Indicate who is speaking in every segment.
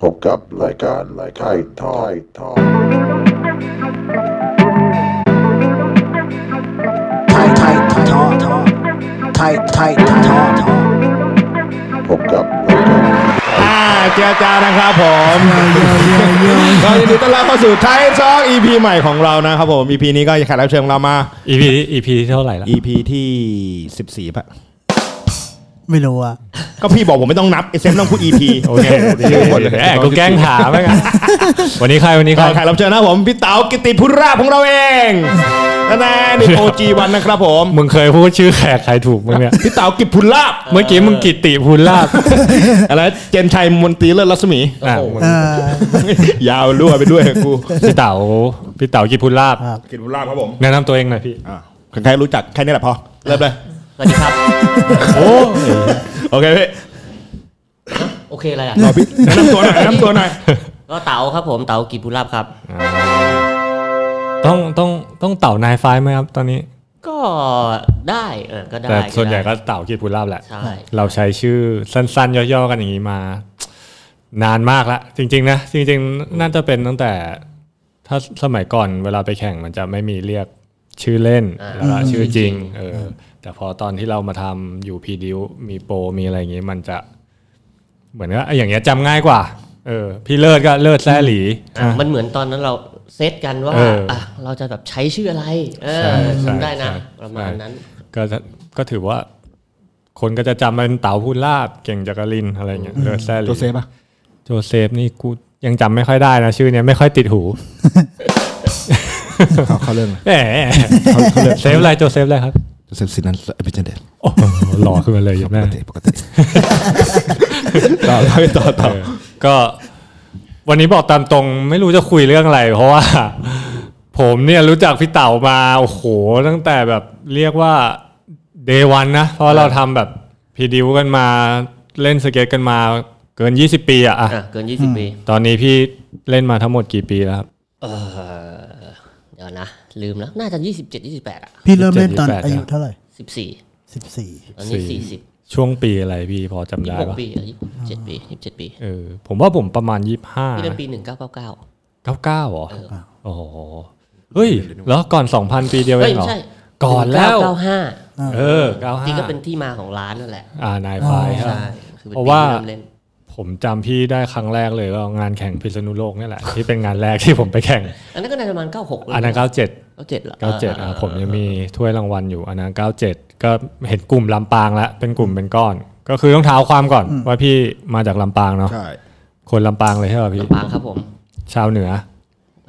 Speaker 1: พบกับรายการรายการทองทอง
Speaker 2: tight tight talk tight tight talk
Speaker 1: พบกับรายการ
Speaker 3: อ่าเจ้าจ้านะครับผมก็ยินดีต้อนรับเข้าสู่ไทยซอกอีพีใหม่ของเรานะครับผมอีพีนี้ก็แขกรับเชิญของเรามา
Speaker 4: อีพีอีพีที่เท่าไหร่ละ
Speaker 3: อีพีที่ 14ป่ะ
Speaker 5: ไม่รู้อะ
Speaker 3: ก็พี่บอกผมไม่ต้องนับเอเซมต้องพูดอีพีโอเคชื่อคนเลย
Speaker 4: แหมกูแกล้งถามไหมงอะวันนี้ใครวันนี้ใค
Speaker 3: ก็
Speaker 4: ร
Speaker 3: แขกรับเชิญนะครับผมพี่เต๋ากิติพุทธราภของเราเองนั่นแน่นี่โอจีวันนะครับผม
Speaker 4: มึงเคยพูดชื่อแขกใครถูกมึงเนี่ย
Speaker 3: พี่เต๋ากิติพุทธราภ
Speaker 4: เมื่อกี้มึงกิติพูลาบ
Speaker 3: อะไรเจนชัยมนตรีเลิศรัศมี
Speaker 4: อ่ะ
Speaker 5: เออย
Speaker 3: าวรั่วไป ด้วยกู
Speaker 4: พี่เต๋าพี่เต๋ากิติพูลาบ
Speaker 3: กิติพุทธราภครับผม
Speaker 4: แนะนำตัวเองหน่อยพี่
Speaker 3: อ่ะใครๆรู้จักแค่นี้แหละพอเริ่มเลย
Speaker 6: สวัสดีครับ
Speaker 3: โอเคพี่
Speaker 6: โอเคอะไรอ่ะ
Speaker 3: แนะนำตัวหน่อยแนะนำตัวหน่อย
Speaker 6: ก็เต๋าครับผมเต๋ากิจบุญลาบครับ
Speaker 4: ต้องต้องต้องเต่านายไฟล์ไหมครับตอนนี้
Speaker 6: ก็ได้เออก็ได้
Speaker 4: แต่ส่วนใหญ่ก็
Speaker 6: ได้
Speaker 4: เต่ากิติพูลาบแหละ
Speaker 6: ใช่
Speaker 4: เราใช้ชื่อสั้นๆ ย่อๆกันอย่างนี้มา นานมากละจริง ๆ นะ จริง ๆ น่าจะเป็นตั้งแต่ ถ้าสมัยก่อนเวลาไปแข่งมันจะไม่มีเรียกชื่อเล่นแล้วก็ชื่อจริงเอออแต่พอตอนที่เรามาทำอยู่พีดิวมีโปรมีอะไรอย่างนี้มันจะ เหมือนว่าไอ้อย่างเงี้ยจำง่ายกว่า เออ พี่เลิศก็เลิศแซ่หลี
Speaker 6: อ่ะ
Speaker 4: อ่ะ
Speaker 6: มันเหมือนตอนนั้นเราเซตกันว่า
Speaker 4: เอออ่
Speaker 6: ะเราจะแบบใช้ชื่ออะไร เอ
Speaker 4: ใช่
Speaker 6: อ
Speaker 4: ใช่
Speaker 6: จำได้นะ
Speaker 4: ใช่
Speaker 6: ประมาณนั้น
Speaker 4: ก็จะก็ถือว่า คนก็จะจำมันเต๋าพูดลาบเก่งจักรินอะไรอย่างเงี้ยเลิศแซ่หลี
Speaker 3: โจเซฟอ่ะ
Speaker 4: โจเซฟนี่กูยังจำไม่ค่อยได้นะ ชื่อเนี้ยไม่ค่อยติดหู
Speaker 7: เขาเข้าเรื่องเลย
Speaker 4: แหม
Speaker 7: เขาเขาเรื่อง
Speaker 4: เซฟอะไรโจเซฟอะไรครับ
Speaker 7: เซฟซินันเอเปเจนเดต
Speaker 4: โอ้โหหล่อขึ้นมา เลยอย่าง
Speaker 7: ป
Speaker 4: แม่
Speaker 7: กติปกติ
Speaker 3: ต่อต่อต่อ
Speaker 4: เออ ก็วันนี้บอกตามตรงไม่รู้จะคุยเรื่องอะไร เพราะว่า ผมเนี่ยรู้จักพี่เต่ามา โอ้โห ตั้งแต่แบบเรียกว่าเดวันนะ เพราะเราทำแบบพีดิวกันมาเล่นสเก็ตกันมาเกิน 20 ปีอะอะ
Speaker 6: อ่ะ เกิน 20 ปี
Speaker 4: ตอนนี้พี่เล่นมาทั้งหมดกี่ปีแล้วครับ
Speaker 6: เออเดี๋ยวนะ ลืมแล้ว น่าจะ 27 28 อ่ะ
Speaker 5: พี่เริ่มเล่นตอน
Speaker 4: 17
Speaker 5: อายุเท่าไหร่
Speaker 6: 14
Speaker 5: 14
Speaker 6: ตอนนี้ 40
Speaker 4: ช่วงปีอะไรพี่พอจำได้ปะ
Speaker 6: 26 ปีอ่ะ27 ปี 27 ปี
Speaker 4: เออผมว่าผมประมาณยี่ห้า
Speaker 6: พี่เล่นปี 1999
Speaker 4: เก้าเก้าหรอโอ้โหเฮ้ย แล้วก่อนสองพันปีเดียว
Speaker 6: เฮ้
Speaker 4: เอย งเหร
Speaker 6: ไม่
Speaker 4: อ
Speaker 6: ใช่
Speaker 4: ก่อนแล้ว
Speaker 6: 1995
Speaker 4: เออเก้า
Speaker 6: จริง
Speaker 4: ห้า
Speaker 6: ก็เป็นที่มาของร้านนั่นแหละ
Speaker 4: อ่านายไฟ
Speaker 6: ใช่
Speaker 4: ฮะ
Speaker 6: คือเป็น
Speaker 4: เพราะ
Speaker 6: ปี
Speaker 4: ว่า
Speaker 6: ที่เริ่มเล่น
Speaker 4: ผมจำพี่ได้ครั้งแรกเลยก็งานแข่งพิษณุโลกนี่แหละ ที่เป็นงานแรกที่ผมไปแข่ง
Speaker 6: อันนั้นก็น่าจะประมาณ 96
Speaker 4: อันนั้นเก้าเจ็ด
Speaker 6: 97เหรอ
Speaker 4: เก้าเจ็ดอ่ะผมยังมีถ้วยรางวัลอยู่อันนั้นเก้าเจ็ดก็เห็นกลุ่มลำปางละเป็นกลุ่มเป็นก้อน ก็คือต้องเท้าความก่อนว่าพี่มาจากลำปางเนาะ
Speaker 7: ใช่
Speaker 4: คนลำปางเลยใช่ป่ะพี่
Speaker 6: ลำปางครับผม
Speaker 4: ชาวเหนือ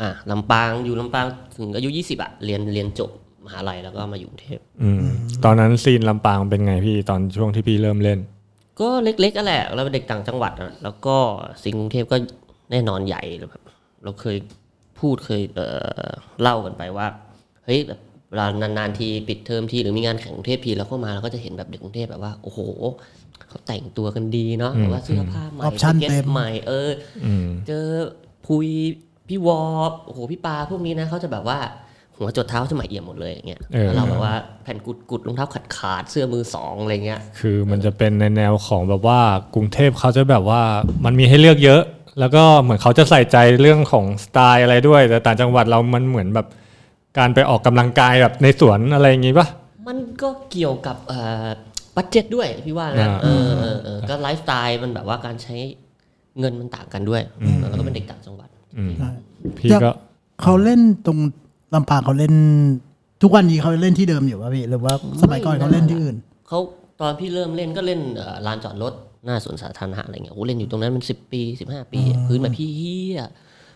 Speaker 6: อ่ะลำปางอยู่ลำปางถึงอายุ 20 อ่ะ เรียนเรียนจบมหาลัยแล้วก็มาอยู่กรุงเทพ
Speaker 4: อืมตอนนั้นซีนลำปางเป็นไงพี่ตอนช่วงที่พี่เริ่มเล่น
Speaker 6: ก็เล็กๆอ่ะแหละ เราเป็นเด็กต่างจังหวัดอะแล้วก็สิงห์กรุงเทพก็แน่นอนใหญ่แล้วแบบเราเคยพูดเคยเอ่อเล่ากันไปว่า เฮ้ยแบบเวลานานๆทีปิดเทอมทีหรือมีงานแข่งกรุงเทพทีเราก็มาเราก็จะเห็นแบบเด็กกรุงเทพแบบว่า โอ้โห เขาแต่งตัวกันดีเนาะแบบว่าเสื้อผ้าใหม่
Speaker 5: ออปชั่น
Speaker 6: ก็ต
Speaker 5: เต็ม
Speaker 6: ใหม่เอออเจอพุยพี่วอโอ้โหพี่ปาพวกนี้นะเขาจะแบบว่าหัวจดเท้าจะใหม่เอี่ยมหมดเลยอย่างเงี้ย
Speaker 4: เออ
Speaker 6: แล้วเราแบบว่าแผ่นกุดกุดๆรองเท้าขาดขาดๆเสื้อมือสองอะไรเงี้ย
Speaker 4: คือมันจะเป็นในแนวของแบบว่ากรุงเทพเขาจะแบบว่ามันมีให้เลือกเยอะ แล้วก็เหมือนเขาจะใส่ใจเรื่องของสไตล์อะไรด้วย แต่ต่างจังหวัดเรามันเหมือนแบบการไปออกกำลังกายแบบในสวนอะไรอย่างงี้ปะ
Speaker 6: มันก็เกี่ยวกับเอ่อบัตเจ็ตด้วยพี่ว่านะ
Speaker 4: อ่า
Speaker 6: เออเออเออก็ไลฟ์สไตล์มันแบบว่าการใช้เงินมันต่างกันด้วยแล้วก็เป็นเด็กต่างจังหวัด
Speaker 4: พี่
Speaker 5: จะ
Speaker 4: ก็
Speaker 5: เขาเล่นตรงลำปางเขาเล่น ทุกวันนี้เขาเล่นที่เดิมอยู่ป่ะพี่ หรือว่าสมัยก่อนเขาเล่นที่อื่น
Speaker 6: เขาตอนพี่เริ่มเล่นก็เล่นเอ่อลานจอดรถหน้าสวนสาธารณะอะไรเงี้ยโอ้เล่นอยู่ตรงนั้นมันสิบปีสิบห้าปีอะพื้นแบบพี่เฮีย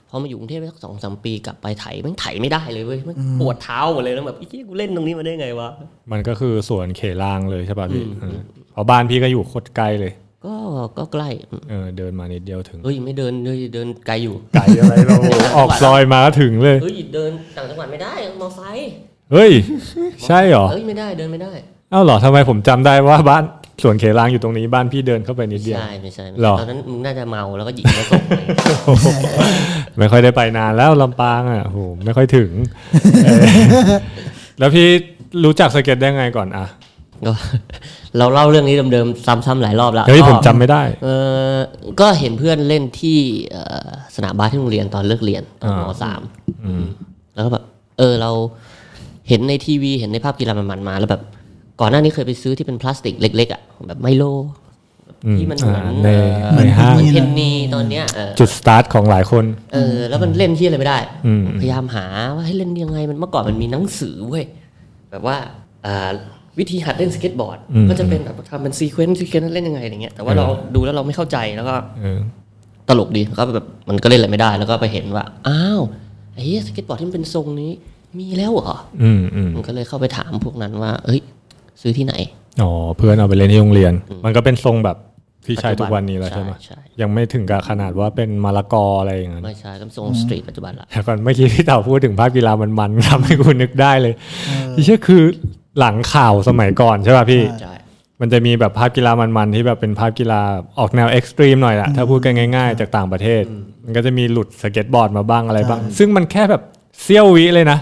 Speaker 6: พอมาอยู่กรุงเทพได้สักสองสามปีกลับไปไถแมันไถไม่ได้เลยเว้ยแมันปวดเท้าหมดเลยแล้วแบบไอ้เฮียกูเล่นตรงนี้มาได้ไงวะ
Speaker 4: มันก็คือสวนเขลางเลยใช่ป่ะพี่เออเพราะบ้านพี่ก็อยู่โคตรไกลเลย
Speaker 6: ก็ก็ใกล้
Speaker 4: เออเดินมานิดเดียวถึง
Speaker 6: เฮ้ยไม่เดินเลยเดินไกล อยู่
Speaker 4: ไกลอะไรเราออกซอยมาก็ถึงเลย
Speaker 6: เฮ้ยเดินต่างจังหวัดไม่ได้มอไซค์
Speaker 4: เฮ้ย ใช่เหรอ
Speaker 6: เฮ้ยไม่ได้เดินไม่ได้
Speaker 4: เอ้าเหรอทำไมผมจำได้ว่าบ้านสวนเขลางอยู่ตรงนี้บ้านพี่เดินเข้าไปนิดเดียว
Speaker 6: ใช่ไม่ใช่ไม่
Speaker 4: หร
Speaker 6: ใช่
Speaker 4: อ
Speaker 6: ตอนนั้นมึงน่าจะเมาแล้วก็หยิบมาส่ง อะไรอย่างเงี้ย
Speaker 4: ไม่ค่อยได้ไปนานแล้วลำปางอ่ะโห ไม่ค่อยถึงเออแล้วพี่รู้จักสเก็ตได้ไงก่อนอ่ะ
Speaker 6: ก็ เราเล่าเรื่องนี้เดิมๆซ้ำๆหลายรอบแล้ว
Speaker 4: เฮ้ย
Speaker 6: ก็
Speaker 4: ผมจำไม่ได้
Speaker 6: เออก็เห็นเพื่อนเล่นที่เอ่อสนามบาสที่โรงเรียนตอนเลิกเรียนตอน
Speaker 4: อ่าม
Speaker 6: สามแล้วก็แบบเออเราเห็นในทีวีเห็นในภาพกีฬามันๆมาแล้วแบบ ก่อนหน้านี้เคยไปซื้อที่เป็นพลาสติกเล็ก ๆอ่ะแบบไมโลที่มันเหมือน
Speaker 4: อ่าใน
Speaker 6: เอ่อเหมือน
Speaker 4: ในห้าง
Speaker 6: เหมือนเพนนีตอนเนี้ยเออ
Speaker 4: จุดสตาร์ทของหลายคน
Speaker 6: เออแล้วมันเล่นที่อะไรไม่ได้ พยายามหาว่าให้เล่นยังไงมันเมื่อก่อนมันมีหนังสือเว้ยแบบว่าอ่าวิธีหัดเล่นสเก็ตบอร์ด ก็จะเป็นแบบทำเป็นซีเควนซ์ซีเควนซ์เล่นยังไงอย่างเงี้ยแต่ว่าเราดูแล้วเราไม่เข้าใจแล้วก็
Speaker 4: เออ
Speaker 6: ตลกดีก็แบบมันก็เล่นอะไรไม่ได้แล้วก็ไปเห็นว่าอ้าวไอ้เหี้ยสเก็ตบอร์ดที่มันเป็นทรงนี้ มีแล้วเหรอ
Speaker 4: อืมอืม
Speaker 6: มันก็เลยเข้าไปถามพวกนั้นว่า เอ้ย ซื้อที่ไหน
Speaker 4: อ๋อเพื่อนเอาไปเล่นที่โรงเรียน มันก็เป็นทรงแบบที่ใช้ทุกวันนี้แล้วใช่ไหม
Speaker 6: ใช่ใช่
Speaker 4: ยังไม่ถึงกับขนาดว่าเป็นมะละกออะไรอย่างนั้น
Speaker 6: ไม่ใช่ก็ทรงสตรีทปัจจุบันละ
Speaker 4: แต่ก่อนเมื่อกี้พี่เต่าพูดถึงภาพกีฬามันมันๆทำให้คุณนึกได้เลยที่เชื่อคือหลังข่าวสมัยก่อนใช่ป่ะพี่
Speaker 6: ใช่
Speaker 4: มันจะมีแบบภาพกีฬามันๆที่แบบเป็นภาพกีฬาออกแนวเอ็กซ์ตรีมหน่อยแหละถ้าพูดกันง่ายๆ จากต่างประเทศ มันก็จะมีหลุดสเก็ตบอร์ดมาบ้างอะไรบ้าง ซึ่งมันแค่แบบเซี่ยววิเลยนะ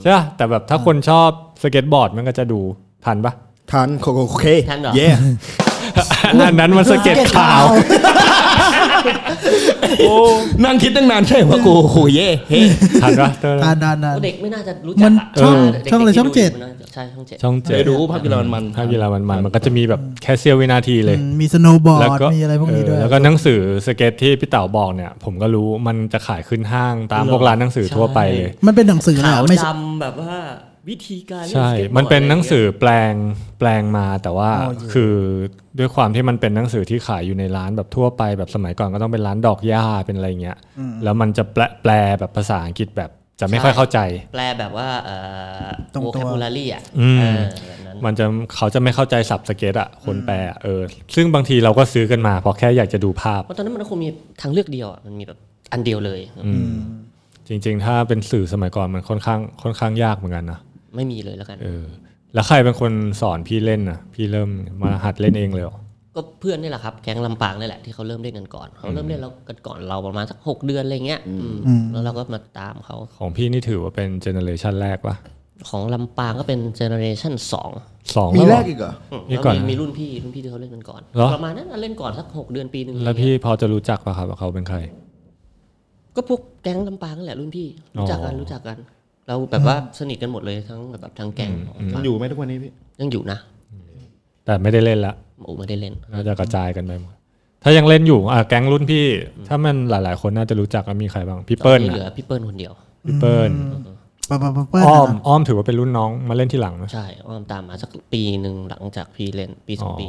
Speaker 4: ใช่ป่ะแต่แบบถ้าคนชอบสเก็ตบอร์ดมันก็จะดูทันปะ
Speaker 3: ทันโคโอเค
Speaker 6: ทันเหรอ
Speaker 3: เย่
Speaker 4: อันนั้นมันสเก็ตขาว
Speaker 7: นั่งคิดตั้งนานใช่ไหมว่ากูโอ้โหเย่เฮ้
Speaker 4: ทันปะเตอร์
Speaker 5: ดานดานดาน
Speaker 6: เด็กไม่น่าจะรู้จัก
Speaker 5: มัน
Speaker 6: อะ
Speaker 5: ช่อง
Speaker 6: เด็กๆ
Speaker 5: ช่องอะไร
Speaker 6: ที่
Speaker 5: ช่องเจ็ด
Speaker 6: ยู่นะใช่ช่องเจ็ด
Speaker 4: ช่องเจ็ด
Speaker 7: ไปดูภาพกีฬามัน
Speaker 4: ภาพกีฬามันมันมันก็จะมีแบบแค่เซี่ยววินาทีเลย
Speaker 5: มีสโนว์บอ
Speaker 4: แล้ว
Speaker 5: ร์ด
Speaker 4: ก็
Speaker 5: มีอะไรพวกนี้ด้วย
Speaker 4: เออแล้วก็หนังสือสเก็ตที่พี่เต๋าบอกเนี่ย ผมก็รู้มันจะขายขึ้นห้างตามพวกร้านหนังสือทั่วไปเลย
Speaker 5: มันเป็นหนังสือเหร
Speaker 6: ขาว
Speaker 5: อไม่ใช่
Speaker 6: ดำแบบว่าวิธีการเล่น
Speaker 4: ใช่
Speaker 6: สก็ตบอร์ด
Speaker 4: มันเป็นหนังสือ
Speaker 6: อ
Speaker 4: แปลงแปลงมาแต่ว่า
Speaker 5: โอ้เยอะ
Speaker 4: คือด้วยความที่มันเป็นหนังสือที่ขายอยู่ในร้านแบบทั่วไปแบบสมัยก่อนก็ต้องเป็นร้านดอกหญ้าเป็นอะไรเงี้ยแล้วมันจะแปลแปลแบบภาษาอังกฤษแบบจะไม่ค่อยเข้าใจ
Speaker 6: ะไรเงี้ยแปลแบบว่าเอ่อ
Speaker 5: ตรงตัว
Speaker 6: โวแคบูลารีอ่ะ
Speaker 4: อืม
Speaker 6: เออแบบนั้น
Speaker 4: มันจะเขาจะไม่เข้าใจสับสเก็ตอะคนแปลอะเออ ซึ่งบางทีเราก็ซื้อกันมาเพราะแค่อยากจะดูภาพ
Speaker 6: เพราะตอนนั้นมันก็คงมีทางเลือกเดียวอ่ะมันมีแบบอันเดียวเลย
Speaker 4: จริง ๆ ถ้าเป็นสื่อสมัยก่อนมันค่อนข้างค่อนข้างยากเหมือนกันนะ
Speaker 6: ไม่มีเลยแล้วกัน
Speaker 4: เออแล้วใครเป็นคนสอนพี่เล่นนะพี่เริ่มมาหัดเล่นเองเลยเหรอ
Speaker 6: ก็เพื่อนนี่แหละครับ แก๊งลำปางนี่แหละที่เขาเริ่มเล่นกันก่อนเขาเริ่มเล่นแล้วกันก่อนเราประมาณสักหกเดือนอะไรเงี้ยอืมแล้วเราก็มาตามเขา
Speaker 4: ของพี่นี่ถือว่าเป็นเจเนอเรชันแรกปะ
Speaker 6: ของลำปางก็เป็นเจเนอเรชั่นสอง
Speaker 4: สอง
Speaker 3: มี
Speaker 4: แล้วเห
Speaker 3: แร
Speaker 4: รอ
Speaker 3: กอีกเหรอ
Speaker 6: อืม
Speaker 4: นี่
Speaker 6: แล้ว
Speaker 4: ก่อน
Speaker 6: มีมีรุ่นพี่รุ่นพี่ที่เขาเล่นกันก่อน
Speaker 4: เหรอ
Speaker 6: ประมาณนั้นเล่นก่อนสักหกเดือนปีหนึ่ง
Speaker 4: แล้วพี่พอจะรู้จักปะครับว่าเขาเป็นใคร
Speaker 6: ก็พวกแก๊งลำปางนั่นแหละรุ่นพี่รู้จักกันรู้จักกัน เราแบบว่าสนิทกันหมดเลยทั้งแบบทั้งแก๊ง
Speaker 7: มันอยู่ไหมทุกวันนี้พี่
Speaker 6: ยังอยู่นะ
Speaker 4: แต่ไม่ได้เล่นละ
Speaker 6: โอ้ไม่ได้เล่น
Speaker 4: น่าจะกระจายกันไปหมดถ้ายังเล่นอยู่อ่ะแก๊งรุ่นพี่ ถ้ามันหลาย ๆ คนน่าจะรู้จักแล้วมีใครบ้างพี่
Speaker 6: ตอ
Speaker 4: เปิ้
Speaker 6: น
Speaker 4: ล
Speaker 6: นี้
Speaker 4: น่ะ
Speaker 6: เหลือพี่เปิ้ลคนเดียว
Speaker 4: พี่เปิ้ล
Speaker 5: ปะปะปะเปิ้ล
Speaker 4: อ้อม
Speaker 5: นะ
Speaker 4: อ้อมถือว่าเป็นรุ่นน้องมาเล่นที่หลังนะ
Speaker 6: ใช่อ้อมตามมาสักปีหนึ่งหลังจากพี่เล่นปีส
Speaker 4: อ๋
Speaker 6: อ
Speaker 4: อง
Speaker 6: ปี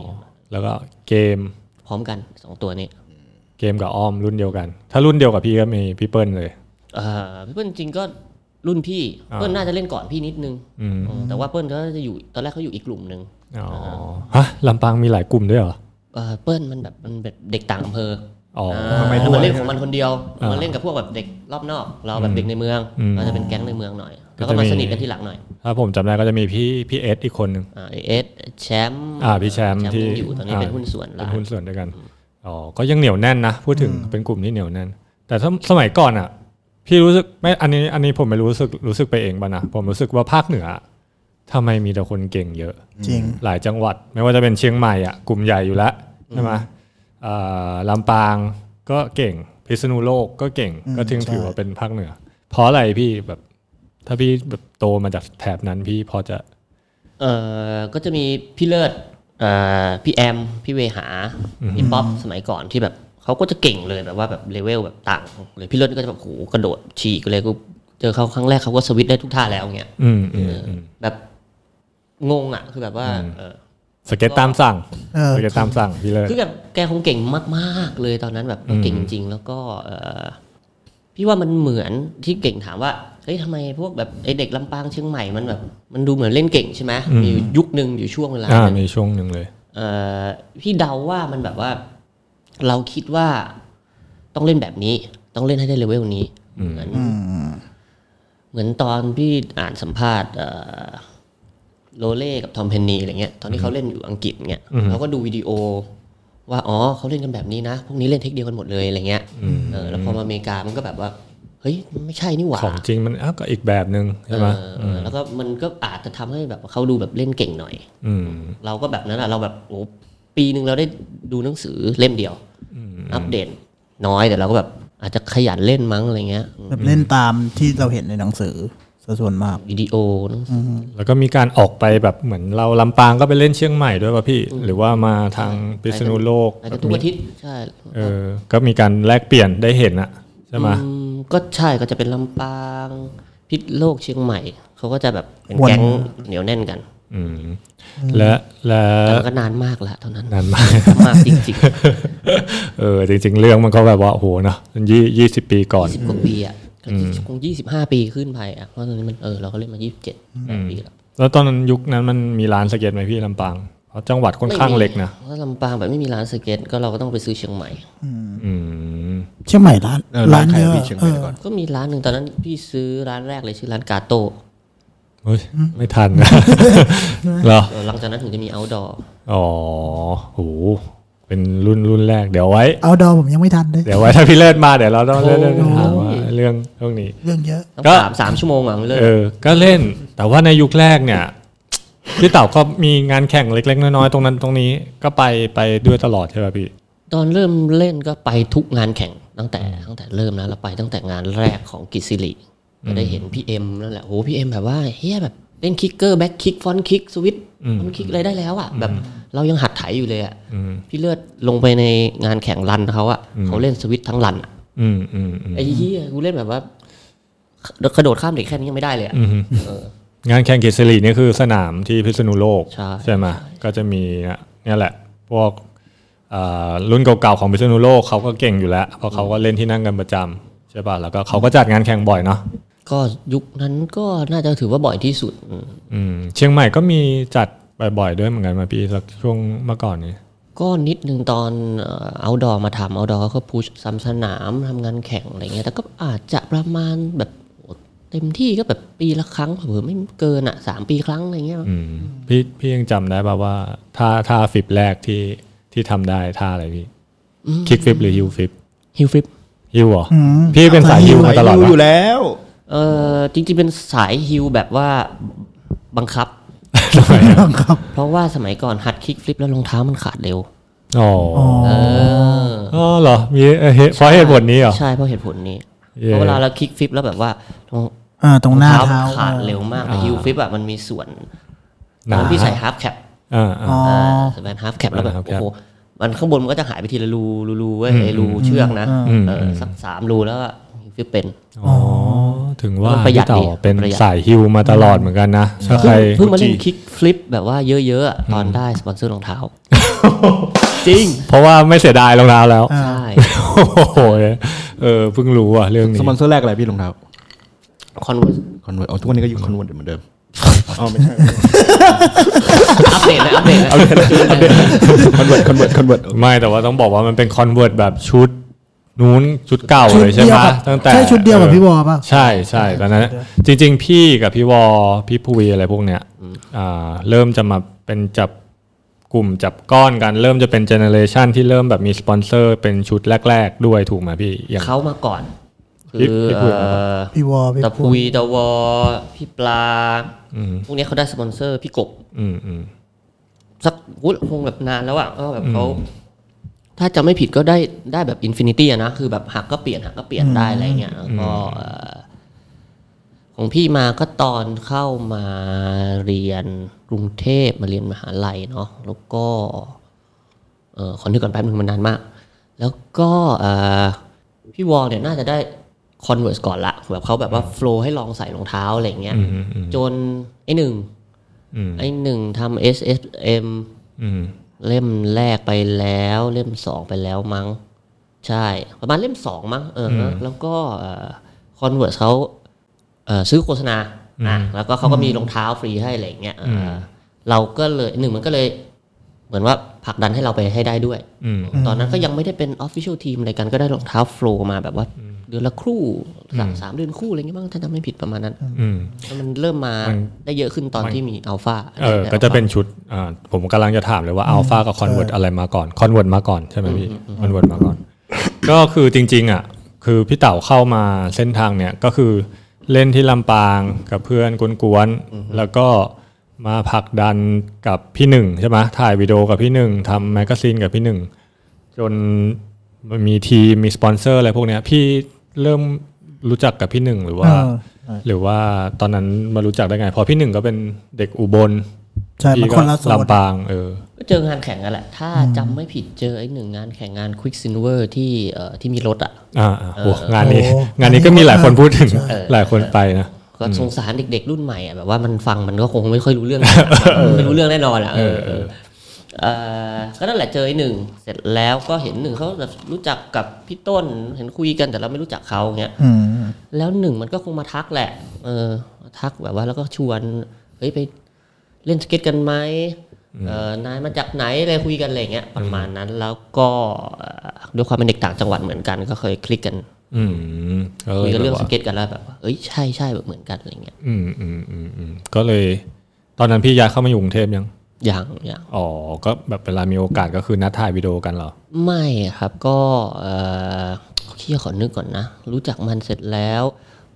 Speaker 4: แล้วก็เกม
Speaker 6: พร้อมกันสองตัวนี้
Speaker 4: เกมกับอ้อมรุ่นเดียวกัน ถ้ารุ่นเดียวกับพี่ก็มีพี่เปิ้ลเลย
Speaker 6: เอ่อพี่เปิ้ลจริงก็รุ่นพี่
Speaker 4: อ่า
Speaker 6: เปิ้ลน่าจะเล่นก่อนพี่นิดนึง
Speaker 4: อืม
Speaker 6: เออแต่ว่าเปิ้ลก็จะอยู่ตอนแรกเขาอยู่อีกกลุ่มหนึ่ง
Speaker 4: อ๋อฮะลำปางมีหลายกลุ่มด้วยเหรอ
Speaker 6: เอ่อเปิ้ลมันแบบมันแบบเด็กต่างอำเภอ
Speaker 4: อ๋อ
Speaker 6: ามันเล่นของมันคนเดียวมันเล่นกับพวกแบบเด็กรอบนอก เราแบบเด็กในเมือง
Speaker 4: อืม
Speaker 6: เราจะเป็นแก๊งในเมืองหน่อย
Speaker 4: ก็จะมี
Speaker 6: แล้วก็มาสนิทกันทีหลังหน่อย
Speaker 4: ถ้าผมจำได้ก็จะมีพี่พี่เอสอีกคนหนึ่ง
Speaker 6: อ่าเอสแชมป์
Speaker 4: อ่าพี่แชมป์ที่
Speaker 6: ยังอยู่ตอนนี้
Speaker 4: อ่า
Speaker 6: เป็นหุ้นส่วน
Speaker 4: เป็
Speaker 6: ร้าน น
Speaker 4: หุ้นส่วนด้วยกันอ๋อก็ยังเหนียวแน่นนะพูดถึงเป็นกลุ่มที่เหนียวแน่น แต่ถ้าสมัยก่อนอ่ะ พี่รู้สึกไม่อันนี้อันนี้ผมไม่รู้สึกรู้สึกไปเองป่ะนะผมรู้สึกว่าภาคเหนืออะทำไมมีแต่คนเก่งเยอะ
Speaker 5: จริง
Speaker 4: หลายจังหวัด ไม่ว่าจะเป็นเชียงใหม่อ่ะกลุ่มใหญ่อยู่แล้วใช่ไหมอ่าลำปางก็เก่งพิษณุโลกก็เก่ง
Speaker 5: อืม
Speaker 4: ก็ถึง
Speaker 5: ใช่
Speaker 4: ถือว่าเป็นภาคเหนือ เพราะอะไรพี่แบบถ้าพี่แบบโตมาจากแถบนั้นพี่พอจะ
Speaker 6: เอ่อก็จะมีพี่เลิศเอ่อพี่แอม พี่เวหา พี่ป๊อปสมัยก่อนที่แบบเขาก็จะเก่งเลยแบบว่าแบบเลเวลแบบต่างเลยพี่เลิศก็จะแบบโหกระโดดฉีกเลยกูเจอเขาครั้งแรกเขาก็สวิตช์ได้ทุกท่าแล้วเงี้ย
Speaker 4: อืมอืม
Speaker 6: เอออ
Speaker 4: อืม
Speaker 6: แบบงงอ่ะคือแบบว่าเออ
Speaker 4: สเก็ตตามสั่ง
Speaker 5: เออ
Speaker 4: สเก็ตตามสั่งพี่เลย
Speaker 6: คือแบบแกคงเก่งมากๆเลยตอนนั้นแบบเก่งจริงๆแล้วก็เออพี่ว่ามันเหมือนที่เก่งถามว่าเฮ้ยทำไมพวกแบบไอเด็กลำปางเชียงใหม่มันแบบ มันดูเหมือนเล่นเก่งใช่ไหมมีอยู่ยุคหนึ่งอยู่ช่วงเวลา
Speaker 4: อ่า
Speaker 6: หนึ่ง
Speaker 4: มีช่วงหนึ่งเลย
Speaker 6: เอ่อพี่เดาว่ามันแบบว่า เราคิดว่าต้องเล่นแบบนี้ ต้องเล่นให้ได้เลเวลนี้เหมือนเหมือนตอนพี่อ่านสัมภาษณ์เอ่อโรเล่กับทอมเพนนีอะไรเงี้ยตอนที่เขาเล่นอยู่อังกฤษเงี้ยเราก็ดูวิดีโอ ว่าอ๋อเขาเล่นกันแบบนี้นะ พวกนี้เล่นเทคเดียวกันหมดเลยอะไรเงี้ยเออแล้วพอมาอเมริกามันก็แบบว่าเฮ้ย ฮ้ยไม่ใช่นี่หว่า
Speaker 4: ของจริงมันอ้าวก็อีกแบบหนึ่งใช่ไหม
Speaker 6: เอออแล้วก็มันก็อาจจะทำให้แบบเขาดูแบบเล่นเก่งหน่อย
Speaker 4: อืม
Speaker 6: เราก็แบบนั้นอะเราแบบโอ้ปีหนึ่งเราได้ดูหนังสือเล่มเดียวอัปเดตน้อยแต่เราก็แบบอาจจะขยันเล่นมั้งอะไรเงี้ย
Speaker 5: แบบเล่นตามที่เราเห็นในหนังสือซะส่วนมาก
Speaker 6: วิดีโอหนังสือ
Speaker 4: แล้วก็มีการออกไปแบบเหมือนเราลำปางก็ไปเล่นเชียงใหม่ด้วยป่ะพี่ หรือว่ามาทางพิษณุโลก
Speaker 6: อาจจะทุกอาทิตย์ใช่
Speaker 4: เออก็มีการแลกเปลี่ยนได้เห็นอะใช่ไหม
Speaker 6: อืมก็ใช่ก็จะเป็นลำปางพิษณุโลกเชียงใหม่ เขาก็จะแบบเป็น
Speaker 5: วัน
Speaker 6: แก๊งเหนียวแน่นกัน
Speaker 4: อืมและและ
Speaker 6: แต่มันก็นานมากแล้วเท่านั้น
Speaker 4: นานมาก
Speaker 6: มากจริง
Speaker 4: เออจริง ๆ เรื่องมันก็แบบว่าโอ้โหเนอะยี่ยี่สิบปีก่อน
Speaker 6: ๆสิบกว่าปีอ่ะก็คงยี่สิบห้าปีขึ้นไปอ่ะเพราะตอนนี้มันเออเราก็เล่นมายี่สิบเจ็ดปีแล้ว
Speaker 4: แล้วตอนนั้นยุคนั้นมันมีร้านสเก็ตไหมพี่ลำปางเพราะจังหวัดค่อนข้างเล็กนะ
Speaker 6: เพราะลำปางแบบไม่มีร้านสเก็ตก็เราก็ต้องไปซื้อเชียงใหม่
Speaker 4: อืม
Speaker 5: เชียงใหม่ร้าน
Speaker 3: เออ
Speaker 5: ร้าน
Speaker 3: ใคร
Speaker 5: เยอะ
Speaker 3: พี่เชียงให
Speaker 5: เอ
Speaker 3: ม่
Speaker 5: อ
Speaker 3: ก่อน
Speaker 6: ก็มีร้านหนึ่งตอนนั้นพี่ซื้อร้านแรกเลยชื่อร้านกาโต
Speaker 4: เฮ้ยไม่ทันนะ เหรอ
Speaker 6: เออหลังจากนั้นถึงจะมี outdoor
Speaker 4: อ๋อโหเป็นรุ่นรุ่นแรกเดี๋ยวไว้
Speaker 5: เอาดอผมยังไม่ทันเลย
Speaker 4: เดี๋ยวไว้ ถ้าพี่เลิศมาเดี๋ยวเราต้องเล่นเล่น
Speaker 6: โอ้ย
Speaker 4: ถามว่าเรื่องเรื่องนี้
Speaker 5: เรื่องเยอะ
Speaker 6: ต้อง
Speaker 4: ก็
Speaker 6: สามสามชั่วโมงอ่ะมันเลย
Speaker 4: เออ ก็เล่น แต่ว่าในยุคแรกเนี่ย พี่เต่าก็มีงานแข่งเล็กๆน้อยๆตรงนั้นตรงนี้ก็ไปไปด้วยตลอดใช่ป่ะพี่
Speaker 6: ตอนเริ่มเล่นก็ไปทุกงานแข่งตั้งแต่ตั้งแต่เริ่มนะเราไปตั้งแต่งานแรกของกิจสิริก็ได้เห็นพี่เอ็มนั่นแหละโหพี่เอ็มแบบว่าเฮียแบบเล่นคิกเกอร์แบ็คคิกฟอนคิกสวิตฟอนคิกอะไรได้แล้วอ่ะแบบเรายังหัดไถอยู่เลยอ่ะพี่เลือดลงไปในงานแข่งรันเขาอ่ะเขาเล่นสวิตทั้งรันอะ
Speaker 4: อืมอืมอืม
Speaker 6: ไอ้เหี้ยกูเล่นแบบว่า กระโดดข้ามเด็กแค่นี้ยังไม่ได้เลยอะ
Speaker 4: งานแข่งเกษรีนี่คือสนามที่พิษณุโลก
Speaker 6: ใช่
Speaker 4: ไหมก็จะมีเนี่ยเนี่ยแหละ พวกอ่ารุ่นเก่าๆของพิษณุโลกเขาก็เก่งอยู่แล้ว เพราะเขาก็เล่นที่นั่งกันประจำใช่ป่ะแล้วก็เขาก็จัดงานแข่งบ่อยเนาะ
Speaker 6: ก็ยุคนั้นก็น่าจะถือว่าบ่อยที่สุดอืม
Speaker 4: อืมเชียงใหม่ก็มีจัดบ่อยๆด้วยเหมือนกันมาพี่สักช่วงเมื่อก่อนนี้
Speaker 6: ก็นิดนึงตอนเอาดอมาทำเอาดอก็พุชซ้ำสนามทำงานแข่งอะไรเงี้ยแต่ก็อาจจะประมาณแบบโอ้เต็มที่ก็แบบปีละครั้งเผื่อไม่เกินอ่ะสามปีครั้งอะไรเงี้ย
Speaker 4: อืมพี่พี่ยังจำได้ป่าวว่าท่าท่าฟิปแรกที่ที่ทำได้ท่าอะไรพี่คิกฟิปหรือฮิวฟิป
Speaker 6: ฮิลฟิป
Speaker 4: ฮิวเหรออพี่เป็นสายฮิวมาตลอด
Speaker 3: ยู่อยู่
Speaker 4: ปะ
Speaker 3: แล้ว
Speaker 6: เออจริงๆเป็นสายฮิลแบบว่าบังคับ
Speaker 4: ทำไมอะ
Speaker 6: เพราะว่าสมัยก่อนหัดคิกฟลิปแล้วรองเท้ามันขาดเร็ว
Speaker 4: อ๋อ
Speaker 6: เออ
Speaker 4: อ๋อเหรอมีเอ่อเหตุเพราะเหตุผลนี้เหรอ
Speaker 6: ใช่เพราะเหตุผลนี้
Speaker 4: เย้
Speaker 6: เพราะเวลาเราคลิกฟลิปแล้วแบบว่าตรง
Speaker 5: อ่า ตรงหน้าเท้า
Speaker 6: ขาดเร็วมากแต่ฮิวฟลิปอ่ะมันมีส่วนตอนที่ใส่ฮาร์ปแคป
Speaker 4: อ่าอ่า
Speaker 5: อ๋อ
Speaker 6: ใส่แบนฮาร์ปแคปแล้วแบบ
Speaker 4: half
Speaker 6: โอ้
Speaker 4: cap
Speaker 6: โหมันข้างบนมันก็จะหายไปทีละรูรูรูเว้ยไอ้รูเชือกนะ
Speaker 4: อืม
Speaker 6: เออสักสามรูแล้วฮิวฟลิปเป็น
Speaker 4: อ๋อถึงว่า
Speaker 6: มันประหยัด
Speaker 4: พี่เต่า
Speaker 6: ดี
Speaker 4: เป็น
Speaker 6: ประหยัด
Speaker 4: สายฮิวมาตลอดเหมือนกันนะถ้าใคร
Speaker 6: เพิ่งมาเล่นคลิกฟลิปแบบว่าเยอะๆอะตอนได้สปอนเซอร์รองเท้า จริง
Speaker 4: เพราะว่าไม่เสียดายรองเท้าแล้ว
Speaker 5: อ่า
Speaker 6: ใช่
Speaker 4: โอ้โหเออเพิ่งรู้อ่ะเรื่องนี้
Speaker 7: สปอนเซอร์แรกอะไรพี่รองเท้า
Speaker 6: คอนเวิร์ส
Speaker 7: คอนเวิร์ตอ๋อทุกวันนี้ก็อยู่คอนเวิร์ตเหมือนเดิม
Speaker 6: อัปเดตเลยอัปเดตเลย
Speaker 7: คอนเวิร์ตคอนเวิร์ตคอนเวิร์ต
Speaker 4: ไม่แต่ว่าต้องบอกว่ามันเป็นคอนเวิร์ตแบบชุดนู้นชุดเก่าเลยใช่ไหม
Speaker 5: ชุดเดียวกับ
Speaker 4: ตั้งแต่
Speaker 5: ใช่ชุดเดียวกับพี่วอป่ะ
Speaker 4: ใช่ใช่ตอนนั้นจริง ๆ พี่กับพี่วอพี่ภูวีอะไรพวกเนี้ยอ่าเริ่มจะมาเป็นจับกลุ่มจับก้อนกัน เริ่มจะเป็นเจเนเรชันที่เริ่มแบบมีสปอนเซอร์เป็นชุดแรก ๆ ด้วยถูกไหมพี่อย่าง
Speaker 6: เขามาก่อนคื
Speaker 4: พี่พี่
Speaker 6: อ
Speaker 4: พูด
Speaker 6: เอ่อ
Speaker 5: พี่วอพี่
Speaker 6: ตะ
Speaker 5: พู
Speaker 6: พุ
Speaker 5: ด
Speaker 6: ยตะวอ พี่ปลาพวกเนี้ยเขาได้สปอนเซอร์ พี่กบ
Speaker 4: อืมอืม
Speaker 6: สักวุ้คงแบบนานแล้วอ่ะก็แบบเขาถ้าจะไม่ผิดก็ได้ได้แบบอินฟินิตี้อะนะ คือแบบหักก็เปลี่ยนหักก็เปลี่ยนได้อะไรเงี้ยแล้วก็เอ่อของพี่มาก็ตอนเข้ามาเรียนกรุงเทพมาเรียนมหาลัยเนาะแล้วก็ เออขอนึกก่อนแป๊บนึงมันนานมาก แล้วก็เอ่อพี่วอลเนี่ยน่าจะได้ Converse ก่อนละแบบเขาแบบว่าโฟล์ให้ลองใส่รองเท้าอะไรอย่างเงี้ยจนไอหนึ่งไอหนึ่งทำ S S M
Speaker 4: อืม
Speaker 6: เล่มแรกไปแล้ว เล่มสองไปแล้วมั้ง ใช่ ประมาณเล่มสองมั้งเอออแล้วก็คอนเวิร์สเขาเอ่อซื้อโฆษณาอ่ะแล้วก็เขาก็มีรองเท้าฟรีให้อะไรอย่างเงี้ยเอออเราก็เลยหนึ่งมันก็เลย เหมือนว่าผลักดันให้เราไปให้ได้ด้วย
Speaker 4: อืม
Speaker 6: ตอนนั้นก็ยังไม่ได้เป็นออฟฟิเชียลทีมอะไรกันก็ได้รองเท้าโฟล์มาแบบว่า เดือนละครู่สามสามเดือนคู่อะไรเงี้ยบ้างถ้าจำไม่ผิดประมาณนั้น
Speaker 4: อืม
Speaker 6: แล้วมันเริ่มมามได้เยอะขึ้นตอนที่มีอัลฟา
Speaker 4: เออ ก็จะเป็นชุด อ่า ผมกำลังจะถามเลยว่าอัลฟากับคอนเวิร์ตอะไรมาก่อน คอนเวิร์ตมาก่อนใช่ไหมพี่ คอนเวิร์ตมาก่อน ก็คือจริง ๆ อ่ะ ค คือพี่เต๋าเข้ามาเส้นทางเนี่ยก็คือเล่นที่ลำปางกับเพื่อนกวนๆแล้วก็มาผลักดันกับพี่หนึ่งใช่ไหมถ่ายวิดีโอกับพี่หนึ่งทำแมกกาซีนกับพี่หนึ่งจนมันมีทีมมีสปอนเซอร์อะไรพวกเนี้ยพี่เริ่มรู้จักกับพี่หนึ่งหรือว่า
Speaker 5: เออ
Speaker 4: หรือว่าตอนนั้นมารู้จักได้ไงเพราะพี่หนึ่งก็เป็นเด็กอุบล
Speaker 5: ใช่มัน
Speaker 4: พี่
Speaker 5: ค
Speaker 4: ก็
Speaker 5: นละโซน
Speaker 4: ลำปางเออ
Speaker 6: ก็เจองานแข่งกันแหละ ถ้าจำไม่ผิดเจอไอ้หนึ่งงานแข่งงาน Quick Silver ที่เอ่อที่มีรถอ่ะ
Speaker 4: อ่าอ่าโอ้งานนี้
Speaker 5: โอ้
Speaker 4: งานนี้ก็มีหลายคนพูดถึง
Speaker 6: ใช่
Speaker 4: หลายคนไปนะ
Speaker 6: ก็สงสารเด็กๆรุ่นใหม่อะแบบว่ามันฟังมันก็คงไม่ค่อยรู้ เรื่อง มันไม่รู้เรื่องแน่นอนอ่ะเออเออเอ่อก็นั่นแหละเจอไอ้หนึ่งเสร็จแล้วก็เห็นหนึ่งเขาแบบรู้จักกับพี่ต้นเห็นคุยกันแต่เราไม่รู้จักเขาเงี้ย
Speaker 5: อืม
Speaker 6: แล้วหนึ่งมันก็คงมาทักแหละ เออ ทักแบบว่าแล้วก็ชวน เฮ้ยไปเล่นสเก็ตกันไหมเออนายมาจากไหนอะไรคุยกันอะไรอย่างเงี้ยประมาณนั้น แล้วก็เอ่อด้วยความเป็นเด็กต่างจังหวัดเหมือนกัน ก็เคยคลิกกัน
Speaker 4: อืมก็
Speaker 6: คุยกัน
Speaker 4: เล
Speaker 6: เรื่
Speaker 4: ย
Speaker 6: อง
Speaker 4: แบบ
Speaker 6: ส
Speaker 4: ว่า
Speaker 6: เก็ตกันแล้วแบบว่าเอ้ยใช่ใช่แบบเหมือนกันอะไรเงี้ย
Speaker 4: อืมอืมอืมอืมก็เลย ตอนนั้นพี่ย้ายเข้ามาอยู่กรุงเทพยัง
Speaker 6: อย่างอย่าง
Speaker 4: อ๋อ ก็แบบเวลามีโอกาสก็คือนัดถ่ายวิดีโอกันเหรอ
Speaker 6: ไม่ครับก็เออเคียขอนึกก่อนนะ รู้จักมันเสร็จแล้ว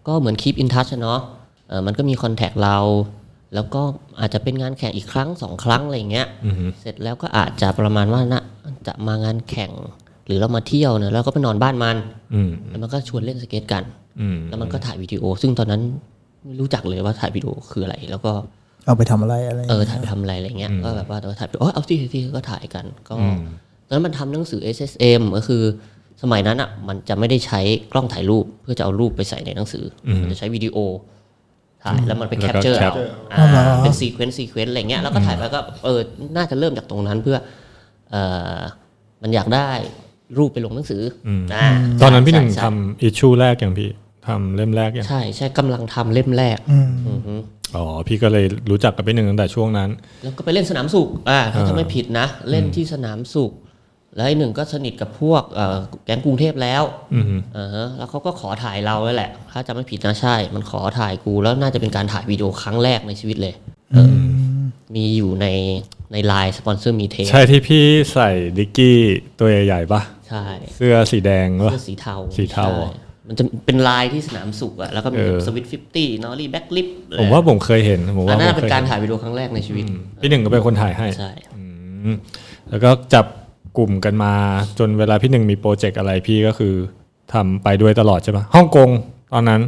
Speaker 6: ก็เหมือนคลิปอินทัชเนาะเออมันก็มีคอนแทคเรา แล้วก็อาจจะเป็นงานแข่งอีกครั้งสองครั้งอะไรอย่างเงี้ย
Speaker 4: อืม
Speaker 6: เสร็จแล้วก็อาจจะประมาณว่านะจะมางานแข่ง หรือเรามาเที่ยวเนอะแล้วก็ไปนอนบ้านมัน
Speaker 4: อืม
Speaker 6: แล้วมันก็ชวนเล่นสเก็ตกัน
Speaker 4: อืม
Speaker 6: แล้วมันก็ถ่ายวิดีโอ ซึ่งตอนนั้นไม่รู้จักเลยว่าถ่ายวิดีโอคืออะไร แล้วก็
Speaker 5: เอาไปทำอะไรอะไร
Speaker 6: เออถ่ายไปทำอะไรอะไรเงี้ยก็แบบว่าเออถ่ายไปโอ้ยเอาที่ที่ก็ถ่ายกัน ก็ตอนนั้นมันทำหนังสือ SSM ก็คือ สมัยนั้นอ่ะมันจะไม่ได้ใช้กล้องถ่ายรูป เพื่อจะเอารูปไปใส่ในหนังสืออมันจะใช้วิดีโอ ถ่ายแล้วมันไปแคปเจอร์เอาอ่าเป็นซีเควนซ์ซีเควนซ์อะไรเงี้ยแล้วก็ถ่ายไปก็เออน่าจะเริ่มจากตรงนั้นเพื่อเออมันอยากได้รูปไปลงหนังสือออ่า
Speaker 4: ตอนนั้นพี่หนึ่ง
Speaker 6: ใช่
Speaker 4: ทำอิชชูแรกอย่างพี่ทำเล่มแรกอย่าง
Speaker 6: ใช่ใช่กำลังทำเล่มแรกอือฮึ
Speaker 4: อ๋อ พี่ก็เลยรู้จักกับพี่หนึ่งตั้งแต่ช่วงนั้น
Speaker 6: แล้วก็ไปเล่นสนามสุขอ่าถ้าจะไม่ผิดนะ เล่นที่สนามสุข แล้วไอ้หนึ่งก็สนิทกับพวกเอ่อแก๊งกรุงเทพแล้ว
Speaker 4: อืม
Speaker 6: เออฮะแล้วเขาก็ขอถ่ายเราแล้วแหละ ถ้าจะไม่ผิดนะใช่ มันขอถ่ายกูแล้วน่าจะเป็นการถ่ายวิดีโอครั้งแรกในชีวิตเลยเอออมีอยู่ในในไลน์สปอนเซอร์มีเท
Speaker 4: ใช่ที่พี่ใส่ดิกกี้ตัวใหญ่ๆปะ
Speaker 6: ใช่
Speaker 4: เสื้อสีแดงปะ
Speaker 6: เสื้อสีเทา
Speaker 4: สีเทา
Speaker 6: ใช่มันจะเป็นลายที่สนามสุขอะแล้วก็มี
Speaker 4: เออ
Speaker 6: สวิตฟิฟตี้นอรี่แบ็กลิฟ
Speaker 4: ผมว่าผมเคยเห็นผม
Speaker 6: อัน
Speaker 4: ว่า
Speaker 6: นั้
Speaker 4: ผม
Speaker 6: นเป็
Speaker 4: คนย
Speaker 6: การ
Speaker 4: เห็น
Speaker 6: ถ่ายวิดีโอครั้งแรกในชีวิต
Speaker 4: พี่หนึ่งก็เป็นคนถ่ายให้
Speaker 6: ใช่
Speaker 4: อืมแล้วก็จับกลุ่มกันมาจนเวลาพี่หนึ่งมีโปรเจกต์อะไรพี่ก็คือทำไปด้วยตลอดใช่ปะฮ่องกงตอนนั้น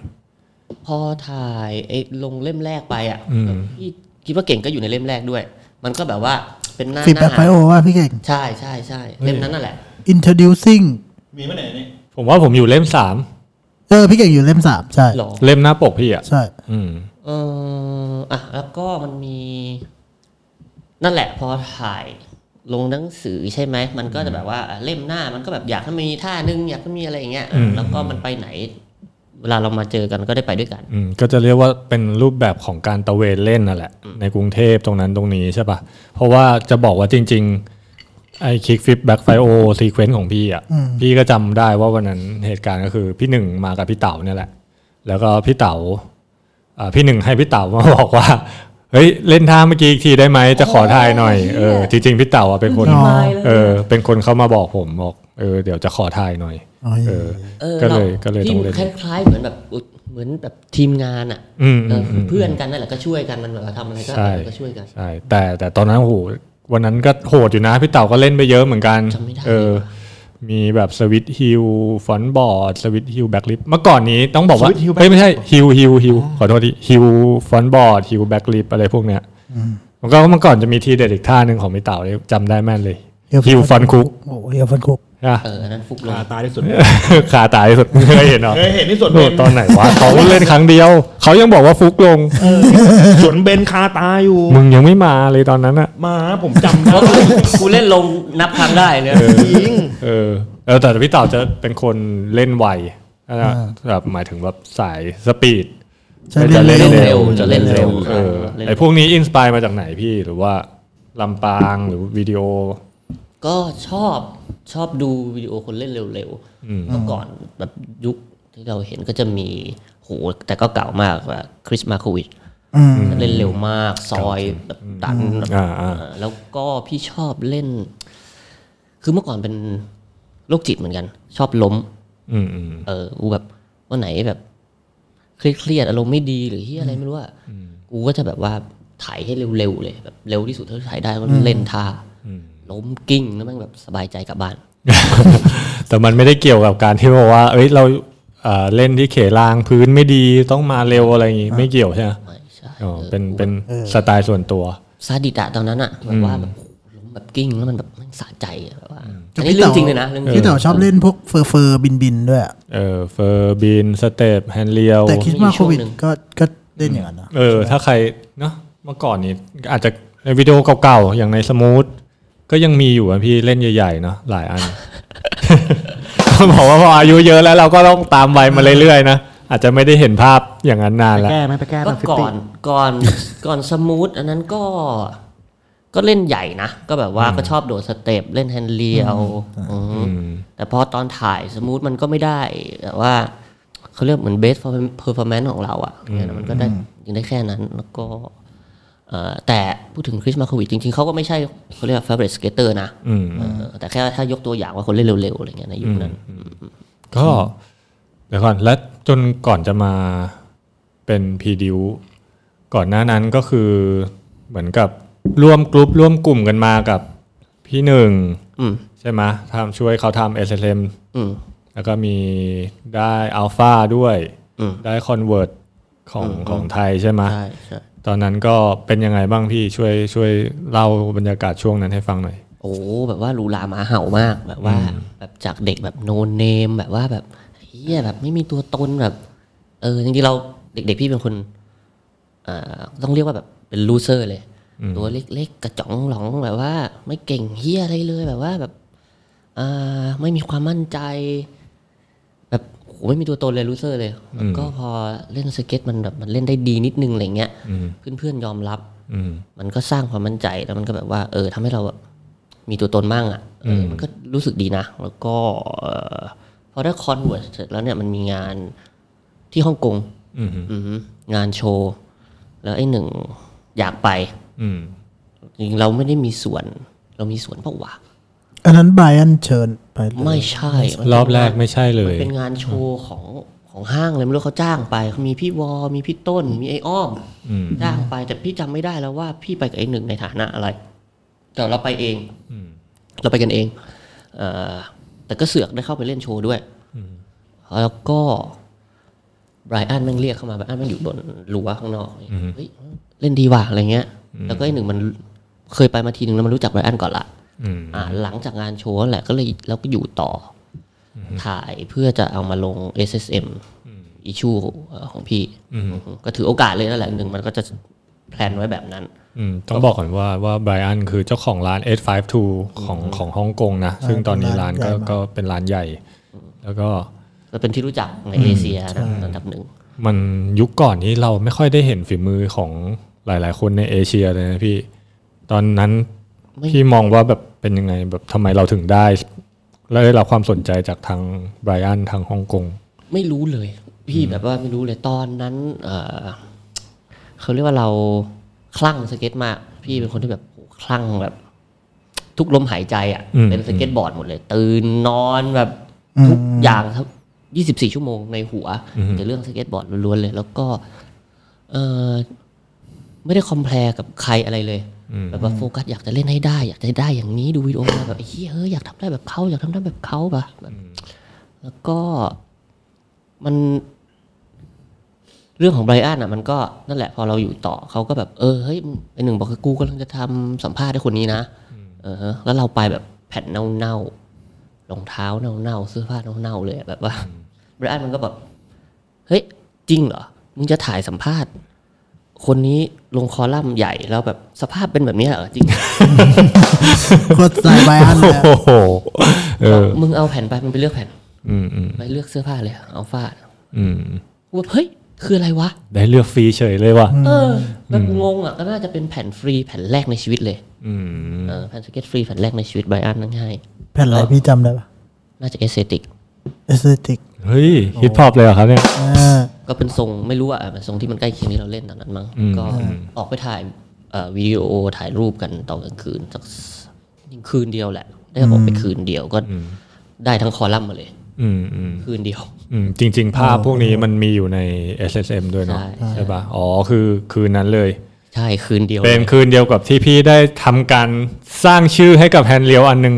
Speaker 6: พอถ่ายไอ้ลงเล่มแรกไปอะ
Speaker 4: อืม
Speaker 6: พี่คิดว่าเก่งก็อยู่ในเล่มแรกด้วย มันก็แบบว่าเป็นหน้า
Speaker 5: ฟีด
Speaker 6: ห
Speaker 5: แบ็
Speaker 6: น้าก
Speaker 5: ไปโอว่าพี่เก่ง
Speaker 6: ใช่ใช่ใช่เล่มนั้นนั่นแหละ
Speaker 5: introducing
Speaker 4: ผมว่าผมอยู่เล่มสาม
Speaker 5: เออพี่เก่งอยู่เล่มสามใช่
Speaker 6: หรอ
Speaker 4: เล่มหน้าปกพี่อ่ะ
Speaker 5: ใช่
Speaker 4: อืม
Speaker 6: เอออ่ะแล้วก็มันมี นั่นแหละ พอถ่ายลงหนังสือใช่ไหม มันก็จะแบบว่าอ่ะเล่มหน้ามันก็แบบอยากให้มีท่านึง อยากให้มีอะไรอย่างเงี้ยอ่ะแล้วก็มันไปไหน เวลาเรามาเจอกันก็ได้ไปด้วยกัน
Speaker 4: อืมก็จะเรียกว่าเป็นรูปแบบของการตะเวนเล่นนั่นแหละ ในกรุงเทพตรงนั้นตรงนี้ใช่ปะเพราะว่าจะบอกว่าจริงๆไอ้คิกฟิปแบ็กไฟโอซีเควนต์ของพี่อ่ะพี่ก็จำได้ว่าวันนั้นเหตุการณ์ก็คือพี่หนึ่งมากับพี่เต๋าเนี่ยแหละ แล้วก็พี่เต๋า อ่าพี่หนึ่งให้พี่เต๋ามาบอกว่า เฮ้ยเล่นท่าเมื่อกี้อีกทีได้ไหมจะขอทายหน่อยเออจริงๆพี่เต๋าอ่ะเป็นคน
Speaker 5: อ๋อ
Speaker 4: เออ เป็นคนเข้ามาบอกผมบอกเออเดี๋ยวจะขอทายหน่อย
Speaker 5: อ๋อ
Speaker 4: เออ
Speaker 6: เออ
Speaker 4: ก็เลย
Speaker 6: รา
Speaker 4: ก็เลยต้องเล่น
Speaker 6: ที่คล้ายๆ เหมือนแบบอุดเหมือนแบบทีมงานอ่ะ
Speaker 4: อืม
Speaker 6: เอออ
Speaker 4: ม
Speaker 6: เพื่อนกันนั่นแหละก็ช่วยกันมันแบบว่าทำอะไรก็
Speaker 4: ใช่
Speaker 6: เออก็ช่วยกัน
Speaker 4: ใช่แต่แต่ตอนนั้นโอ้โหวันนั้นก็โหดอยู่นะ พี่เต๋าก็เล่นไปเยอะเหมือนกัน
Speaker 6: จำไม่ได้
Speaker 4: เออ มีแบบสวิตฮิลฟอนบอร์ดสวิตฮิลแบ็กลิฟเมื่อก่อนนี้ต้องบอกว่า
Speaker 3: Switch Hill
Speaker 4: เอ้ยไม่ใช่ฮิลฮิลฮิลขอโทษทีฮิลฟอนบอร์ดฮิลแบ็กลิฟอะไรพวกเนี้ยมันก็เมื่อก่อนจะมีทีเด็ดอีกท่าหนึ่งของพี่เต๋าเนี่ยจำได้แม่นเลยฮิลฟอนคุก
Speaker 5: โอ้โหเฮียฟันคุก
Speaker 4: นะ
Speaker 6: เอออันนั้นฟุกลง
Speaker 3: ขาตายที่สุด
Speaker 4: ขาตายที่สุดเคยเห็นเหรอ
Speaker 3: เคยเห็นที่สวนเบ
Speaker 4: โอ้
Speaker 3: น
Speaker 4: ตอนไหนวะเขาเล่นครั้งเดียว เขายังบอกว่าฟุกลง
Speaker 3: สวนเบนคาตายอยู่
Speaker 4: มึงยังไม่มาเลยตอนนั้นอะ
Speaker 3: มาผมจำได้
Speaker 6: กูเล่นลงนับครั้งได้เลย
Speaker 3: จริง
Speaker 4: เออเออแต่พี่เต่าจะเป็นคนเล่นไวนะแบบหมายถึงแบบสายสปีด
Speaker 5: ใช่เล่นเร็ว
Speaker 4: จะเล่นเร็ว
Speaker 6: เล่นเร็ว
Speaker 4: เออ
Speaker 6: เล่นเร็ว
Speaker 4: ไอพวกนี้อินสปายมาจากไหนพี่หรือว่าลำปางหรือวิดีโอ
Speaker 6: ก็ชอบชอบดูวิดีโอคนเล่นเร็วๆเมื่อก่อนแบบยุคที่เราเห็นก็จะมีโหแต่ก็เก่ามากว่าคริสมาโควิด
Speaker 5: อืม
Speaker 6: เล่นเร็วมาก ซอยแบบดันแบบ
Speaker 4: อ่าอ่า
Speaker 6: เออแล้วก็พี่ชอบเล่น คือเมื่อก่อนเป็นโรคจิตเหมือนกัน ชอบล้ม
Speaker 4: อืมอืม
Speaker 6: เออกูแบบวันไหนแบบเครียดๆอารมณ์ไม่ดีหรือเฮียอะไรไม่รู้อะกูก็จะแบบว่าถ่ายให้เร็วๆเลยแบบเร็วที่สุดเท่าที่ถ่ายได้ก็เล่นท่าล้มกิ้งแล้วแม่งแบบสบายใจกลับบ้าน
Speaker 4: แต่มันไม่ได้เกี่ยวกับการที่บอกว่า เอ้ยเราเอ่อเล่นที่เขลางพื้นไม่ดีต้องมาเร็วอะไรอย่างงี้ไม่เกี่ยวใช่ไหม
Speaker 6: ไม่ใช่
Speaker 4: อ๋อ
Speaker 6: ออ
Speaker 4: เป็นเป็นสไตล์ส่วนตัว
Speaker 6: ซาดิสอะตอนนั้นอะแบบว่าแบบล้มแบบกิ้งแล้วมันแบบแม่งสะใจอะแบบว่า
Speaker 5: แต่
Speaker 6: อัน
Speaker 5: พี่
Speaker 6: นี้เรื่องจริงเลยนะเรื่องจริง
Speaker 5: พี่เต๋อชอบเล่นพวกเฟอร์เฟอร์บินบินๆด้วยอะ
Speaker 4: เออเฟอร์บินสเตปแฮนเลียว
Speaker 5: แต่คิดว่าโควิด
Speaker 6: มีช่วงหนึ่ง
Speaker 5: ก็ก็เล่นอย่างนั้นนะ
Speaker 4: เออ ถ้าใครเนาะเมื่อก่อนนี้อาจจะในวิดีโอเก่าๆ อย่างในสมูทก็ยังมีอยู่อะพี่เล่นใหญ่ๆเนาะหลายอัน ก็บอกว่าพออายุเยอะแล้วเราก็ต้องตามวัยมาเรื่อยๆนะอาจจะไม่ได้เห็นภาพอย่างนั้นนานแล้ว
Speaker 8: แก้ไหมไปแก้ต
Speaker 6: ก็
Speaker 8: อนฟิต
Speaker 6: ก่
Speaker 8: ติ้
Speaker 6: อง นก่อนก่อนสมูทอันนั้นก็ก็เล่นใหญ่นะ ก็แบบว่าก็ชอบโดดสเต็ปเล่นแฮนด์เลียวอืมแต่พอตอนถ่ายสมูทมันก็ไม่ได้แต่ว่าเขาเรียกเหมือนเบสเพอร์ฟอร์แมนซ์ของเราอะ่ะมันก็ได้ยังได้แค่นั้นแล้วก็เอ่อแต่พูดถึงคริสมาโควิดจริงๆ เขาก็ไม่ใช่เขาเรียกว่าเฟเวอร์สเกเตอร์นะ
Speaker 4: อืม
Speaker 6: เออแต่แค่ถ้ายกตัวอย่างว่าคนเล่นเร็วๆอะไรเงี้ยในยุคนั้น
Speaker 4: ก็เดี๋ยวก่อนแล้วจนก่อนจะมาเป็นพีดิวก่อนหน้านั้นก็คือเหมือนกับร่วมกลุ่มร่วมกลุ่มกันมากับพี่หนึ่ง
Speaker 6: อืม
Speaker 4: ใช่ไหมทำช่วยเขาทำเอสเอ็ม
Speaker 6: อืม
Speaker 4: แล้วก็มีได้อัลฟาด้วย
Speaker 6: อืม
Speaker 4: ได้คอนเวิร์ตของของไทยใช่ไหม
Speaker 6: ใช่ใช่
Speaker 4: ตอนนั้นก็เป็นยังไงบ้างพี่ช่วยช่วยเล่าบรรยากาศช่วงนั้นให้ฟังหน่อย
Speaker 6: โอ้แบบว่าหรูหราหมาเห่ามากแบบว่า แบบจากเด็กแบบโนเนม แบบว่าแบบเฮียแบบไม่มีตัวตนแบบ เออจริงๆเราเด็กๆพี่เป็นคนเอ่อต้องเรียกว่าแบบเป็นลูเซอร์เลย ตัวเล็กๆ กระจ๋องหลองแบบว่า ไม่เก่งเฮียอะไรเลยแบบว่าแบบอ่าไม่มีความมั่นใจ แบบโหไม่มีตัวตนเลยลูเซอร์เลยแล้วก็พอเล่นสเก็ตมันแบบมันเล่นได้ดีนิดนึงอะไรเงี้ยเพื่อนๆยอมรับ
Speaker 4: อืม
Speaker 6: มันก็สร้างความมั่นใจแล้วมันก็แบบว่า เออทำให้เราแบบมีตัวตนมั่งอ่ะเออมันก็รู้สึกดีนะ แล้วก็เอ่อพอได้คอนเวิร์สเสร็จแล้วเนี่ยมันมีงานที่ฮ่องกง
Speaker 4: อืม
Speaker 6: อือฮึงานโชว์ แล้วไอ้หนึ่งอยากไป
Speaker 4: อืม
Speaker 6: จริงๆเราไม่ได้มีส่วน เรามีส่วนเพราะว่า
Speaker 5: อันนั้นไบรอันเชิญไปเลย
Speaker 6: ไม่ใช่มันเป็น
Speaker 4: รอบแรกไม่ใช่เล
Speaker 6: มัน
Speaker 4: ย
Speaker 6: เป็นงานโชว์ของของห้างเลยไม่รู้เขาจ้างไปเขามีพี่วอมีพี่ต้น มีไอ้อ้อม
Speaker 4: อืม
Speaker 6: จ้างไปแต่พี่จำไม่ได้แล้วว่าพี่ไปกับไอ้หนึ่งในฐานะอะไร แต่เราไปเองเราไปกันเองเออแต่ก็เสือกได้เข้าไปเล่นโชว์ด้วยแล้วก็ไบรอันแม่งเรียกเข้ามาไบรอันแม่งอยู่บนรั้วข้างนอกเฮ้ยเล่นดีว่ะอะไรเงี้ย แล้วก็ไอ้หนึ่งมันเคยไปมาทีหนึ่งแล้วมันรู้จักไบรอันก่อนละ
Speaker 4: อืม
Speaker 6: อ่า หลังจากงานโชว์นั่นแหละก็เลยเราก็อยู่ต่ออถ่ายเพื่อจะเอามาลง SSM อิชูของพี่อือฮึก็ถือโอกาสเลยนั่นแหละหนึ่งมันก็จะแพลนไว้แบบนั้น
Speaker 4: อืมต้องบอกก่อนว่าว่าไบรอันคือเจ้าของร้าน 852 ของของฮ่องกงนะ ซึ่งตอนนี้ร้านก็
Speaker 5: ร้านใหญ่มาก
Speaker 4: ก็เป็นร้านใหญ่ แล้วก็
Speaker 6: ก็เป็นที่รู้จักในเอเชียนะอันดับหนึ่ง
Speaker 4: มันยุคก่อนนี้เราไม่ค่อยได้เห็นฝีมือของหลาย ๆ คนในเอเชียเลยนะพี่ ตอนนั้น
Speaker 6: ไม่
Speaker 4: พี่มองว่าแบบเป็นยังไงแบบทำไมเราถึงได้แล้วได้รับความสนใจจากทางไบรอันทางฮ่องกง
Speaker 6: ไม่รู้เลย พี่แบบว่าไม่รู้เลยตอนนั้น เอ่อเขาเรียกว่าเราคลั่งสเก็ตมาก พี่เป็นคนที่แบบโหคลั่งแบบ ทุกลมหายใจอ่ะ
Speaker 4: อืม
Speaker 6: เป็นสเก็ตบอร์ดหมดเลย ตื่นนอนแบบทุกอย่างครับ 24 ชั่วโมงในหัวแต่เรื่องสเก็ตบอร์ดล้วนๆเลย แล้วก็ เออไม่ได้คอมเพลกับใครอะไรเลยแบบว่าโฟกัสอยากจะเล่นให้ได้ อยากจะได้อย่างนี้ดูวิดีโอมาแบบไอ้เหี้ยเฮ้ยอยากทำได้แบบเขาอยากทำได้แบบเขาปะแบบแล้วก็มัน เรื่องของไบรอันอ่ะมันก็นั่นแหละพอเราอยู่ต่อเขาก็แบบ เออเฮ้ยไอหนึ่งบอกว่ากูกำลังจะทำสัมภาษณ์ให้คนนี้นะเออฮะแล้วเราไปแบบแผ่นเน่าๆรองเท้าเน่าๆเสื้อผ้าเน่าๆเลยอะแบบว่าไบรอันมันก็แบบ เฮ้ย จริงเหรอ มึงจะถ่ายสัมภาษณ์ คนนี้ลงคอลัมน์ใหญ่แล้วแบบสภาพเป็นแบบนี้เหรอจริง
Speaker 5: โคตรใส่ไบรอันเลย
Speaker 4: โอ้
Speaker 5: อะ
Speaker 4: โหเออ
Speaker 6: มึงเอาแผ่นไปมึงไปเลือกแผ่น
Speaker 4: อืมอืม
Speaker 6: ไปเลือกเสื้อผ้าเลยเอาฟาด
Speaker 4: อืม
Speaker 6: กูแบบเฮ้ย คืออะไรวะ
Speaker 4: ได้เลือกฟรีเฉยเลยว่ะ
Speaker 6: เออแบบงงอ่ะก็น่าจะเป็นแผ่นฟรีแผ่นแรกในชีวิตเลย
Speaker 4: อืม
Speaker 6: เออแผ่นสเก็ตฟรีแผ่นแรกในชีวิตไบอันนั่นง่าย
Speaker 5: แผ่นอะไรพี่จำได้ปะ
Speaker 6: น่าจะเอสเตติก
Speaker 5: เอสเติก
Speaker 4: เฮ้ยฮิปฮอปเลยเหรอครับเนี่ย
Speaker 6: ก็เป็นทรงไม่รู้อ่ะเป็นทรงที่มันใกล้เคียงที่เราเล่นตอนนั้นมั้งก็ออกไปถ่ายเอ่อวิดีโอถ่ายรูปกันตอนกลางคืนสักคืนเดียวแหละ ได้ออกไปคืนเดียวก็ได้ทั้งคอลัมน์มาเลย
Speaker 4: อืมอืม
Speaker 6: คืนเดียว
Speaker 4: อืมจริง ๆ ภาพพวกนี้มันมีอยู่ใน SSM ด้วยเนาะ
Speaker 6: ใช่
Speaker 4: ใช่ปะอ๋อคือคืนนั้นเลย
Speaker 6: ใช่คืนเดียว
Speaker 4: เป็นคืนเดียวกับที่พี่ได้ทำการสร้างชื่อให้กับแฮนด์เรียวอันหนึง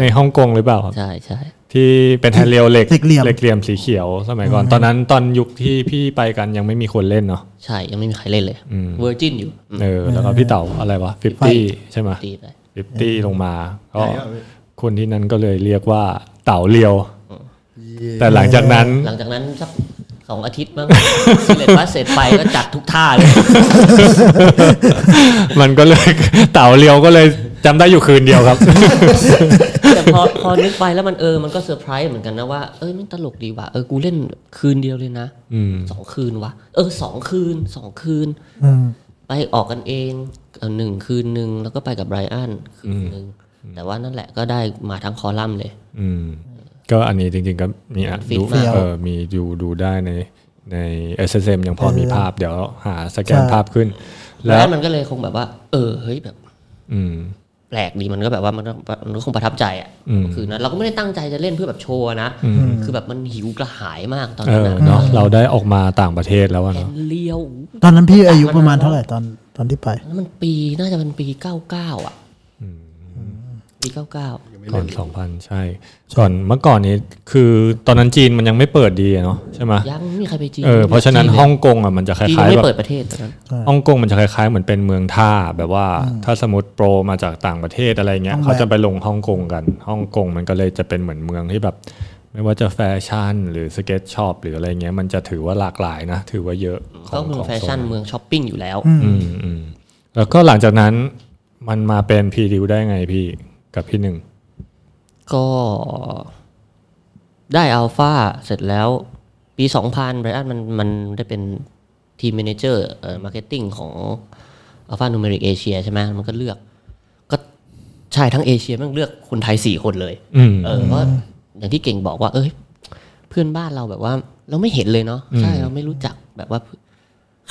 Speaker 4: ในฮ่องกงหรือเปล่าครับ
Speaker 6: ใช่ใช่
Speaker 4: ที่เป็นแฮนด์เรียวเหล็ก
Speaker 5: เหล็กเหลี่ยม
Speaker 4: เหล็กเหลี่ยมสีเขียวสมัยก่อนตอนนั้นตอนยุคที่พี่ไปกันยังไม่มีคนเล่นเนาะ
Speaker 6: ใช่ยังไม่มีใครเล่นเลย
Speaker 4: อืม
Speaker 6: เวอร์จินอยู่อืม
Speaker 4: เออแล้วก็พี่เต๋าอะไรวะฟิฟตี้ใช่ไหม
Speaker 6: ตีไป
Speaker 4: ฟิฟตี้ลงมาก็คนที่นั้นก็เลยเรียกว่าเต๋าเรียว แต่หลังจากนั้น
Speaker 6: หลังจากนั้นสักสองอาทิตย์มั้งสิเลตวัดเสร็จไปก็จัดทุกท่า เลย
Speaker 4: มันก็เลย เต๋าเรียวก็เลยจำได้อยู่คืนเดียว ครับ
Speaker 6: แต่พอพอนึกไปแล้วมันเออ มันก็เซอร์ไพรส์เหมือนกันนะว่า เอ้ยมันตลกดีว่ะ เออ กูเล่นคืนเดียวเลยนะ
Speaker 4: อืม
Speaker 6: สองคืนวะ เออสองคืนสองคืน ไปออกกันเองเอ่อหนึ่งคืนหนึ่งแล้วก็ไปกับไบรอันคืนหนึ่งแต่ว่านั่นแหละก็ได้มาทั้งคอลัมน์เลย
Speaker 4: อืมก็อันนี้จริงๆก็มีอ่ะ
Speaker 6: ฟิต
Speaker 4: ดู
Speaker 6: มาก
Speaker 4: เออมีดูดูได้ในใน SSM ยังพอมีภาพเดี๋ยวหาสแกน
Speaker 5: ใช่
Speaker 4: ภาพขึ้น
Speaker 6: ไบร
Speaker 4: แล้ว
Speaker 6: อันมันก็เลยคงแบบว่า เออเฮ้ยแบบ
Speaker 4: อืม
Speaker 6: แปลกดีมันก็แบบว่ามันก็มันก็คงประทับใจอ่ะ
Speaker 4: อืม
Speaker 6: คืนนั้นเราก็ไม่ได้ตั้งใจจะเล่นเพื่อแบบโชว์นะคือแบบมันหิวกระหายมากตอน
Speaker 4: เอ
Speaker 6: นั้น
Speaker 4: อ
Speaker 6: นะ
Speaker 4: เนาะเราได้ออกมาต่างประเทศแล้วอะ
Speaker 6: แอน
Speaker 4: เนาะ
Speaker 6: เลียว
Speaker 5: ตอนนั้นพี่อายุประมาณเท่าไหร่ตอนตอนที่ไป
Speaker 6: นั่นมันปีน่าจะเป็นปีเก้าเก้าอ่ะปีเก้าเก้า
Speaker 4: ก่อนสองพันใช่ ก่อนเมื่อก่อนนี้คือตอนนั้นจีนมันยังไม่เปิดดีอะเนาะใช่ไหม
Speaker 6: ยังไม่มีใครไปจีน
Speaker 4: เออเพราะฉะนั้น
Speaker 6: จีลย
Speaker 4: ฮ่องกงอ่ะมันจะค
Speaker 6: จีน
Speaker 4: ล้ายๆ
Speaker 6: ยังไม่
Speaker 4: แบบ
Speaker 6: เปิดประเทศตอนนั้น
Speaker 4: ฮ่องกงมันจะคล้ายๆเหมือนเป็นเมืองท่าแบบว่าถ้าสมมติโปรมาจากต่างประเทศอะไรเงี้ย
Speaker 5: ต้องแวะ
Speaker 4: เขาจะไปลงฮ่องกงกันฮ่องกงมันก็เลยจะเป็นเหมือนเมืองที่แบบ ไม่ว่าจะแฟชั่นหรือสเก็ตช็อปหรืออะไรเงี้ยมันจะถือว่าหลากหลายนะ ถือว่าเยอะ
Speaker 6: ก็เมืองแฟชั่น
Speaker 4: โซ
Speaker 6: เมืองช้อปปิ้งอยู่แล้ว
Speaker 4: อืมอืมแล้วก็หลังจากนั้นมันมาเป็นพีดิวได้ไงพี่กับพี่หนึ่ง
Speaker 6: ก็ได้อัลฟาเสร็จแล้ว ปี2000ไบรอันมันมันได้เป็นทีม m ม n นเจอร์เอ่อมาร์เก็ตติ้งของอัลฟานูเมริกเอเชียใช่ไหมมันก็เลือก ก็ใช่ทั้งเอเชียมันเลือกคนไทย 4 คนเลย
Speaker 4: อืม
Speaker 6: เออเพราะอย่างที่เก่งบอกว่า เอ้ย เพื่อนบ้านเราแบบว่า เราไม่เห็นเลยเนาะใช่เราไม่รู้จักแบบว่า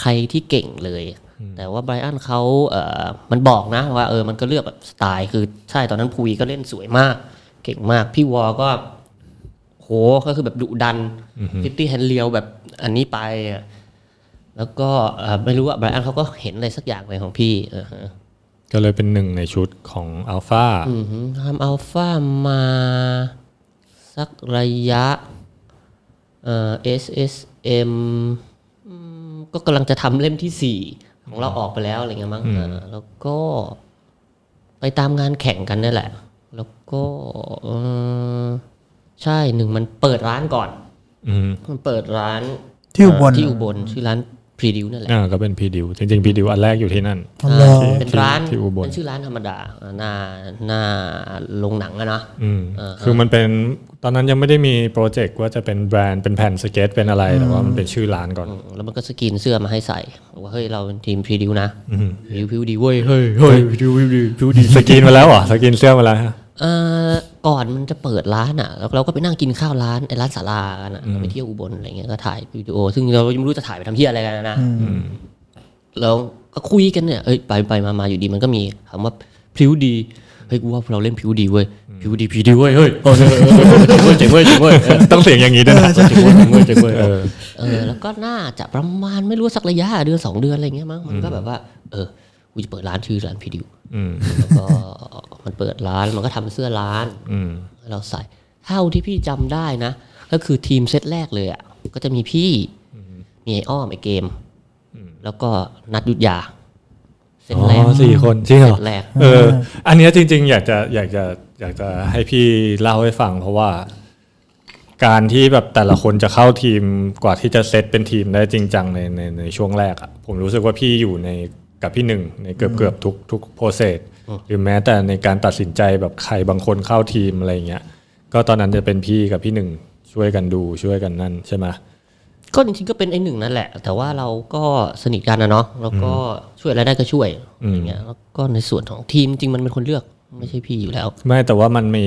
Speaker 6: ใครที่เก่งเลย แต่ว่าไบรอันเขาเออมันบอกนะว่าเออมันก็เลือกแบบสไตล์คือใช่ตอนนั้นภูยก็เล่นสวยมาก เก่งมาก พี่วอก็ โหก็คือแบบดุดันฟิฟตี้แฮนเลียวแบบอันนี้ไปอะแล้วก็เอ่อไม่รู้ว่าไบรอันเขาก็เห็นอะไรสักอย่างไปของพี่เออฮะ
Speaker 4: ก็เลยเป็นหนึ่งในชุดของอัลฟา
Speaker 6: อืมทำอัลฟามาสักระยะเอ่อ SSM อืมก็กำลังจะทำเล่มที่สี่ของเราออกไปแล้วอะไรเงี้ยมั้งเออแล้วก็ไปตามงานแข่งกันนี่แหละ แล้วก็เอ่อใช่หนึ่งมันเปิดร้านก่อน
Speaker 4: อืม
Speaker 6: มันเปิดร้าน
Speaker 5: ที่อุบล
Speaker 6: ที่อุบลชื่อร้านพรีดิวนั่นแหละ
Speaker 4: อ่าก็เป็นพีดิวจริงๆพีดิวอันแรกอยู่ที่นั่น
Speaker 5: อ๋อเหรอ
Speaker 6: เป็นร้าน
Speaker 4: ที่อุบล
Speaker 6: เป็นชื่อร้านธรรมดาอ่าหน้าหน้าโรงหนังอะนะ
Speaker 4: อืม
Speaker 6: อ่าฮะ
Speaker 4: คือมันเป็นตอนนั้นยังไม่ได้มีโปรเจกต์ว่าจะเป็นแบรนด์เป็นแผ่นสเก็ตเป็นอะไรแต่ว่ามันเป็นชื่อร้านก่อน
Speaker 6: อืมแล้วมันก็สกรีนเสื้อมาให้ใส่บอกว่าเฮ้ยเราเป็นทีมพรีดิวนะ
Speaker 4: อืม
Speaker 6: พรีดิวพรีดิวเว้ยเฮ้ย
Speaker 4: เฮ้ยดูดีดูดีสกินมาแล้วเหรอสกินเสื้อมาแล้วฮะ
Speaker 6: เอ่อก่อนมันจะเปิดร้านอ่ะแล้วเราก็ไปนั่งกินข้าวร้านไอ้ร้านสารากันอ่ะไปเที่ยวอุบลอะไรเงี้ยก็ถ่ายวิดีโอ ซึ่งเรายังไม่รู้จะถ่ายไปทำเที่ยอะไรกันนะแล้วก็คุยกันเนี่ยเอ้ยไปไปมามาอยู่ดีมันก็มีคำว่าพริวดีเฮ้ยกูว่าเราเล่นพริวดีเว้ยพริวดีพริวดีเว้ยเฮ้ย
Speaker 4: เจ๋งเว้ยเจ๋งเว้ยเออต้องเสียงอย่างนี้ด้วยนะเจ๋งเว้ยเจ๋งเว้ยเจ๋งเว้ยเออ
Speaker 6: เออแล้วก็น่าจะประมาณไม่รู้สักระยะเดือนสองเดือนอะไรเงี้ยมั้งมันก็แบบว่า เออกูจะเปิดร้านชื่อร้านพีดิว
Speaker 4: อืม
Speaker 6: แล้วก็มันเปิดร้านมันก็ทำเสื้อร้าน
Speaker 4: อืม
Speaker 6: ให้เราใส่เท่าที่พี่จำได้นะ ก็คือทีมเซตแรกเลยอ่ะก็จะมีพี่มีไอ้อ้อมไอ้เกม แล้วก็นัดยุทธยาเซต
Speaker 4: อ๋อ
Speaker 6: แรก
Speaker 4: สี่คนจริงเหรอ
Speaker 6: เซตแรก
Speaker 4: เออ อันเนี้ยจริง ๆ อยากจะอยากจะอยากจะให้พี่เล่าให้ฟัง เพราะว่า การที่แบบแต่ละคนจะเข้าทีมกว่าที่จะเซตเป็นทีมได้จริงจังในในในช่วงแรกอะผมรู้สึกว่าพี่อยู่ในกับพี่หนึ่งในเกือบเกือบทุกทุกโปรเซสหรือแม้แต่ในการตัดสินใจแบบใครบางคนเข้าทีมอะไรเงี้ย ก็ตอนนั้นจะเป็นพี่กับพี่หนึ่งช่วยกันดูช่วยกันนั่นใช่ไหม
Speaker 6: ก็จริงๆก็เป็นไอ้หนึ่งนั่นแหละ แต่ว่าเราก็สนิทกันนะเนาะแล้วก็ช่วยอะไรได้ก็ช่วยอย่างเงี้ยแล้วก็ในส่วนของทีมจริงมันเป็นคนเลือกไม่ใช่พี่อยู่แล้ว
Speaker 4: ไม่แต่ว่ามันมี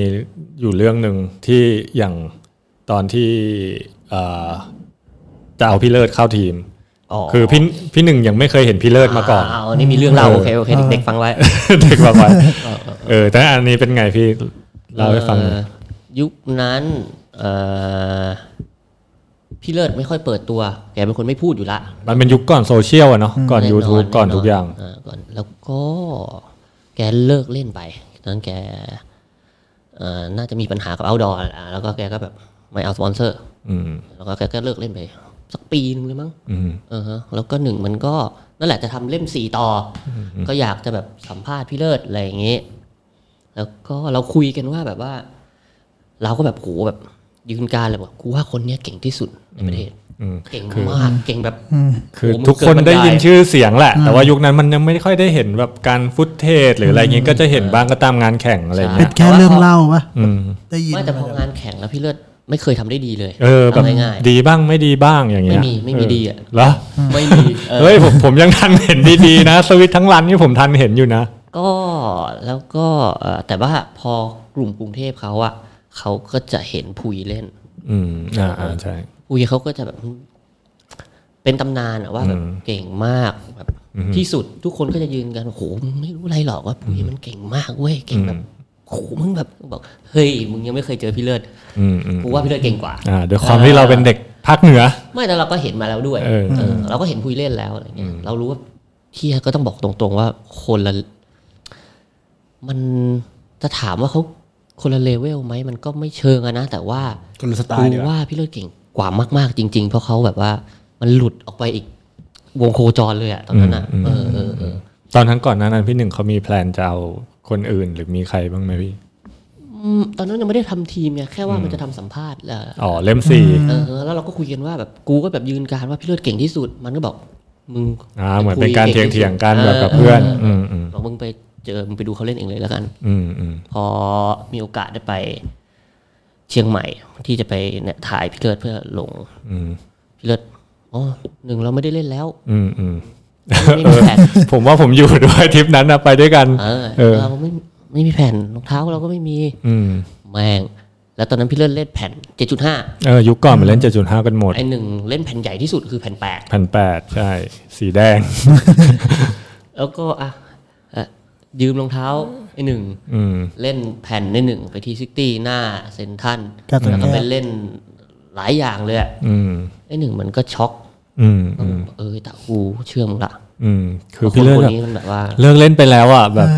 Speaker 4: อยู่เรื่องหนึ่งที่อย่างตอนที่เอ่อจะเอาพี่เลิศเข้าทีม
Speaker 6: อ๋อ
Speaker 4: คือพี่พี่หนึ่งยังไม่เคยเห็นพี่เลิศมาก่อน
Speaker 6: อ่าอันนี้มีเรื่องเล่าโอเคโอเคเด็กๆฟังไว้
Speaker 4: เด็กแบบว่าเออ แต่อันนี้เป็นไงพี่เล่าให้ฟังหน่อย
Speaker 6: ยุคนั้น เอ่อพี่เลิศไม่ค่อยเปิดตัว แกเป็นคนไม่พูดอยู่ละ
Speaker 4: มันเป็นยุคก่อนโซเชียลอะเนาะก่อน
Speaker 6: แ
Speaker 4: YouTube ก่อนทุกอย่าง
Speaker 6: ก่อนแล้วก็แกเลิกเล่นไปตอนนั้นแกเอ่อน่าจะมีปัญหากับเอาดอร์แล้วก็แกก็แบบไม่เอาสปอนเซอร์
Speaker 4: อืม
Speaker 6: แล้วก็แกก็เลิกเล่นไป สักปีนึงเลยมั้ง
Speaker 4: อืม
Speaker 6: เออฮะแล้วก็หนึ่งมันก็นั่นแหละจะทำเล่มสี่ต่ออก็อยากจะแบบสัมภาษณ์พี่เลิศอะไรอย่างเงี้ แล้วก็เราคุยกันว่าแบบว่า เราก็แบบโหแบบยืนการเลยบอกกูว่าคนเนี้ยเก่งที่สุดในประเทศ
Speaker 4: อืม
Speaker 6: เก่งมากเก่งแบบ
Speaker 4: คือ
Speaker 6: โหมั
Speaker 4: ทุกคน
Speaker 6: เบรร
Speaker 4: ได้ยิน
Speaker 6: าย
Speaker 4: ชื่อเสียงแหละ แต่ว่ายุคนั้นมันยังไม่ค่อยได้เห็นแบบการฟุตเทจหรืออะไรเงี้ยก็จะเห็นบ้างก็ตามงานแข่งอะไร
Speaker 6: ใช่
Speaker 4: เงี้ย
Speaker 5: แค่เรื่องเล่าปะ
Speaker 4: อืม
Speaker 5: ได้ยิน
Speaker 6: ไม่แต่พองานแข่งแล้วพี่เลิศไม่เคยทำได้ดีเลย
Speaker 4: เออแบบ
Speaker 6: าง่ายๆ
Speaker 4: ดีบ้างไม่ดีบ้างอย่างเงี้ย
Speaker 6: ไม่มีไม่มี
Speaker 4: เ
Speaker 6: ดีอะ
Speaker 4: เหรอ
Speaker 6: ไม่มีออ
Speaker 4: เฮ้ยผมผมยังทันเห็นดีๆนะ สวิตช์ทั้งรันนี่ผมทันเห็นอยู่นะ
Speaker 6: ก็แล้วก็เอ่อแต่ว่าพอกลุ่มกรุงเทพเขาอะเขาก็จะเห็นพุยเล่น
Speaker 4: อืมอ่าอ่าใช่
Speaker 6: พุยเขาก็จะแบบ เป็นตำนานอะว่าแบบเก่งมากแบบที่สุดทุกคนก็จะยืนกันโอ้โหมึงไม่รู้อะไรหรอกว่าพุยมันเก่งมากเว้ยเก่งแบบโอ้โหมึงแบบบอกเฮ้ยมึงยังไม่เคยเจอพี่เลิศ
Speaker 4: อืมอืม
Speaker 6: กูว่าพี่เลิศเก่งกว่า
Speaker 4: อ่าด้วยความที่เราเป็นเด็กภาคเหนือ
Speaker 6: ไม่แต่เราก็เห็นมาแล้วด้วย
Speaker 4: เออ
Speaker 6: เออเราก็เห็นพุยเล่นแล้วอะไรเงี้ยเรารู้ว่าเฮียก็ต้องบอกตรงๆว่าคนละ มันจะถามว่าเขาคนละเลเวลไหมมันก็ไม่เชิงอะนะ แต่ว่า
Speaker 7: คนละสไตล์
Speaker 6: ดู
Speaker 7: ดีกว่า
Speaker 6: ว่าพี่เลิศเก่งกว่ามาก ๆ จริง ๆ เพราะเขาแบบว่ามันหลุดออกไปอีกวงโคจรเลยอะตอนนั้นอะเออเออเออ
Speaker 4: ตอนทั้งก่อนหนานั้นพี่หนึ่งเขามีแพลนจะเอาคนอื่นหรือมีใครบ้างไหมพี่
Speaker 6: อืมตอนนั้นยังไม่ได้ทำทีมไงแค่ว่ามันจะทำสัมภาษณ์แหละ
Speaker 4: อ๋อเล่มสี่
Speaker 6: เออเออแล้วเราก็คุยกันว่าแบบกูก็แบบยืนการว่าพี่เลิศเก่งที่สุด มันก็บอกมึง
Speaker 4: อ่าเหมือนเป็นการ
Speaker 6: คุ
Speaker 4: เถียงๆกัน
Speaker 6: ที่สุ
Speaker 4: แบบ
Speaker 6: ด
Speaker 4: กับเพื่อน
Speaker 6: เออ
Speaker 4: อื
Speaker 6: เออ
Speaker 4: ม
Speaker 6: บอกมึงไปเจอมึงไปดูเขาเล่นเองเลยแล้วกัน
Speaker 4: อืมอืม
Speaker 6: พอมีโอกาสได้ไปเชียงใหม่ที่จะไปเนี่ยถ่ายพี่เลิศเพื่อลง
Speaker 4: อืม
Speaker 6: พี่เลิศอ๋อหนึ่งเราไม่ได้เล่นแล้ว
Speaker 4: อืมอืม
Speaker 6: ไม่มีแผ่น
Speaker 4: ผมว่าผมอยู่ด้วย ทริปนั้นนะไปด้วยกัน
Speaker 6: เออ
Speaker 4: เออ
Speaker 6: เราไม่ไม่มีแผ่นรองเท้าเราก็ไม่มี
Speaker 4: อืม
Speaker 6: แม่งแล้วตอนนั้นพี่เลิศเล่นแผ่น 7.5
Speaker 4: เออยุคก่อนมันเล่น 7.5 กันหมด
Speaker 6: ไอหนึ่งเล่นแผ่นใหญ่ที่สุดคือแผ่น
Speaker 4: พันแปดใช่ สีแดง
Speaker 6: 8 แล้วก็อ่ะเอ่อยืมรองเท้าไอหนึ่ง
Speaker 4: อืม
Speaker 6: เล่นแผ่นในหนึ่งไปทีซิตี้หน้าเซนทรัน
Speaker 5: กา
Speaker 6: แล้วก็ไป
Speaker 5: แก้
Speaker 6: เล่นหลายอย่างเลยอะ
Speaker 4: อืม
Speaker 6: ไอหนึ่งมันก็ช็อก
Speaker 4: อืมอืม
Speaker 6: เออแต่กูเชื่อมึงละ
Speaker 4: อืมคือ
Speaker 6: เพ
Speaker 4: พี่
Speaker 6: ราะ
Speaker 4: เลิ
Speaker 6: ค
Speaker 4: ก
Speaker 6: นค
Speaker 4: อะ
Speaker 6: นนี้มันแบบว่า
Speaker 4: เลิกเล่นไปแล้วอ่ะ แบบ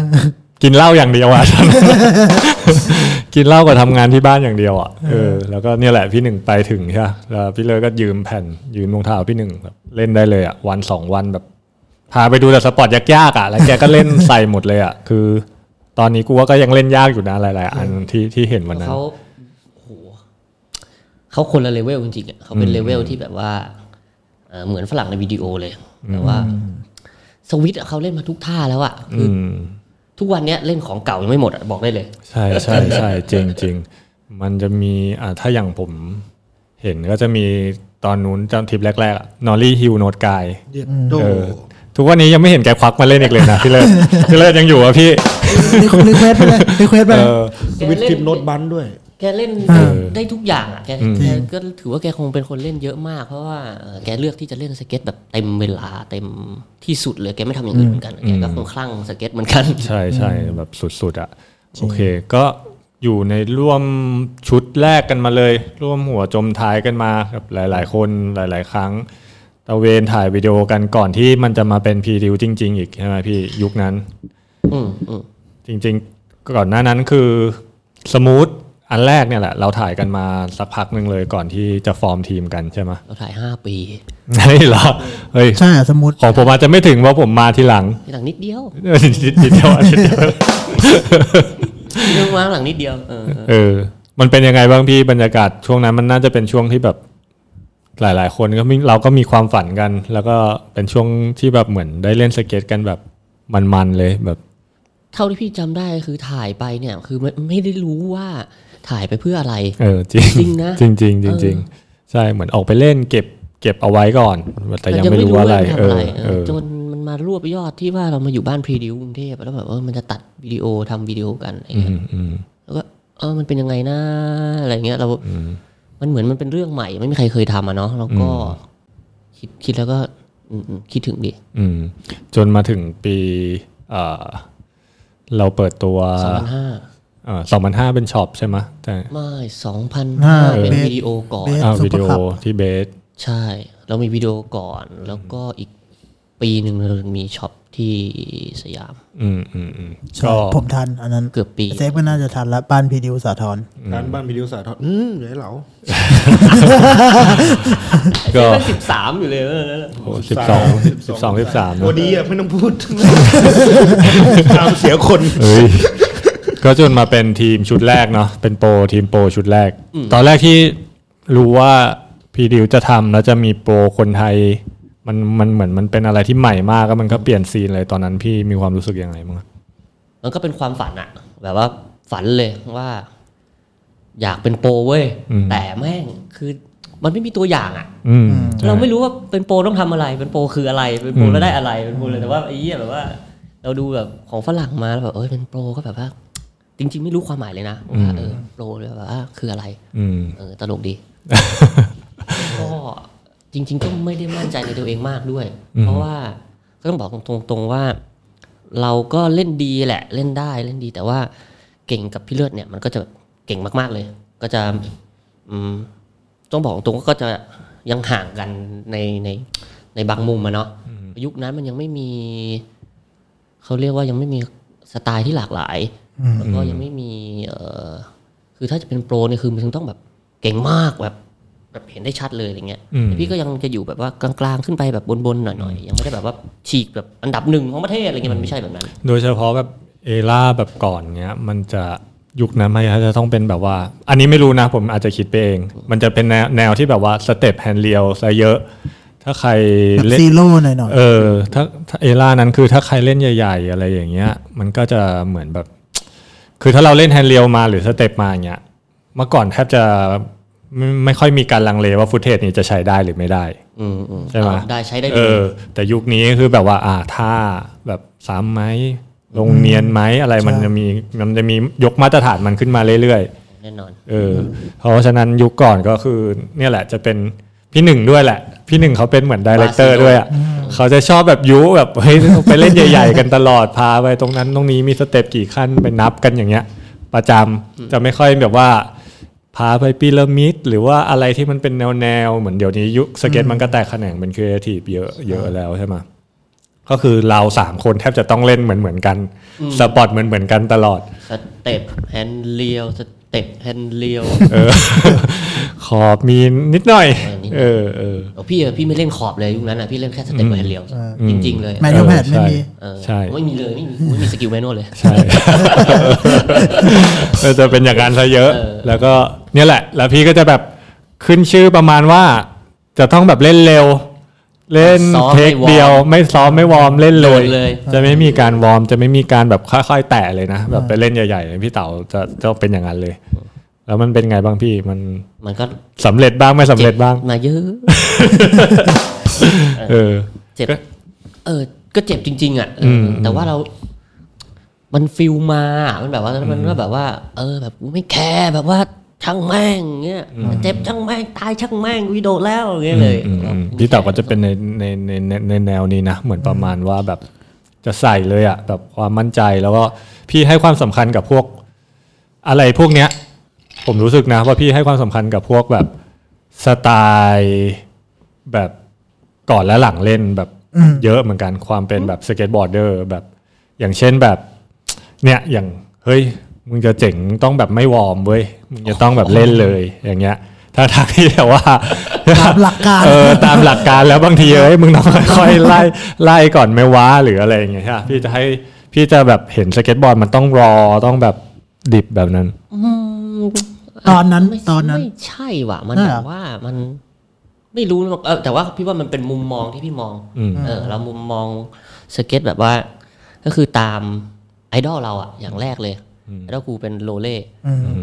Speaker 4: กินเหล้าอย่างเดียวอ่ะ กินเหล้ากับทำงานที่บ้านอย่างเดียวอ่ะเออแล้วก็เนี่ยแหละพี่หนึ่งไปถึงใช่ปะแล้วพี่เลิกก็ยืมแผ่นยืมรองเท้าพี่หนึ่งแบบเล่นได้เลยอ่ะวันสองวันแบบ พาไปดูแต่สปอร์ตยากๆอ่ะ แล้วแกก็เล่น ใส่หมดเลยอ่ะ คือ ตอนนี้กูว่าก็ยังเล่นยากอยู่นะหลายๆอันที่ที่เห็นวันนั้น
Speaker 6: เขาโอ้โหเขาคนละเลเวลจริงๆอะเขาเป็นเลเวลที่แบบว่าเอ่อเหมือนฝรั่งในวิดีโอเลยแต่ว่า สวิตช์อะเขาเล่นมาทุกท่าแล้วอะ
Speaker 4: อื
Speaker 6: คืออ
Speaker 4: ม
Speaker 6: ทุกวันเนี้ยเล่นของเก่ายังไม่หมดอะบอกได้เลย
Speaker 4: ใช่ใช่ใช่จริงจริงมันจะมีอ่าถ้าอย่างผมเห็นก็จะมีตอนนู้นจำทริปแรกๆอะนอรี่ฮิวโนดกายเออทุกวันนี้ยังไม่เห็นแกควักมาเล่นอีกเลยนะ พี่เลิศพี่เลิศยังอยู่อ่ะพี่
Speaker 5: รีเควสไปเลยรีเควสไป
Speaker 4: เอ
Speaker 5: เลย
Speaker 4: อ
Speaker 6: แก
Speaker 7: สวิตช์
Speaker 6: เล่น
Speaker 7: คลิปโน้ตบันด้วย
Speaker 6: แกเล่นได้ทุกอย่างอะแก
Speaker 4: อืม
Speaker 6: แกก็ถือว่าแกคงเป็นคนเล่นเยอะมาก เพราะว่าเอ่อแกเลือกที่จะเล่นสเก็ตแบบเต็มเวลาเต็มที่สุดเลยแกไม่ทำอย่างอื่นเหมือนกันแกก็คงคลั่งสเก็ตเหมือนกัน
Speaker 4: ใช่ใช่แบบสุดๆอ่ะโอเค ก็อยู่ในร่วมชุดแรกกันมาเลย ร่วมหัวจมท้ายกันมากับหลาย ๆ คนหลาย ๆ ครั้งตะเวนถ่ายวิดีโอกันก่อนที่มันจะมาเป็นพรีดิวจริง ๆ อีกใช่ไหมพี่ยุคนั้น
Speaker 6: อืมอืม
Speaker 4: จริงๆ ก่อนหน้านั้นคือสมูทอันแรกเนี่ยแหละ เราถ่ายกันมาสักพักหนึ่งเลยก่อนที่จะฟอร์มทีมกันใช่ไหม
Speaker 6: เราถ่ายห้าปี
Speaker 4: เฮ้ยเหรอเฮ้ย
Speaker 5: ใช่อะสมมติ
Speaker 4: ของผมอาจจะไม่ถึงเพราะผมมาทีหลัง
Speaker 6: ทีหลังนิดเดียว
Speaker 4: เออนิดนิดเดียว อาทิตย์เดียว
Speaker 6: เรื่องมาหลังนิดเดียวเออเออ
Speaker 4: เออ มันเป็นยังไงบ้างพี่บรรยากาศช่วงนั้นมันน่าจะเป็นช่วงที่แบบหลาย ๆ คนก็มีเราก็มีความฝันกัน แล้วก็เป็นช่วงที่แบบเหมือนได้เล่นสเก็ตกันแบบมันๆเลยแบบ
Speaker 6: เท่าที่พี่จำได้คือถ่ายไปเนี่ย คือไม่ไม่ได้รู้ว่าถ่ายไปเพื่ออะไร
Speaker 4: เออจริง
Speaker 6: จริงนะ
Speaker 4: จริงจริงจริง
Speaker 6: เออ
Speaker 4: จริงใช่เหมือนออกไปเล่นเก็บเก็บเอาไว้ก่อน แต่ยังไม่รู้ว่าอะไร
Speaker 6: า
Speaker 4: เอ
Speaker 6: มันทำ
Speaker 4: อ
Speaker 6: เอ
Speaker 4: เอ
Speaker 6: อ
Speaker 4: อ
Speaker 6: จนมันมารวบยอดที่ว่าเรามาอยู่บ้านพรีดิวกรุงเทพแล้วแบบว่ามันจะตัดวิดีโอทำวิดีโอกันอะไร
Speaker 4: อื
Speaker 6: เงี้ย
Speaker 4: มอืม
Speaker 6: แล้วก็เออมันเป็นยังไงนะอะไรเงี้ยเรา มันเหมือนมันเป็นเรื่องใหม่ ไม่มีใครเคยทำอะเนาะแล้วก็ คิดคิดแล้วก็อืมอืมคิดถึงดิ
Speaker 4: อืมจนมาถึงปีเอ่อเราเปิดตัว
Speaker 6: สองพันห้า
Speaker 4: สองพันห้าเป็นช็อปใช่ไหมแต่
Speaker 6: ไม่สองพัน
Speaker 5: อ่า
Speaker 6: เป็น
Speaker 5: เบส
Speaker 6: วิดีโอก่อน
Speaker 5: เบส
Speaker 4: อ่า
Speaker 5: Super
Speaker 4: วิดีโอ
Speaker 5: Cup
Speaker 4: ที่เบส
Speaker 6: ใช่ เรามีวิดีโอก่อน แล้วก็อีกปีหนึ่งเรามีช็อปที่สยาม
Speaker 4: อืมอืมอืม
Speaker 5: ใช่
Speaker 4: ก็
Speaker 5: ผมทันอันนั้น
Speaker 6: เกือบปี
Speaker 5: เซฟก็น่าจะทันละบ้านพีดิวสาทร
Speaker 3: ร้านบ้านวิดีโอสาทรอืมอย่าให้เหลา
Speaker 4: ก็
Speaker 6: มันสิบสามอยู่เลยเออนั่นแหละ
Speaker 4: สิบสองสิบสองสิบสาม
Speaker 3: วันนี้อ่ะไม่ต้องพูด ตามเสียคน
Speaker 4: ก็จนมาเป็นทีมชุดแรกเนาะเป็นโปรทีมโปรชุดแรก ตอนแรกที่รู้ว่าพีดิวจะทำแล้วจะมีโปรคนไทย มันมันเหมือนมันเป็นอะไรที่ใหม่มากก็มันก็เปลี่ยนซีนเลยตอนนั้นพี่มีความรู้สึกยังไงบ้างอะ
Speaker 6: มันก็เป็นความฝันอะแบบว่าฝันเลยว่า อยากเป็นโปรเว้ย แต่แม่งคือมันไม่มีตัวอย่างอะ
Speaker 4: อืมใช่
Speaker 6: เราไม่รู้ว่าเป็นโปรต้องทำอะไร เป็นโปรคืออะไร เป็นโปรแล้วได้อะไร เป็นโปรเลยแต่ว่าไอ้เหี้ยแบบว่า เราดูแบบของฝรั่งมาแล้วแบบเอยเป็นโปรก็แบบว่าจริง ๆ ไม่รู้ความหมายเลยนะว่าเออโปรเลยแบบว่าคืออะไร
Speaker 4: อืม
Speaker 6: เออตลกดี ก็จริง ๆ ก็ไม่ได้มั่นใจในตัวเองมากด้วย เพราะว่าก็ต้องบอกตรงๆว่า เราก็เล่นดีแหละ เล่นได้เล่นดี แต่ว่าเก่งกับพี่เลือดเนี่ย มันก็จะเก่งมากๆเลย ก็จะ อืมต้องบอกตรงๆว่าก็จะยังห่างกันในในในบางมุมอะเนาะยุคนั้นมันยังไม่มี เขาเรียกว่ายังไม่มีสไตล์ที่หลากหลาย แล้วก็ยังไม่มี เออคือถ้าจะเป็นโปรเนี่ยคือมันต้องแบบเก่งมากแบบ แบบเห็นได้ชัดเลยอะไรเงี้ย
Speaker 4: อืม
Speaker 6: แต่พี่ก็ยังจะอยู่แบบว่ากลางๆขึ้นไปแบบบนๆหน่อยๆยังไม่ได้แบบว่าฉีกแบบอันดับหนึ่งของประเทศอะไรเงี้ยมันไม่ใช่แบบนั้น
Speaker 4: โดยเฉพาะแบบเอล่าแบบก่อนเนี้ย มันจะยุคนั้นมันจะต้องเป็นแบบว่า อันนี้ไม่รู้นะผมอาจจะคิดไปเอง มันจะเป็นแนวแนวที่แบบว่าสเต็ปแฮนด์เรียวซะเยอะ ถ้าใคร
Speaker 5: แบบ
Speaker 4: เล่น
Speaker 5: ซีโร่หน่อยหน่อย
Speaker 4: เออถ้าถ้าเอล่านั้นคือถ้าใครเล่นใหญ่ ๆ อะไรอย่างเงี้ย มันก็จะเหมือนแบบ คือถ้าเราเล่นแฮนด์เรียวมาหรือสเต็ปมาอย่างเงี้ยเมื่อก่อนแทบจะไม่ไม่ค่อยมีการลังเลว่าฟุตเทจนี้จะใช้ได้หรือไม่ได้
Speaker 6: อืมอืม
Speaker 4: ใช่ไหม
Speaker 6: เอาได้ใช้ได้
Speaker 4: เอ
Speaker 6: ดี
Speaker 4: อ แต่ยุคนี้คือแบบว่าอ่าท่าแบบซ้ำไหมลงเนียนไหมอะไรมัน
Speaker 5: ใช่
Speaker 4: จะมีมันจะมียกมาตรฐานมันขึ้นมาเรื่อยๆ
Speaker 6: แน่นอน
Speaker 4: เออเพราะฉะนั้นยุคก่อนก็คือเนี่ยแหละจะเป็นพี่หนึ่งด้วยแหละ พี่หนึ่งเขาเป็นเหมือนดีเลกเตอร์
Speaker 6: Barcelona
Speaker 4: ด้วยอ่ะเขาจะชอบแบบยุแบบเฮ้ย ไปเล่นใหญ่ ๆ กันตลอดพาไปตรงนั้นตรงนี้มีสเต็ปกี่ขั้นไปนับกันอย่างเงี้ย ประจำจะไม่ค่อยแบบว่าพาไปพีระมิดหรือว่าอะไรที่มันเป็นแนวๆ เหมือนเดี๋ยวนี้ยุคสเก็ตมันก็แตกแขนงเป็นครีเอทีฟเยอะเยอะแล้วใช่ไหมก็คือเราสามคนแทบจะต้องเล่นเหมือนเหมือนๆกันสปอตเหมือนเหมือนๆกันตลอด
Speaker 6: สเต็ปแฮนด์เลียวสเต็ปแฮนด์เลียว
Speaker 4: เออ ขอบมีนิดหน่อย
Speaker 6: เออนิดห
Speaker 4: เอ
Speaker 6: น่อย
Speaker 4: อเออ
Speaker 6: เอาพี่อะพี่ไม่เล่นขอบเลยยุคนั้นอะพี่เล่นแค่สเต็ปแฮนด์เลียวจริง ๆ เลย
Speaker 5: แมนยูแพดไม่
Speaker 4: ใช่
Speaker 5: มี
Speaker 6: เออ
Speaker 4: ใช่
Speaker 6: ไม่มีเลยไม่มีไม่มีสกิลแมนนวลเลย
Speaker 4: ใช่ ก็จะเป็นอย่างนั้นซะเยอะ
Speaker 6: เออ
Speaker 4: แล้วก็เนี่ยแหละ แล้วพี่ก็จะแบบขึ้นชื่อประมาณว่า จะต้องแบบเล่นเร็ว เล่น
Speaker 6: ซ้อม
Speaker 4: เทค
Speaker 6: ไม่วอร์ม
Speaker 4: เดียว ไม่ซ้อมไม่วอร์มเล่นเลย
Speaker 6: โดนเลย
Speaker 4: จะไม่มีการวอร์มจะไม่มีการแบบค่อยๆแตะเลยนะแบบไปเล่นใหญ่ๆเลยพี่เต๋าจะจะเป็นอย่างนั้นเลย แล้วมันเป็นไงบ้างพี่มัน
Speaker 6: มันก็
Speaker 4: สำเร็จบ้างไม่สำเร็จบ้าง
Speaker 6: มาเยอะ
Speaker 4: เออ
Speaker 6: เจ็บ
Speaker 4: ก็
Speaker 6: เออ ก็เจ็บจริง ๆ อ่ะเอออแต่ว่าเรา มันฟิลมา มันแบบว่า มันก็แบบว่า เออ แบบกูไม่แคร์แบบว่าช่างแม่งเงี้ย เจ็บช่างแม่ง ตายช่างแม่งวิโดดแล้วอย่างเงี้ยเลย
Speaker 4: อืมอืม
Speaker 6: เออ
Speaker 4: พี่เต๋อก็จะเป็นในในในในในแนวนี้นะ เหมือนประมาณว่าแบบจะใส่เลยอะแบบความมั่นใจแล้วก็พี่ให้ความสำคัญกับพวกอะไรพวกเนี้ย ผมรู้สึกนะว่าพี่ให้ความสำคัญกับพวกแบบสไตล์แบบก่อนและหลังเล่นแบบเยอะเหมือนกันความเป็นแบบสเก็ตบอร์ดเดอร์แบบอย่างเช่นแบบ เนี่ยอย่างเฮ้ยมึงจะเจ๋งต้องแบบไม่วอร์มเว้ยมึงจะต้องแบบเล่นเลยอย่างเงี้ยถ้าทางที่แบบว่า
Speaker 5: ตามหลักการ
Speaker 4: เออตามหลักการแล้วบางทีเอ้ยมึงต้องค่อยๆไล่ไล่ก่อนไม่ว้าหรืออะไรอย่างเงี้ยใช่ปะพี่จะให้พี่จะแบบเห็นสเก็ตบอร์ดมันต้องรอต้องแบบดิบแบบนั้น
Speaker 6: อืม
Speaker 5: ตอนนั้น
Speaker 6: ไม่
Speaker 5: ตอนนั้น
Speaker 6: ไม่ใช่ว่ะ มัน
Speaker 5: น่า
Speaker 6: แบบว่ามัน ไม่รู้นะเออแต่ว่าพี่ว่ามันเป็นมุมมองที่พี่มอง
Speaker 4: อืม
Speaker 6: เออ เรามุมมองสเก็ตแบบว่า ก็คือตามไอดอลเราอะอย่างแรกเลยไอดอลกูเป็นโรเล่
Speaker 5: อืม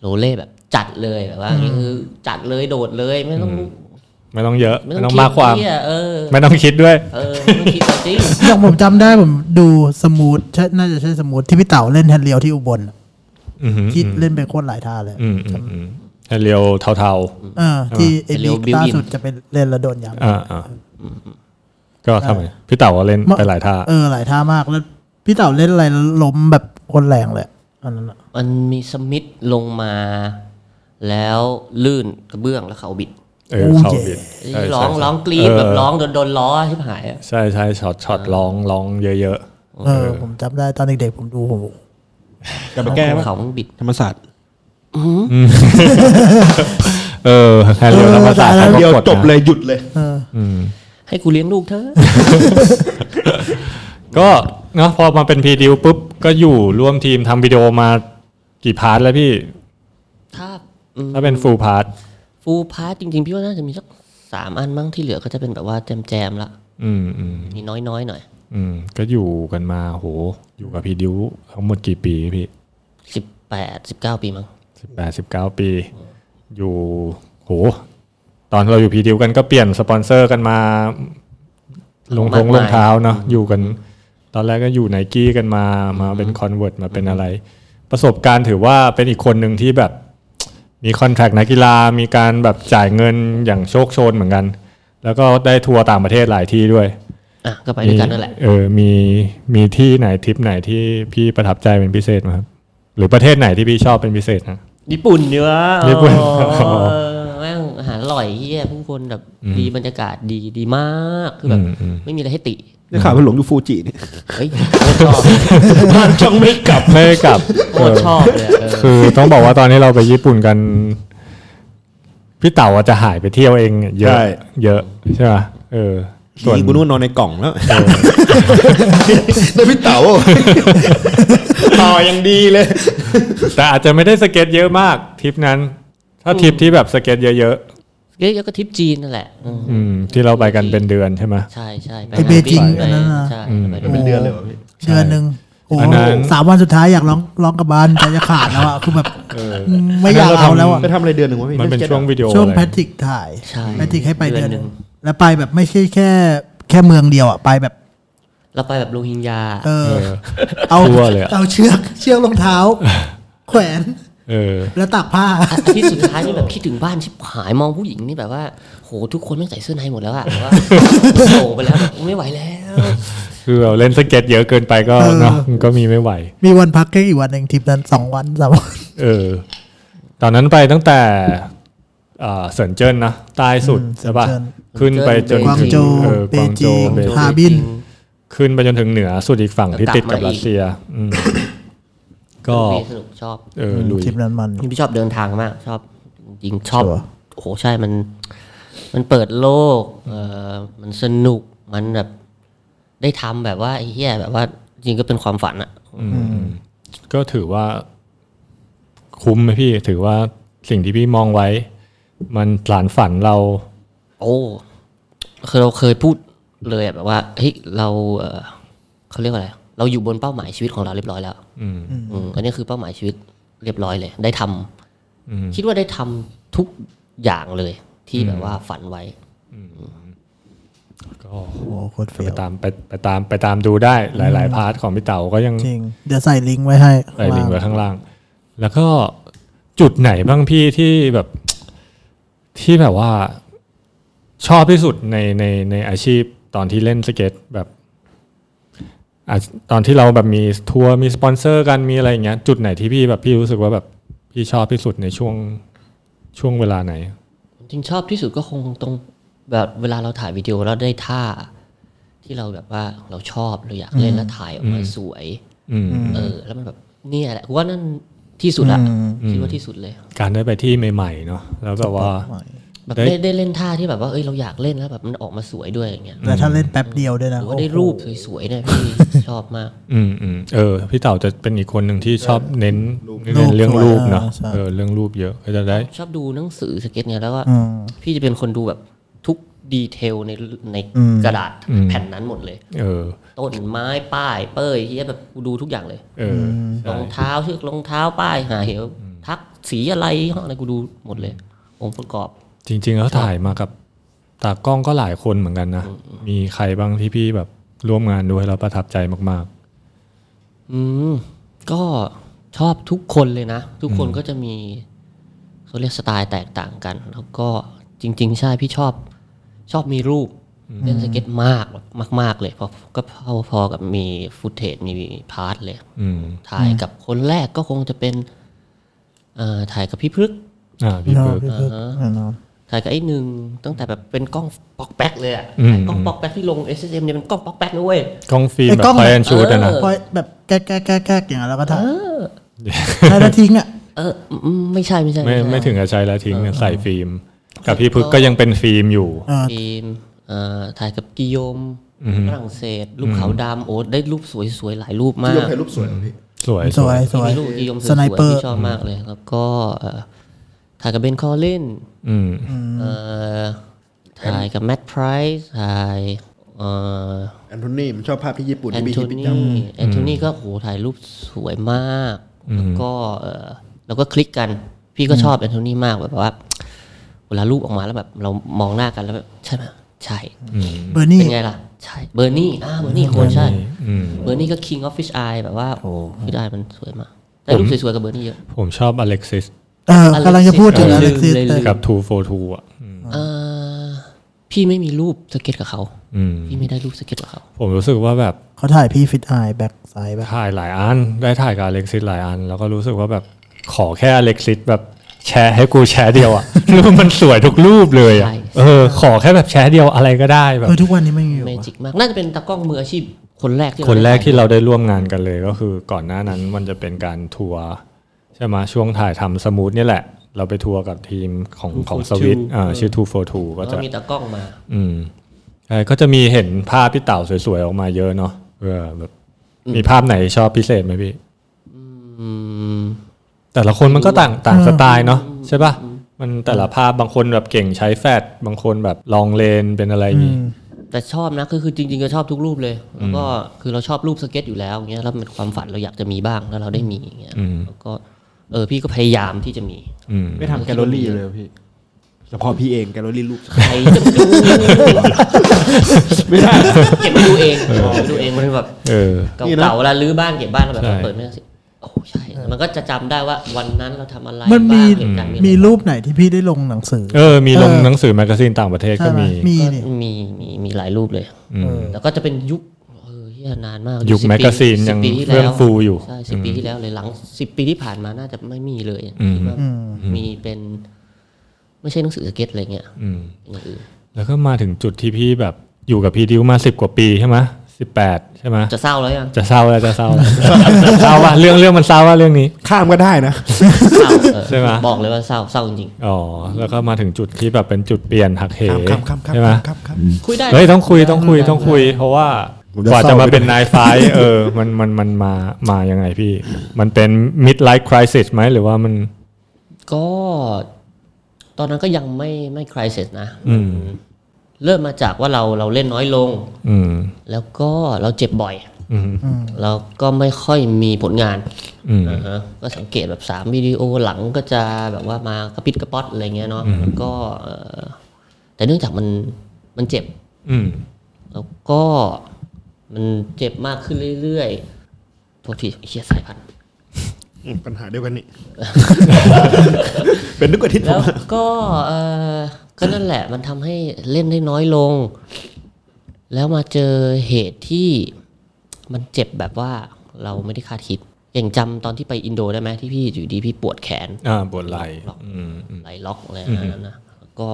Speaker 6: โรเล่แบบจัดเลยแบบว่าคือจัดเลยโดดเลยไม่ต้อง
Speaker 4: ไม่ต้องเยอะไม่ต้องมากความ
Speaker 6: เหี้ยเออ
Speaker 4: ไม่ต้องคิดด้วย
Speaker 6: เออไม่ต้องคิดเอาจริง
Speaker 5: อย่างผมจำได้ผมดูสมูทใช่น่าจะใช่สมูทที่พี่เต๋าเล่นแฮนด์เรียวที่อุบลน่ะ
Speaker 4: อือหือ
Speaker 5: ที่เล่นไปโคตรหลายท่าเลย
Speaker 4: อืมอืมอืมให้เรียวเทาๆ
Speaker 5: เออที่เอ
Speaker 6: เร็
Speaker 5: บี
Speaker 6: วบิว
Speaker 5: ล่า
Speaker 6: อิน
Speaker 5: สุดจะเป็นเล่นระโดนยาง
Speaker 4: อ่าอ่าก็ทำไมพี่เต๋าก็เล่นไปหลายท่า
Speaker 5: เออหลายท่ามากแล้วพี่เต๋าเล่นอะไรแล้วล้มแบบคนแรงเลยเอ อนนั้นอะ
Speaker 6: มันมีสมิธลงมา แล้วลื่นกระเบื้องแล้วเขาบิด
Speaker 4: เออ
Speaker 5: โอ้
Speaker 4: เขา
Speaker 5: เย่
Speaker 4: บิด
Speaker 6: เอ้ย
Speaker 4: เใช่
Speaker 6: ร้อง
Speaker 4: ใช่
Speaker 6: ร้องกรี๊ด
Speaker 4: เ
Speaker 6: แบบร้องโดนโดนล้อชิบหายอะ
Speaker 4: ใช่ใช่ช็อตช็อตร้องร้องเยอะ
Speaker 5: เออผมจำได้ตอนเด็กๆผมดูผม
Speaker 7: จะไปแก้ปะ
Speaker 6: เขามันบิด
Speaker 7: ธรรมศาสตร์
Speaker 4: ๆ เออแค่เรียวธรรมศาสตร์
Speaker 3: เดียว
Speaker 4: ก็กนะ
Speaker 3: จบเลยหยุดเลย
Speaker 6: ให้กูเลี้ยงลูกเธอะ
Speaker 4: ก็เนาะพอมาเป็นพีดิวปุ๊บ ก็อยู่ร่วมทีมทำวิดีโอมากี่พาร์ทแล้วพี่
Speaker 6: ถ้าอืม
Speaker 4: ถ้าเป็นฟูลพาร์ท
Speaker 6: ฟูลพาร์ทจริงๆ พี่ว่าน่าจะมีสักสามอันมั้งที่เหลือก็จะเป็นแบบว่าแจมแจมๆละ
Speaker 4: อืมอืม
Speaker 6: มีน้อยๆหน่อย
Speaker 4: อืมก็อยู่กันมาโห อยู่กับพีดิวทั้งหมดกี่ปีพี่
Speaker 6: สิบแปดสิบเก้าปีมั้ง
Speaker 4: สิบแปดสิบเก้าปี อยู่โห ตอนเราอยู่พีดิวกันก็เปลี่ยนสปอนเซอร์กันมา ลงทงลงเท้าเนาะอยู่กัน ตอนแรกก็อยู่ไนกี้กันมามาเป็นคอนเวิร์ตมาเป็นอะไร ประสบการณ์ถือว่าเป็นอีกคนหนึ่งที่แบบมีคอนแทคนักกีฬามีการแบบจ่ายเงินอย่างโชคโชนเหมือนกัน แล้วก็ได้ทัวร์ต่างประเทศหลายที่ด้วย
Speaker 6: อ่ะก็ไปด้วยกันนั่นแหละ
Speaker 4: มีเออ มี มีที่ไหนทริปไหนที่พี่ประทับใจเป็นพิเศษไหมครับ หรือประเทศไหนที่พี่ชอบเป็นพิเศษนะ
Speaker 6: ญี่ปุ่นเนื้อ
Speaker 4: ญี่ปุ่น
Speaker 6: โอ้แม่งอาหารอร่อยเฮียผู้คนแบบดีบรรยากาศดีดีมากคือแบบไม่มีอะไรให้ติ
Speaker 7: ได้ข่าวว่าหลงอยู่ฟูจิเนี่ย
Speaker 6: เฮ้ยโคตรชอบ
Speaker 4: บ้านช่องไม่กลับ ไม่กลับ
Speaker 6: โคตรชอบเลยอะเออ
Speaker 4: คือต้องบอกว่าตอนนี้เราไปญี่ปุ่นกัน พี่เต่าอาจจะหายไปเที่ยวเองเนี่ยเยอะ
Speaker 7: ใช่
Speaker 4: เยอะใช่ไหมเออ ส่วน
Speaker 7: ดีกูนึกว่านอนในกล่องแล้ว ได้พี่เต๋าต่อยังดีเลย
Speaker 4: แต่อาจจะไม่ได้สเก็ตเยอะมากทริปนั้น ถ้าทริปที่แบบสเก็ตเยอะ
Speaker 6: เฮ้ยแล้วก็ทริปจีนนั่นแหละอืม
Speaker 4: ๆอืม ที่เราไปกันเป็นเดือนใช่ไหม
Speaker 6: ใช่ใช่ไป
Speaker 5: ไปเบจิง
Speaker 6: ไป
Speaker 5: อันนั้นน่ะ
Speaker 6: ใช่ไปด้วย
Speaker 5: เป็นเดือนเลยวะพี่เดือนหนึ่งโอ้โห
Speaker 4: อันนั้น
Speaker 5: สามวันสุดท้ายอยากร้องร้องกับบ้านใจจะขาดแล้วอะคือแบบไม่อยากเอาแล้วอะ
Speaker 7: ไปทำอะไรเดือนหนึ่งวะพี่
Speaker 4: มันเป็นช่วงวิดีโอ
Speaker 5: ช่วง
Speaker 4: เลย
Speaker 5: แพทริกถ่าย
Speaker 6: ใช่
Speaker 5: แพทริกให้ไปเดือนหนึ่งแล้วไปแบบไม่ใช่แค่แค่เมืองเดียวอะไปแบบ
Speaker 6: เราไปแบบโรฮิงญา
Speaker 5: เออ เอา
Speaker 4: ทั่วเลยอะ
Speaker 5: เอาเชือกเชือกรองเท้า แขวน
Speaker 4: เออ
Speaker 5: แล้วตาก ผ้า
Speaker 6: อาที่สุดท้ายนี่แบบคิดถึงบ้านชิบหายมองผู้หญิงนี่แบบว่า โหทุกคนต้องใส่เสื้อในหมดแล้วอะแบบว่าโผล่ไปแล้วแบบไม่ไหวแล้ว
Speaker 4: คือแบบเล่นสเก็ตเยอะเกินไปก็
Speaker 5: เออ
Speaker 4: เนาะมันก็มีไม่ไหว
Speaker 5: มีวันพักแค่อีกวันหนึ่งทริปนั้นสองวันสามวัน
Speaker 4: เออ ตอนนั้นไปตั้งแต่เอ่อเซินเจิ้นนะใต้สุดใช่ปะ
Speaker 5: เซินเจิ้น
Speaker 4: ขึ้นไปจน
Speaker 5: กวาง
Speaker 4: ถึง
Speaker 5: โจว
Speaker 4: เออ
Speaker 5: เป
Speaker 4: กวางโจ
Speaker 5: จิ
Speaker 4: ว
Speaker 5: ง
Speaker 4: เบ
Speaker 5: ฮา
Speaker 4: จิง
Speaker 5: บิน
Speaker 4: ขึ้นไปจนถึงเหนือสุดอีกฝั่งที่ติดกับ
Speaker 6: กลับมา
Speaker 4: รัส
Speaker 6: อีก
Speaker 4: เซีย อืม
Speaker 6: ก็
Speaker 4: ก็
Speaker 6: สนุกชอบ
Speaker 4: เออลุย
Speaker 5: ทริปนั้นมัน
Speaker 6: พี่ชอบเดินทางมาก ชอบจริงชอบ
Speaker 5: ใช่ปะ
Speaker 6: โอ้โหใช่มัน มันเปิดโลก เออมันสนุกมันแบบ ได้ทำแบบว่าไอ้เหี้ยแบบว่าจริงก็เป็นความฝันอะ
Speaker 4: ก็ถือว่า คุ้มไหมพี่ ถือว่าสิ่งที่พี่มองไว้ มันหลานฝันเรา
Speaker 6: โอ้คือเราเคยพูดเลยอะแบบว่าเฮ้ยเราเออเขาเรียกว่าอะไรเราอยู่บนเป้าหมายชีวิตของเราเรียบร้อยแล้ว
Speaker 4: อืม
Speaker 6: อืมอันนี้คือเป้าหมายชีวิตเรียบร้อยเลย ได้ทำคิดว่าได้ทำทุกอย่างเลย ที่แบบว่าฝันไว้
Speaker 4: ก็
Speaker 5: โอ้โหโคตรเฟี้
Speaker 4: ไป
Speaker 5: ยว
Speaker 4: ตามไปไปตามไปตามดูได้ หลาย ๆ พาร์ทของพี่เต๋าก็ยัง
Speaker 5: จริง เดี๋ยวใส่ลิงก์ไว้ให้
Speaker 4: ใส่ลิงก์ไว้ข้างล่าง แล้วก็จุดไหนบ้างพี่ที่แบบ ที่แบบว่า ชอบที่สุดในในในอาชีพตอนที่เล่นสเก็ตแบบอ่ะตอนที่เราแบบมีทัวร์มีสปอนเซอร์กันมีอะไรอย่างเงี้ย จุดไหนที่พี่แบบพี่รู้สึกว่าแบบพี่ชอบที่สุดในช่วงช่วงเวลาไหน
Speaker 6: จริงชอบที่สุดก็คงตรงแบบเวลาเราถ่ายวิดีโอแล้วได้ท่า ที่เราแบบว่าเราชอบเราอยากเล่นแล้วถ่ายออกมาสวย
Speaker 4: อืม
Speaker 6: เออ แล้วมันแบบเนี่ยแหละกูว่านั่นที่สุดละคิดว่าที่สุดเลย
Speaker 4: การได้ไปที่ใหม่ๆเนาะแล้วแบบว่า
Speaker 6: แบบ
Speaker 4: ได้
Speaker 6: ได้ได้เล่นท่าที่แบบว่าเอ้ยเราอยากเล่นแล้วแบบมันออกมาสวยด้วยอย่างเงี้ย
Speaker 5: แต่ถ้าเล่นแป๊บเดียวด้วยนะ
Speaker 6: หรือว่าได้รูปสวยๆเนี่ยพี่ ชอบมาก
Speaker 4: อืมอืมเออพี่เต่าจะเป็นอีกคนหนึ่งที่ชอบเน้นเน้นเรื่องรูปเนาะเออเรื่องรูปเยอะก็จะได้
Speaker 6: ชอบดูหนังสือสเก็ตเนี่ยแล้วก็
Speaker 5: อืม
Speaker 6: พี่จะเป็นคนดูแบบทุกดีเทลในใน
Speaker 5: อืม
Speaker 6: กระดาษ
Speaker 4: อืม
Speaker 6: แผ่นนั้นหมดเลย
Speaker 4: เออ
Speaker 6: ต้นไม้ป้าย เป้ยที่แบบกูดูทุกอย่างเลย
Speaker 4: เออ
Speaker 6: ร
Speaker 4: ใช่
Speaker 6: องเท้าเชือกรองเท้าป้ายหาเหวทักสีอะไรยี่ห้ออะไรกูดูหมดเลย องค์ประกอบ
Speaker 4: จริงๆแล้วถ่ายมากับตากล้องก็หลายคนเหมือนกันนะ มีใครบ้างที่พี่แบบร่วมงานด้วยแล้วประทับใจมาก
Speaker 6: อืมก็ชอบทุกคนเลยนะ ทุกคนก็จะมีเขาเรียกสไตล์แตกต่างกัน แล้วก็จริง ๆ ใช่พี่ชอบ ชอบมีรูป เล่นสเก็ตมากแบบมาก ๆ เลยพอก็พอๆกับมีฟุตเทจมีพาร์ทเลย
Speaker 4: อืม
Speaker 6: ถ่ายกับคนแรกก็คงจะเป็นเอ่อถ่ายกับพี่พฤกษ์
Speaker 4: อ่าพี่
Speaker 5: เนอะ
Speaker 4: เบิร์ก
Speaker 5: พี่เบิร์กแน่นอน
Speaker 6: ถ่ายกับไอ้หนึ่งตั้งแต่แบบเป็นกล้องปอกแป๊กเลยอะ
Speaker 4: อืม
Speaker 6: ไอ้กล้องปอกแป๊กที่ลง S S M เนี่ยเป็นกล้องปอกแป๊กนะเว้ย
Speaker 4: กล้องฟิล์มแบบไฟแอนชูดนะ
Speaker 5: คอยแบบแก๊กแก๊กแก๊กแก๊กอย่างนั้นแล้วก็ถ่ายถ่ายแล้วทิ้งอ่ะ
Speaker 6: เอออืมไม่ใช่ไม่ใช่
Speaker 4: ไม่ไม่ถึงกับใช้แล้วทิ้งอะใส่ฟิล์ม กับพี่พึกก็ยังเป็นฟิล์มอยู่
Speaker 6: ฟิล์มเอ่อถ่ายกับกิโยมฝรั่งเศส รูปขาวดำโอ้ได้รูปสวยๆ หลายรูปมา
Speaker 8: พี่ย
Speaker 6: ก
Speaker 8: กถ่ายรูปสวยเหรอพี่
Speaker 4: สวย
Speaker 5: สวยสวย
Speaker 6: มีรูปกิโยมส
Speaker 5: สไน
Speaker 6: วยๆ
Speaker 5: เปอร์
Speaker 6: ที่ชอบมากเลย แล้วก็เอ่อถ่ายกับเบนคอลลิน
Speaker 4: อืม
Speaker 6: เอ่อถ่ายกับแมตไพรส์ถ่ายเอ่อ
Speaker 8: แอนโทนีมันชอบภาพที่ญี่ปุ่น
Speaker 6: แอน
Speaker 8: ที่มี
Speaker 6: โท
Speaker 8: ฮิปปี้
Speaker 6: นี
Speaker 8: จัม
Speaker 6: แอนโทนีก็โหถ่ายรูปสวยมาก แล้วก็เอ่อแล้วก็คลิกกัน พี่ก็ชอบแอนโทนีมากแบบว่า เวลารูปออกมาแล้วแบบ เรามองหน้ากันแล้วแบบ ใช่ไหมใช่
Speaker 5: เบอร์นี่
Speaker 6: เป็นไงล่ะ ใช่ เบอร์นี่อ่าเบอร์นี่โคนใช่
Speaker 4: อืม
Speaker 6: เบอร์นี่ก็ king of fish eye แบบว่าฟิชไอมันสวยมากได้รูปสวยๆกับเบอร์นี่เยอะ
Speaker 4: ผมชอบอเล็กซิส
Speaker 5: เออกำลังจะพูดถึงอ
Speaker 6: ลื
Speaker 5: เล็
Speaker 6: ม
Speaker 5: กซิส
Speaker 6: เลยลืม
Speaker 4: กับทูโฟทูอ่ะอืม
Speaker 6: เอ่อพี่ไม่มีรูปสเก็ตกับเขา
Speaker 4: อืม
Speaker 6: พี่ไม่ได้รูปสเก็ตกับเขา
Speaker 4: ผมรู้สึกว่าแบบ
Speaker 5: เขาถ่ายพี่ฟิตไอแบ็กไซด์แบบ
Speaker 4: ถ่ายหลายอัน ได้ถ่ายกับอเล็กซิสหลายอัน แล้วก็รู้สึกว่าแบบขอแค่อเล็กซิสแบบแชร์ให้กูแชร์เดียวอ่ะ รูปมันสวยทุกรูปเลยอ่ะ
Speaker 6: ใช่
Speaker 4: เออ ขอแค่แบบแชร์เดียวอะไรก็ได้แบบ
Speaker 5: เออทุกวันนี้ไม่มีอยู่
Speaker 6: เม
Speaker 5: วะ
Speaker 6: จิกมาก น่าจะเป็นตากล้องมืออาชีพคนแรกที่เา
Speaker 4: คนแรกที่
Speaker 6: ได้ถ่
Speaker 4: เราได้ร่วมงานกันเลยก็คือก่อนหน้านั้นมันจะเป็นการทัวร์ใช่ไหมช่วงถ่ายทำสมูทนี่แหละ เราไปทัวร์กับทีมของของสวิตอ่าชื่อ Two for Two
Speaker 6: าย
Speaker 4: ก็จะ
Speaker 6: แล้วก็มีตากล้องมา
Speaker 4: อืมใช่ก็จะมีเห็นภาพพี่เต่าสวยๆ ออกมาเยอะเนาะเออแบบมีภาพไหนชอบพิเศษไหมพี่
Speaker 6: อืม
Speaker 4: แต่ละคนมันก็ต่างต่างสไตล์เนาะใช่ป่ะ มันแต่ละภาพบางคนแบบเก่งใช้แฟดบางคนแบบลองเลนเป็นอะไรอย่างงี้
Speaker 6: แต่ชอบนะคือคือจริงๆก็ชอบทุกรูปเลย แล้วก็คือเราชอบรูปสเก็ตอยู่แล้วอย่างเงี้ยแล้วมันเป็นความฝันเราอยากจะมีบ้างแล้วเราได้มีอย่างเงี้ยแล้วก็เออพี่ก็พยายามที่จะมี
Speaker 4: อืม
Speaker 7: ไม่ทำแกลเลอรี่เลยเหรอพี่เฉพาะพี่เองแกลเลอรี่รูป
Speaker 6: ใครจะไปดูไม่ได้เก็บไปดูเองเก็บไปดูเองมันแบบ
Speaker 4: เออ
Speaker 7: นี่นะ
Speaker 6: เก่าๆแล้วรื้อบ้านเก็บบ้านแล้วแบ
Speaker 4: ใช่
Speaker 6: บเปิดไม่ได้สิโอ้ใช่ มันก็จะจำได้ว่าวันนั้นเราทำอะไร
Speaker 5: มันมี
Speaker 6: บ้างเหตุการณ์อะไร
Speaker 5: มีรูปไหนที่พี่ได้ลงหนังสือ
Speaker 4: เออ มีลง
Speaker 5: เออ
Speaker 4: หนังสือแมกกาซีนต่างประเทศก็
Speaker 5: ใช่ไหม
Speaker 4: มี
Speaker 5: มี
Speaker 6: ก็
Speaker 5: นี่
Speaker 6: มีมีมีหลายรูปเลย
Speaker 4: อืม
Speaker 6: แล้วก็จะเป็นยุคเออเหี้ยนานมาก
Speaker 4: ยุค
Speaker 6: สิบปี
Speaker 4: แมกกาซีน
Speaker 6: สิบ
Speaker 4: ยัง
Speaker 6: ปีที่
Speaker 4: เฟื่อง
Speaker 6: แล้ว
Speaker 4: ฟูอยู่
Speaker 6: ใช่สิบปีที่แล้วเลยหลังสิบปีที่ผ่านมาน่าจะไม่มีเลย
Speaker 4: อืม
Speaker 6: คิดว่ามีเป็น ไม่ใช่หนังสือสเก็ตอะไรเงี้ย
Speaker 4: อืม
Speaker 6: เป็นอย่างอื่น
Speaker 4: แล้วก็มาถึงจุดที่พี่แบบอยู่กับพี่ดิวมาสิบกว่าปีใช่ไหมสิบแปดใช่ไหม
Speaker 6: จะเศร้าแล้วยัง
Speaker 4: จะเศร้าแล้วจะเศร้าแล้ว เศร้าว่าเรื่องเรื่องมันเศร้าว่าเรื่องนี้
Speaker 7: ข้ามก็ได้นะ
Speaker 6: เศร้าเออ
Speaker 4: ใช่ไหม
Speaker 6: บอกเลยว่าเศร้าเศร้าจริง
Speaker 4: อ๋อแล้วก็มาถึงจุดที่แบบเป็นจุดเปลี่ยนหักเห
Speaker 7: ข้ามข้ามข้าม
Speaker 4: ใช่ไหม
Speaker 7: ข้ามข้าม
Speaker 6: ๆคุยได้
Speaker 4: เฮ้ยต้องคุยต้องคุยต้องคุย เพราะว่า
Speaker 7: ผมจะ
Speaker 4: กว่าจะ
Speaker 7: เศร้า
Speaker 4: มา
Speaker 7: ไปด้วย
Speaker 4: เป็นนายไฟเออ มันมันมันมามายังไงพี่ มันเป็น mid life crisis ไหมหรือว่ามัน
Speaker 6: ก็ ตอนนั้นก็ยังไม่ไม่ครเสร็จนะ
Speaker 4: อืม
Speaker 6: เริ่มมาจากว่าเราเราเล่นน้อยลง
Speaker 4: อืม
Speaker 6: แล้วก็เราเจ็บบ่อย
Speaker 4: อืม
Speaker 6: แล้วก็ไม่ค่อยมีผลงาน
Speaker 4: อืม
Speaker 6: อ่าฮะก็สังเกตแบบ3วิดีโอหลังก็จะแบบว่ามากระปิดกระป๊อดอะไรเงี้ยเนาะแล้วก็เอ่อแต่เนื่องจากมันมันเจ็บ
Speaker 4: อืม
Speaker 6: แล้วก็มันเจ็บมากขึ้นเรื่อยๆโทษทีไอ้เฮียสายพันธุ์
Speaker 8: ปัญหาเดียวกันนี่ เป็นทุกอาทิตย์ผ
Speaker 6: แล้
Speaker 8: ม
Speaker 6: วก็เอ่อก็นั่นแหละมันทำให้เล่นได้น้อยลง แล้วมาเจอเหตุที่มันเจ็บแบบว่าเราไม่ได้คาดคิดอย่างจำตอนที่ไปอินโดได้ไหมที่พี่อยู่ดีพี่ปวดแขน
Speaker 4: อ่าปวดไหล่
Speaker 6: ล็อก
Speaker 4: อืมอืม
Speaker 6: ไหลล็อกอะไรอย่างนั้นนะแล้วก็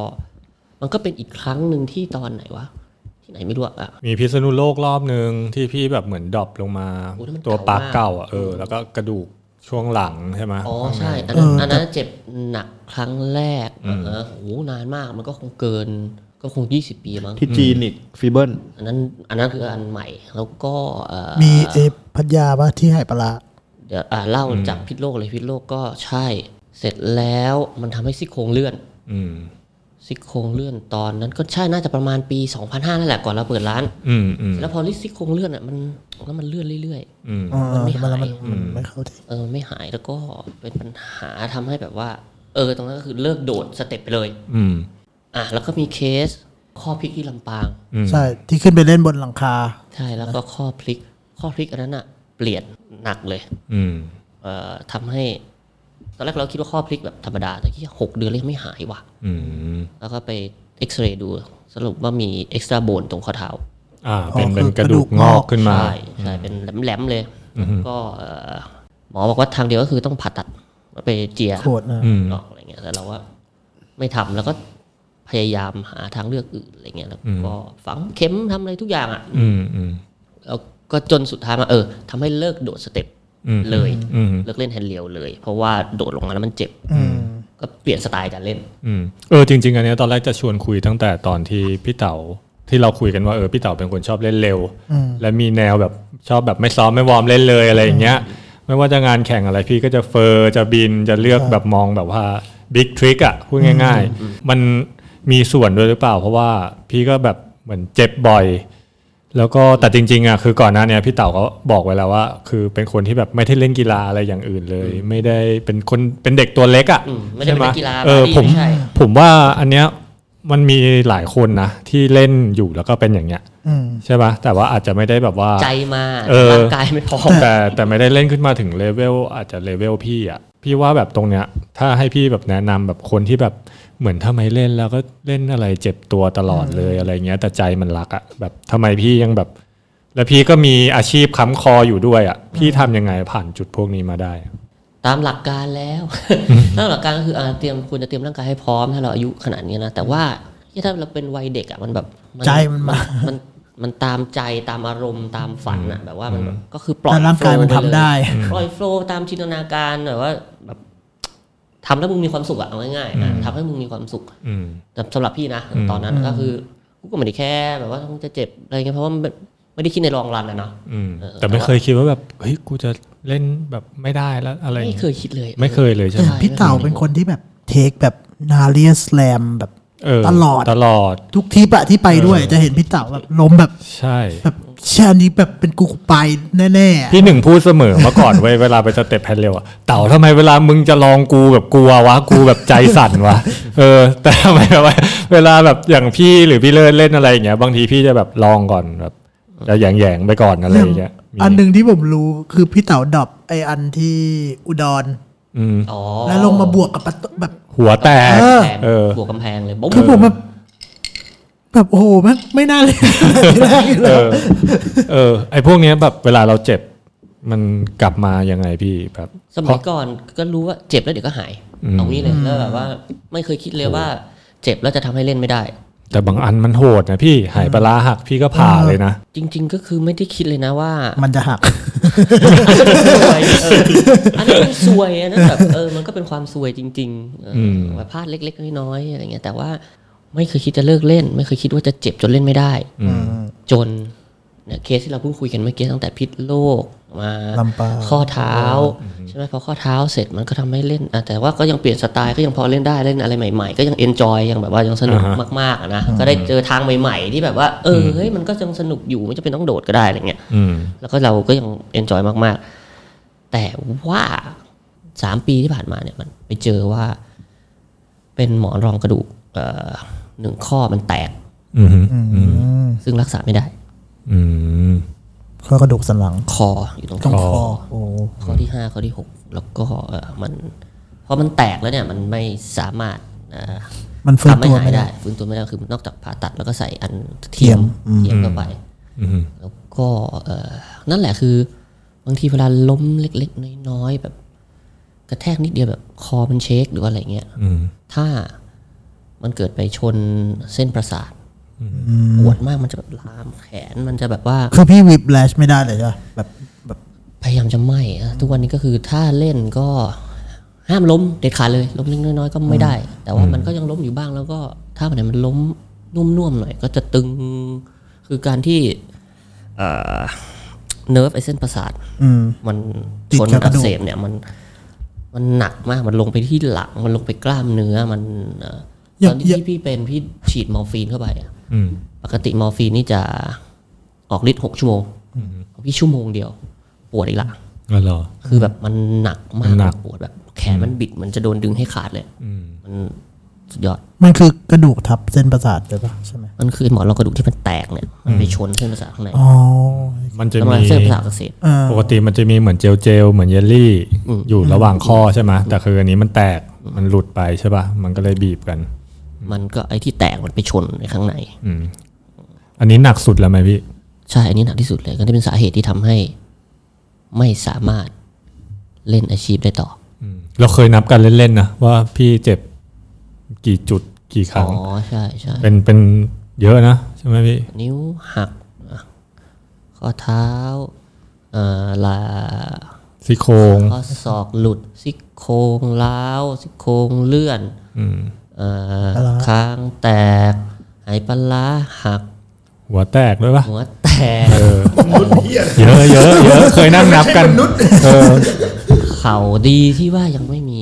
Speaker 6: มันก็เป็นอีกครั้งหนึ่งที่ตอนไหนวะ ที่ไหนไม่รู้อะอ่ะ
Speaker 4: มีพิษณุโลกรอบหนึ่งที่พี่แบบเหมือนดรอปลงมา
Speaker 6: โอ้นั่นมัน
Speaker 4: ตัวปลาเก่าม
Speaker 6: เก่าาก
Speaker 4: อ่ะเออ แล้วก็กระดูกช่วงหลังใช่ไหม
Speaker 6: อ๋อใช่ อันนั้น
Speaker 5: เออ
Speaker 6: อันนั้นเจ็บหนักครั้งแรกเออโหนานมากมันก็คงเกินก็คง 20 ปีมั้ง
Speaker 7: ที่จีนอีกฟีเบิล
Speaker 6: อันนั้นอันนั้นคืออันใหม่แล้วก็เอ่อ
Speaker 5: มีเอพัทยาปะที่หายปลาร้า
Speaker 6: เดี๋ยวอ่าเล่าจากพิษโลกเลยพิษโลกก็ใช่ เสร็จแล้วมันทำให้ซี่โครงเลื่อน
Speaker 4: อืม
Speaker 6: ซี่โครงเลื่อนตอนนั้นก็ใช่น่าจะประมาณปี 2005นั่นแหละก่อนเราเปิดร้าน
Speaker 4: อืมอืม
Speaker 6: แล้วพอลิซี่โครงเลื่อนอ่ะมันแล้วมันเลื่อนเรื่อยๆ
Speaker 4: อืม
Speaker 5: อ๋อ
Speaker 6: มันไม่
Speaker 5: มันแล้ว
Speaker 6: หาย
Speaker 5: มันมันไม่เข้าที่
Speaker 6: เออไม่หายแล้วก็เป็นปัญหาทำให้แบบว่า เออ ตรงนั้นก็คือเลิกโดดสเต็ปไปเลย
Speaker 4: อืม
Speaker 6: อ่ะ แล้วก็มีเคสข้อพลิกที่ลำปาง
Speaker 4: อืม
Speaker 5: ใช่ ที่ขึ้นไปเล่นบนหลังคา
Speaker 6: ใช่แล้วก็ข้อพลิก ข้อพลิกอันนั้นอะเปลี่ยนหนักเลย
Speaker 4: อืม
Speaker 6: เอ่อทำให้ ตอนแรกเราคิดว่าข้อพลิกแบบธรรมดา แต่ที่หกเดือนเลยงไม่หายว่ะ
Speaker 4: อืม
Speaker 6: แล้วก็ไป เอ็กซเรย์ดู สรุปว่ามีเอ็กซ์ตร้าโบนตรงข้อเท้า
Speaker 4: อ่า เป็น
Speaker 5: อ๋อ
Speaker 4: เป็
Speaker 5: คื
Speaker 4: น
Speaker 5: อก
Speaker 4: ระดูก
Speaker 5: กระดูกง
Speaker 4: งอ
Speaker 5: อก ก
Speaker 4: ขึ้นมา
Speaker 6: ใช่ใช่เป็นแหลมๆเลย ก็เอ่อหมอบอกว่าทางเดียวก็คือต้องผ่าตัดไปเจีย
Speaker 5: โคตรนะ
Speaker 4: อืม
Speaker 6: ออกอะไรเงี้ยแต่เราว่าไม่ทำแล้วก็พยายามหาทางเลือกอื่นอะไรเงี้ยแล้วก็ฝังเข็มทำอะไรทุกอย่างอ่ะ
Speaker 4: อืมอืม
Speaker 6: แล้วก็จนสุดท้ายมาเออทำให้เลิกโดดสเต็ป
Speaker 4: อืม
Speaker 6: เลย
Speaker 4: อืม
Speaker 6: เลิกเล่นแฮนด์เรียวเลย เพราะว่าโดดลงมาแล้วมันเจ็บก็เปลี่ยนสไตล์การเล่น
Speaker 4: อืมเออจริง ๆ อันเนี้ยตอนแรกจะชวนคุยตั้งแต่ตอนที่พี่เต๋าที่เราคุยกันว่าเออพี่เต๋าเป็นคนชอบเล่นเร็ว และมีแนวแบบชอบแบบไม่ซ้อมไม่วอร์มเล่นเลยอะไรอย่างเงี้ย ไม่ว่าจะงานแข่งอะไรพี่ก็จะเฟอร์จะบินจะเลือกแบบมองแบบว่าบิ๊กทริกอะพูดง่าย ๆ มันมีส่วนด้วยหรือเปล่า เพราะว่าพี่ก็แบบเหมือนเจ็บบ่อย แล้วก็แต่จริงๆอ่ะคือก่อนหน้าเนี้ยพี่เต๋าก็บอกไว้แล้วว่า คือเป็นคนที่แบบไม่ได้เล่นกีฬาอะไรอย่างอื่นเลย ไม่ได้เป็นคนเป็นเด็กตัวเล็กอ่ะ
Speaker 6: อืมไม่ได้เป็นนักกีฬา
Speaker 4: เออ
Speaker 6: ไม่ได้
Speaker 4: ผม
Speaker 6: ใช่
Speaker 4: ผมว่าอันเนี้ยมันมีหลายคนนะที่เล่นอยู่แล้วก็เป็นอย่างเงี้ยใช่ปะแต่ว่าอาจจะไม่ได้แบบว่า
Speaker 6: ใจมา
Speaker 4: เออ
Speaker 6: ร่างกายไม่พร้อม
Speaker 4: แต่แต่ไม่ได้เล่นขึ้นมาถึงเลเวลอาจจะเลเวลพี่อ่ะพี่ว่าแบบตรงเนี้ย ถ้าให้พี่แบบแนะนำแบบคนที่แบบเหมือนทำไมเล่นแล้วก็เล่นอะไรเจ็บตัวตลอดเลยอะไรเงี้ย แต่ใจมันรักอ่ะแบบทำไมพี่ยังแบบ แล้วพี่ก็มีอาชีพค้ำคออยู่ด้วยอ่ะพี่ทำยังไงผ่านจุดพวกนี้มาได้อะ
Speaker 6: ตามหลักการ แล้ว ตามหลักการก็คืออ่าเตรียมควรจะเตรียมร่างกายให้พร้อมถ้าเราอายุขนาดนี้นะ แต่ว่าที่ถ้าเราเป็นวัยเด็กอ่ะมันแบบ
Speaker 5: ใจมันมาน
Speaker 6: นมันตามใจตามอารมณ์ตามฝันอ่ะแบบว่ามันแบบก็คือปล่อย
Speaker 5: แต่ร่างกายมัน
Speaker 6: โฟล์ป
Speaker 5: ทำได้
Speaker 6: เลยปล่อยโฟลว์ตามจินตนาการแบบว่าแบบทำแล้วมึงมีความสุขอะเอาง่ายๆอ่ะทำให้มึงมีความสุข
Speaker 4: อืม
Speaker 6: แต่สำหรับพี่นะ ตอนนั้นก็คือกูก็ไม่ได้แค่แบบว่าต้องจะเจ็บอะไรเงี้ยเพราะว่ามันไม่ได้คิดในรองรันอะเนาะ
Speaker 4: อืม
Speaker 6: เออ
Speaker 4: แต่ไม่เคยคิดว่าแบบเฮ้ยกูจะเล่นแบบไม่ได้แล้วอะไร
Speaker 6: ไม่เคยคิดเลย
Speaker 4: ไม่เคยเลยใช่ไหม
Speaker 5: แต่พี่เต่าเป็นคนที่แบบเทคแบบนาเรียสแลมแบบ
Speaker 4: เ
Speaker 5: ตลอด
Speaker 4: ตลอด
Speaker 5: ทุกทริปอะที่ไปด้วยจะเห็นพี่เต่าแบบล้มแบบ
Speaker 4: ใช่
Speaker 5: แบบเชยอันนี้แบบเป็นกูไปแน่ๆอะ
Speaker 4: พี่หนึ่งพูดเสมอเมื่อก่อนเว้ย เวลาไปสเต็ปแพนเร็วอะเต่าทำไมเวลามึงจะลองกูแบบกลัววะกูแบบใจสั่นวะเออ แต่ทำไมแบบว่าเวลาแบบอย่างพี่หรือพี่เลิศเล่นอะไรอย่างเงี้ยบางทีพี่จะแบบลองก่อนแบบจะแหยงแยงๆไปก่อนอะไรอย่างเงี้ยมี
Speaker 5: อันหนึ่งที่ผมรู้คือพี่เต๋าดรอปไออันที่อุดร
Speaker 4: อืม
Speaker 6: อ๋อ
Speaker 5: แล้วลงมาบวกกับประตูแบบ
Speaker 4: หัวแตก
Speaker 5: เออ
Speaker 4: เออ
Speaker 6: บวกกำแพงเลยบ๊อบ
Speaker 5: คือผมแบบแบบโอ้โหแม่งไม่น่าเลยที่แรกเล
Speaker 4: เอย อ เออ ไอพวกเนี้ยแบบเวลาเราเจ็บ มันกลับมายังไงพี่แบบ
Speaker 6: สมัยก่อนก็รู้ว่าเจ็บแล้วเดี๋ยวก็หาย เอางี้เลยแล้วแบบว่าไม่เคยคิดเลยว่าเจ็บแล้วจะทำให้เล่นไม่ได้
Speaker 4: แต่บางอันมันโหดนะพี่หายปลาร้าหักพี่ก็ผ่าเลยนะ
Speaker 6: จริง ๆ ก็คือไม่ได้คิดเลยนะว่า
Speaker 5: มันจะหัก
Speaker 6: ซวยเอออันนั้นมันซวยอันนั้นแบบเออมันก็เป็นความซวยจริงๆเอออ
Speaker 4: ม
Speaker 6: แบบพลาดเล็กๆน้อยๆอะไรเงี้ยแต่ว่าไม่เคยคิดจะเลิกเล่น ไม่เคยคิดว่าจะเจ็บจนเล่นไม่ได้จนเนี่ยเคสที่เราเพิ่งคุยกันเมื่อกี้ตั้งแต่พิษโลกมา
Speaker 5: ลำปาง
Speaker 6: ข้อเท้าใช่ไหมพอข้อเท้าเสร็จมันก็ทำให้เล่นอ่ะแต่ว่าก็ยังเปลี่ยนสไตล์ก็ยังพอเล่นได้เล่นอะไรใหม่ๆ ก็ยังเอนจอยยังแบบว่ายังสนุกมากๆอะนะก็ได้เจอทางใหม่ ๆ ที่แบบว่าเออเฮ้ยมันก็ยังสนุกอยู่ไม่จำเป็นต้องโดดก็ได้อะไรเงี้ย
Speaker 4: อืม
Speaker 6: แล้วก็เราก็ยังเอนจอยมาก ๆ แต่ว่าสามปีที่ผ่านมาเนี่ยมันไปเจอว่า เป็นหมอนรองกระดูกเอ่อหนึ่งข้อมันแตก
Speaker 4: อืม
Speaker 6: ซึ่งรักษาไม่ได้
Speaker 4: อืม
Speaker 5: ข้อกระดูกสันหลัง
Speaker 6: คออยู่ตรง
Speaker 5: ตรง
Speaker 6: ข้
Speaker 5: คอ
Speaker 6: อ
Speaker 5: โอ้
Speaker 6: ข้อที่ห้าข้อที่หกแล้วก็เอ่อมันพอมันแตกแล้วเนี่ย มันไม่สามารถเอ่อ
Speaker 5: มันฟื้น
Speaker 6: ทำให้
Speaker 5: ตัว
Speaker 6: หาย
Speaker 5: ไม่ได้
Speaker 6: ได้ฟื้นตัวไม่ได้คือนอกจากผ่าตัดแล้วก็ใส่อันเทียมเทียมเข้าไป แล้วก็เอ่อนั่นแหละคือบางทีเวลาล้มเล็กๆ น้อยๆ แบบ กระแทกนิดเดียวแบบคอมันเชคหรือว่าอะไรเงี้ยถ้ามันเกิดไปชนเส้นประสาทปวดมากมันจะแบบลามแขนมันจะแบบว่า
Speaker 5: คือพี่วิบแลชไม่ได้เลยใช่ปะแบบแบบ
Speaker 6: พยายามจะไม่อะทุกวันนี้ก็คือถ้าเล่นก็ห้ามล้มเด็ดขาดเลยล้มเล็กน้อยๆก็ไม่ได้ แต่ว่ามันก็ยังล้มอยู่บ้างแล้วก็ถ้าวันไหนมันล้มนุ่มๆหน่อย ก็จะตึงคือการที่เอ่อเนิร์ฟไอเส้นประสาท
Speaker 5: อืม
Speaker 6: มัน
Speaker 5: ติด
Speaker 6: ชน
Speaker 5: กับก
Speaker 6: อัก
Speaker 5: ระดูก
Speaker 6: เสบเนี่ยมันมันหนักมากมันลงไปที่หลัง มันลงไปกล้ามเนื้อมันเอ่ออตอนที่พี่พี่เป็นพี่ฉีดมอร์ฟีนเข้าไปอะปกติมอร์ฟีนนี่จะออกฤทธิ์หกชั่วโมงพี่ชั่วโมงเดียว ปวดอีกละ
Speaker 4: อ๋อเหรอ
Speaker 6: คือแบบมันหนักมาก
Speaker 4: มันหนัก
Speaker 6: ปวดแบบ แขนมันบิดเหมันจะโดนดึงให้ขาดเลยมันสุดยอด
Speaker 5: มันคือกระดูกทับเส้นประสาทใช่ปะใช่ไหม
Speaker 6: มันคือหมอนรองกระดูกที่มันแตกเนี่ยมันไปชนเส้นประสาทข้างใน
Speaker 5: อ๋อ
Speaker 4: มันจะ
Speaker 6: แล้วมั
Speaker 4: มี
Speaker 6: นเส้นประสาทอักเสบ
Speaker 5: เออ
Speaker 4: ปกติมันจะมีเหมือนเจลเจลเหมือนเยลลี่ อยู่ระหว่างข้อใช่ไหมแต่คืออันนี้มันแตกมันหลุดไปใช่ป่ะมันก็เลยบีบกัน
Speaker 6: มันก็ไอ้ที่แตกมันไปชนในข้างใน
Speaker 4: อันนี้หนักสุดแล้วไหมพี่
Speaker 6: ใช่ อันนี้หนักที่สุดเลยก็จะเป็นสาเหตุที่ทำให้ ไม่สามารถเล่นอาชีพได้ต่อ
Speaker 4: เราเคยนับกันเล่นๆนะว่าพี่เจ็บกี่จุดกี่ค
Speaker 6: อ๋
Speaker 4: รั้
Speaker 6: อ
Speaker 4: ง
Speaker 6: ใช่ใช่
Speaker 4: เป็นเป็นเยอะนะใช่ไหมพี่
Speaker 6: นิ้วหักอ่ะข้อเท้าเอ่อลา
Speaker 4: ซี่โครง
Speaker 6: ข้อศอกหลุดซี่โครงล้าวซี่โครงเลื่อนเอ่อคางแตกไหปลาร้าหัก
Speaker 4: หัวแตกด้วยปะ
Speaker 6: หัวแตก
Speaker 4: เยอะเยอะเยอะเคยนั่งนับกันเออ
Speaker 6: เข่าดีที่ว่ายังไม่มี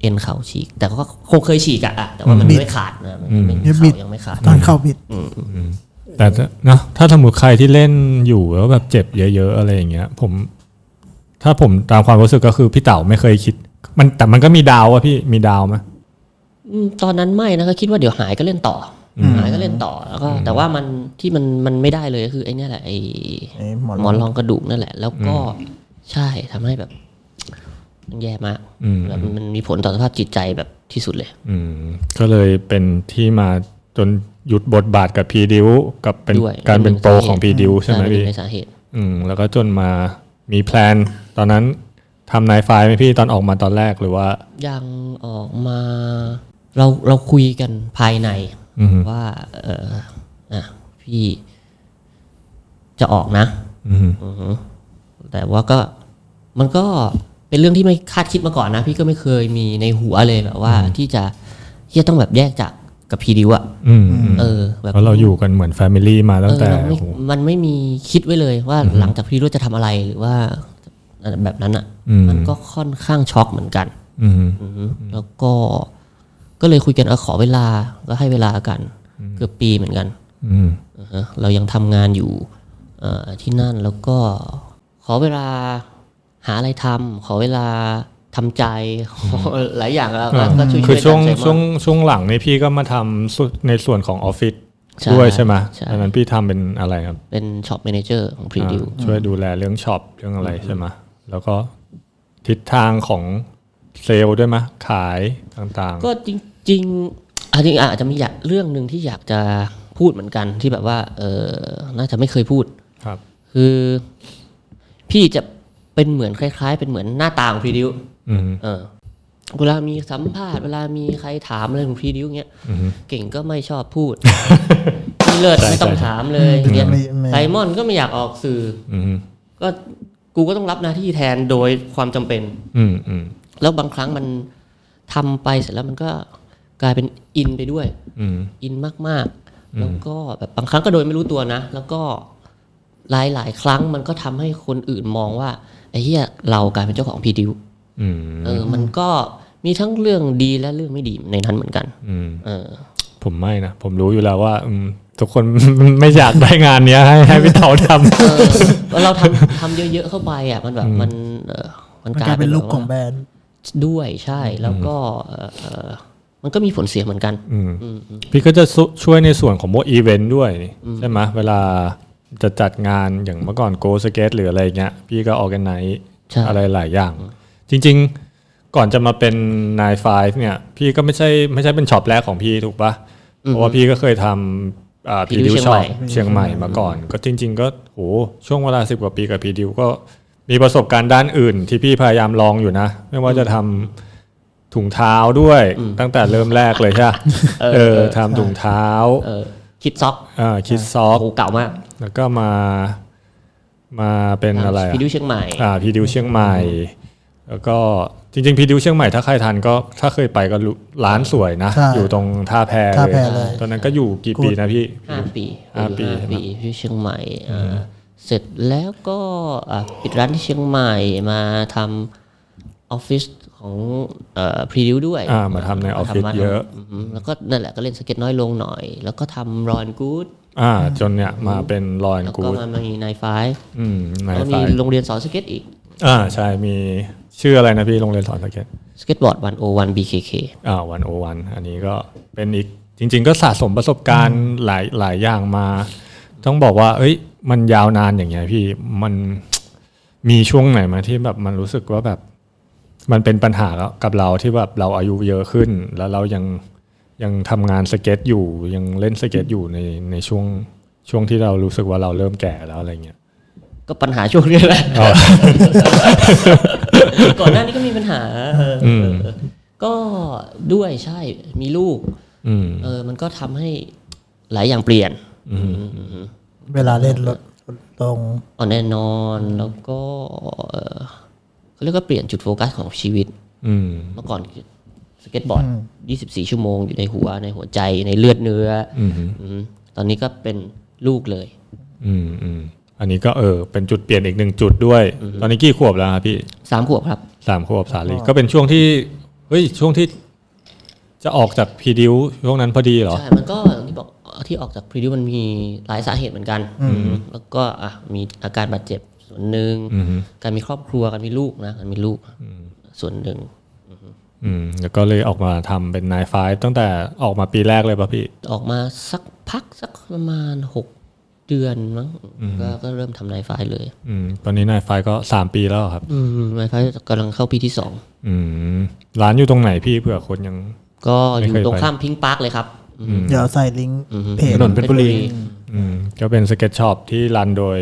Speaker 6: เอ็นเข่าฉีก แต่ก็คงเคยฉีกอะอะแต่ว่ามันไม่ขาดนะมันไม่
Speaker 5: เนี่ยบิด
Speaker 6: เข่ายังไม่ขาด
Speaker 5: ตอนเข้าบิด
Speaker 4: แต่ถ้านะถ้าสมมติใครที่เล่นอยู่แล้วแบบเจ็บเยอะๆอะไรอย่างเงี้ย ผม ถ้าผมตามความรู้สึกก็คือพี่เต๋าไม่เคยคิด มันแต่มันก็มีดาวอะพี่มีดาวไหม
Speaker 6: อืมตอนนั้นไม่นะก็คิดว่าเดี๋ยวหายก็เล่นต่ออหายก็เล่นต่อแล้วก็ แต่ว่ามันที่มันมันไม่ได้เลยก็คือไอ้เนี่ยแหละไอ้
Speaker 5: ไอ้หมอนรอง
Speaker 6: หมอนรองกระดูกนั่นแหละ แล้วก็ใช่ทำให้แบบ มันแย่มาก
Speaker 4: อืม
Speaker 6: แบบมันมีผลต่อสภาพจิตใจแบบที่สุดเลย
Speaker 4: อืมก็เลยเป็นที่มาจนหยุดบทบาทกับพีดิวกับเป็น
Speaker 6: ด้วย
Speaker 4: การเป็นโปร
Speaker 6: เป็นสาเหตุ
Speaker 4: ของพีดิวใช่ไหม
Speaker 6: เป็นหนึ่
Speaker 4: พี่
Speaker 6: งในสาเหตุ
Speaker 4: อืมแล้วก็จนมามีแพลน ตอนนั้นทำนายไฟล์ไหมพี่ตอนออกมาตอนแรกหรือว่า
Speaker 6: ยังออกมา เราเราคุยกันภายใน
Speaker 4: อือฮึ
Speaker 6: ว่า เอออ่ะพี่จะออกนะ
Speaker 4: อืม
Speaker 6: อือฮึแต่ว่าก็มันก็เป็นเรื่องที่ไม่คาดคิดมาก่อนนะ พี่ก็ไม่เคยมีในหัวเลยแบบว่า ที่จะที่จะต้องแบบแยกจากกับพีดิวอะ
Speaker 4: อืม
Speaker 6: เออ แบบ
Speaker 4: เพราะเราอยู่กันเหมือนแฟมิลี่มาตั้งแต่
Speaker 6: เออเราไม่
Speaker 4: โอ้โห
Speaker 6: มันไม่มีคิดไว้เลยว่าหลังจากพีดิวจะทำอะไรหรือว่าแบบนั้นอะมันก็ค่อนข้างช็อกเหมือนกัน
Speaker 4: อืม
Speaker 6: อืมแล้วก็ก็เลยคุยกันเอาขอเวลาก็ให้เวลากัน เกือบปีเหมือนกัน
Speaker 4: อืม
Speaker 6: อ่าฮะเรายังทำงานอยู่เอ่อที่นั่นแล้วก็ขอเวลาหาอะไรทำขอเวลาทำใจ ขอหลายอย่างแล้วก็ก็ช่วยๆ
Speaker 4: คือช่วง
Speaker 6: กันใมั้
Speaker 4: ช่วงช่วงหลังนี่พี่ก็มาทำสุดในส่วนของออฟฟิศ
Speaker 6: ใช่
Speaker 4: ด้วยใช่ไหม
Speaker 6: ใช่
Speaker 4: อันนั้นพี่ทำเป็นอะไรครับ
Speaker 6: เป็นช็อปแมเนเจอร์ของพรีดิว
Speaker 4: อ่าช่วยดูแลเรื่องช็อปเรื่องอะไรใช่ไหมแล้วก็ทิศทางของเซลล์ด้วยไหมขายต่างๆ
Speaker 6: ก็จริงๆอาจริงๆอาจจะมีอยากเรื่องหนึ่งที่อยากจะพูดเหมือนกันที่แบบว่า เออน่าจะไม่เคยพูด
Speaker 4: ครับ
Speaker 6: คือพี่จะเป็นเหมือนคล้ายๆ เป็นเหมือนหน้าตาของพรีดิว
Speaker 4: อืม
Speaker 6: เออ เวลามีสัมภาษณ์เวลามีใครถามอะไรของพรีดิวเงี้ยเก่งก็ไม่ชอบพู ดพี่เลิศไม่ต้องถามเลยเงี้ย
Speaker 5: ไม่ไม่
Speaker 6: ไซมอนก็ไม่อยากออกสื่ออ
Speaker 4: ม
Speaker 6: ก็กูก็ต้องรับหน้าที่แทนโดยความจำเป็น
Speaker 4: อืมอืม
Speaker 6: แล้วบางครั้งมันทำไปเสร็จแล้วมันก็กลายเป็นอินไปด้วย
Speaker 4: อืม
Speaker 6: อินมากๆ แล้วก็แบบบางครั้งก็โดยไม่รู้ตัวนะ แล้วก็หลายหลายๆครั้งมันก็ทำให้คนอื่นมองว่าไอ้เหี้ยเรากลายเป็นเจ้าของพีดิว
Speaker 4: อืม
Speaker 6: เออ มันก็มีทั้งเรื่องดีและเรื่องไม่ดีในนั้นเหมือนกัน
Speaker 4: อืม
Speaker 6: เอ อ
Speaker 4: ผมไม่นะ ผมรู้อยู่แล้วว่าอืมทุกคน ไม่อยากได้งานเนี้ย ให้ให้พี่เต๋าท
Speaker 6: เออเราทำทำเยอะๆเข้าไปอ่ะ มันแบบมันเออมัน
Speaker 5: มัน
Speaker 6: กลาก
Speaker 5: ลาย ยเป็น
Speaker 6: แบ
Speaker 5: ลู
Speaker 6: บ
Speaker 5: ก
Speaker 6: ว่า
Speaker 5: ของแบรนด์
Speaker 6: ด้วยใช่แล้วก็เออเออมันก็มีผลเสียเหมือนกัน
Speaker 4: ำอืม พี่ก็จะซุช่วยในส่วนของพวกอีเวนต์ด้วยนี่ใช่ไหมเวลาจะจัดงานอย่างเมื่อก่อนโกสเกตหรืออะไรเงี้ย พี่ก็ออกกันไหน
Speaker 6: ใช่
Speaker 4: อะไรหลายอย่าง จริง ๆ ก่อนจะมาเป็นนายไฟเนี่ย พี่ก็ไม่ใช่ไม่ใช่เป็นช็อปแรกของพี่ถูกปะเพราะว่าพี่ก็เคยทำอ่า พีดิว
Speaker 6: PDU เชียง
Speaker 4: ช็อ
Speaker 6: ใหม่
Speaker 4: ปเชียงใหม่มาก่อน ก็จริง ๆ ก็โหช่วงเวลาสิบกว่าปีกับพีดิวก็มีประสบการณ์ด้านอื่น ที่พี่พยายามลองอยู่นะ ไม่ว่าจะทำถุงเท้าด้วย ตั้งแต่เริ่มแรกเลยใช่ปะเออทำถุงเท้า
Speaker 6: เออคิดซอก
Speaker 4: อ่าคิดซอฟ
Speaker 6: โอ้โหเก่ามาก
Speaker 4: แล้วก็มามาเป็นอะไรอะ
Speaker 6: พีดิวเชียงใหม่
Speaker 4: อ่าพีดิวเชียงใหม่ แล้วก็จริงๆพีดิวเชียงใหม่ถ้าใครทันก็ถ้าเคยไปก็รู้ร้านสวยนะ
Speaker 5: ใช่
Speaker 4: อยู่ตรงท่าแพ
Speaker 5: ท่าแพเลย
Speaker 4: ตอนนั้นก็อยู่กี่ปีนะพี่
Speaker 6: ห้าปี
Speaker 4: ห้าปี
Speaker 6: อยู่
Speaker 4: ใช่ไหม
Speaker 6: ปีที่เชียงใหม่อ่าเสร็จแล้วก็อ่ะปิดร้านที่เชียงใหม่มาทำออฟฟิศของพรีดิวด้วย
Speaker 4: อ่ามาทำในออฟฟิศ
Speaker 6: มาทำ
Speaker 4: เยอะ
Speaker 6: อืมแล้วก็นั่นแหละก็เล่นสเก็ตน้อยลงหน่อย แล้วก็ทำรอนกู๊ด
Speaker 4: อ่าจนเนี่ยมาเป็นรอย
Speaker 6: แล้ว
Speaker 4: กู
Speaker 6: ก็
Speaker 4: ด
Speaker 6: มามีนายไฟ
Speaker 4: อืมไหน
Speaker 6: แล้วก็
Speaker 4: สา
Speaker 6: มี
Speaker 4: ย
Speaker 6: โรงเรียนสอนสเก็ตอีก
Speaker 4: อ่าใช่มีชื่ออะไรนะพี่โรงเรียนสอนสเก็ต
Speaker 6: สเก็ตบอร์ดวันโอวันบีเคเค
Speaker 4: อ่าวันโอวันอันนี้ก็เป็นอีกจริง ๆ ก็สะสมประสบการณ์หลายหลายอย่างมา ต้องบอกว่า เอ้ย มันยาวนานอย่างเงี้ยพี่มันมีช่วงไหนไหมาที่แบบมันรู้สึกว่าแบบ มันเป็นปัญหากับเราที่แบบเราอายุเยอะขึ้น แล้วเรายัง ยังทำงานสเก็ตอยู่ยังเล่นสเก็ตอยู่ในในช่วงช่วงที่เรารู้สึกว่าเราเริ่มแก่แล้วอะไรเงี้ย
Speaker 6: ก็ปัญหาช่วงนี้แหละ ก่อนหน้านี้ก็มีปัญหาเอออ
Speaker 4: ม
Speaker 6: ก็ด้วยใช่มีลูก
Speaker 4: อืม
Speaker 6: เออ มันก็ทำให้หลายอย่างเปลี่ยน
Speaker 5: เวลาเล่นลดลง
Speaker 6: อ่อนแน่นอนแล้วก็เอ่อเขาเรียกว่าเปลี่ยนจุดโฟกัสของชีวิต
Speaker 4: อืม
Speaker 6: เมื่อก่อนสเก็ตบอร์ด 24 ชั่วโมงอยู่ในหัวในหัวใจในเลือดเนื้อออืมตอนนี้ก็เป็นลูกเลย
Speaker 4: อืมอืมอันนี้ก็เออเป็นจุดเปลี่ยนอีกหนึ่งจุดด้วย ตอนนี้กี่ขวบแล้วครับพี่
Speaker 6: สามขวบครับ
Speaker 4: สามขวบสาลีก็เป็นช่วงที่เฮ้ยช่วงที่จะออกจากพีดิวช่วงนั้นพอดีเหรอ
Speaker 6: ใช่ มันก็อย่างที่บอกที่ออกจากพรีดิวมันมีหลายสาเหตุเหมือนกัน แล้วก็อ่ะมีอาการบาดเจ็บส่วนหนึ่ง การมีครอบครัว การมีลูกนะ การมีลูกส่วนหนึ่ง
Speaker 4: อืมแล้วก็เลยออกมาทำเป็นนายไฟตั้งแต่ออกมาปีแรกเลยป่ะพี่
Speaker 6: ออกมาสักพักสักประมาณหกเดือนมั้งก็ก็เริ่มทำนายไฟล์เลย
Speaker 4: อืมตอนนี้นายไฟก็สามปีแล้วเหรอครับ
Speaker 6: นายไฟล์กำลังเข้าปีที่สอง
Speaker 4: อืมร้านอยู่ตรงไหนพี่เผื่อคนยัง
Speaker 6: ก็
Speaker 4: ไม่
Speaker 6: อ
Speaker 4: เคย
Speaker 6: ยู่ตรง
Speaker 4: ไป
Speaker 6: ข้ามพิงค์พาร์คเลยครับ
Speaker 5: เดี๋ยวใส่ลิงก์เพจ
Speaker 6: ถนนเพชรบุรี
Speaker 4: อืมก็เป็นสเก็ตช็อปที่รันโดย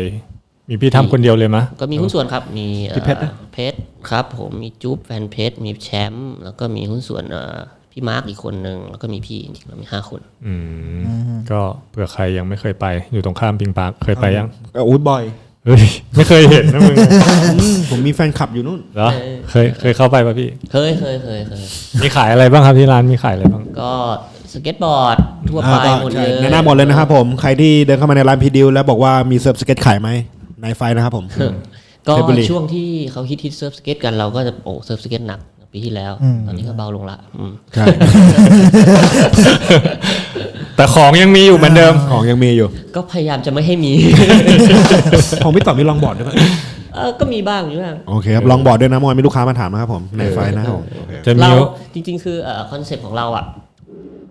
Speaker 4: มีพี่ทำคนเดียวเลยมะ
Speaker 6: ก็มีหุ้นส่วนครับ มีเพชรเพชรครับ ผมมีจุ๊บแฟนเพชรมีแชมป์แล้วก็มีหุ้นส่วนเอ่อพี่มาร์กอีกคนหนึ่งแล้วก็มีพี่จริงๆเรามีห้าคน
Speaker 4: อืมก็เผื่อใครยังไม่เคยไป อยู่ตรงข้ามปิงปาร์คเคยไปยัง
Speaker 7: โอ้ยบ่อย
Speaker 4: เฮ้ยไม่เคยเห็นนะมึง
Speaker 8: ผมมีแฟนคลับอยู่นู่น
Speaker 4: เหรอเคยเคยเข้าไปป่ะพี่
Speaker 6: เคยเคยเคยเคย
Speaker 4: มีขายอะไรบ้างครับที่ร้านมีขายอะไรบ้าง
Speaker 6: ก็สเก็ตบอร์ดทั่วไป
Speaker 8: อ่า
Speaker 6: หมด
Speaker 8: ใช่
Speaker 6: เลย
Speaker 8: แนะนำหมดเลยนะครับผม ใครที่เดินเข้ามาในร้านพีดิวแล้วบอกว่ามีเซิร์ฟสเก็ตขายไหมในไฟนะครับผม
Speaker 6: ก็
Speaker 8: เพชรบุรี
Speaker 6: ช่วงที่เขาฮิตฮิตเซิร์ฟสเก็ตกันเราก็จะโอ้เซิร์ฟสเก็ตหนักปีที่แล้ว ตอนนี้ก็เบาลงละอื ม
Speaker 8: ใช่
Speaker 4: แต่ของยังมีอยู่เหมือนเดิม
Speaker 8: ของยังมีอยู่
Speaker 6: ก็พยายามจะไม่ให้มี
Speaker 8: ของพี่ต่อมีลองบอร์ดด้วยปะ
Speaker 6: เออก็มีบ้างมีบ้าง
Speaker 8: โอเคครับลองบอร์ดด้วยนะมอยมีลูกค้ามาถามนะครับผมในไฟนะครับผมโอเค
Speaker 4: จะมี
Speaker 6: เราจริงๆ คือคอนเซปต์ของเราอะ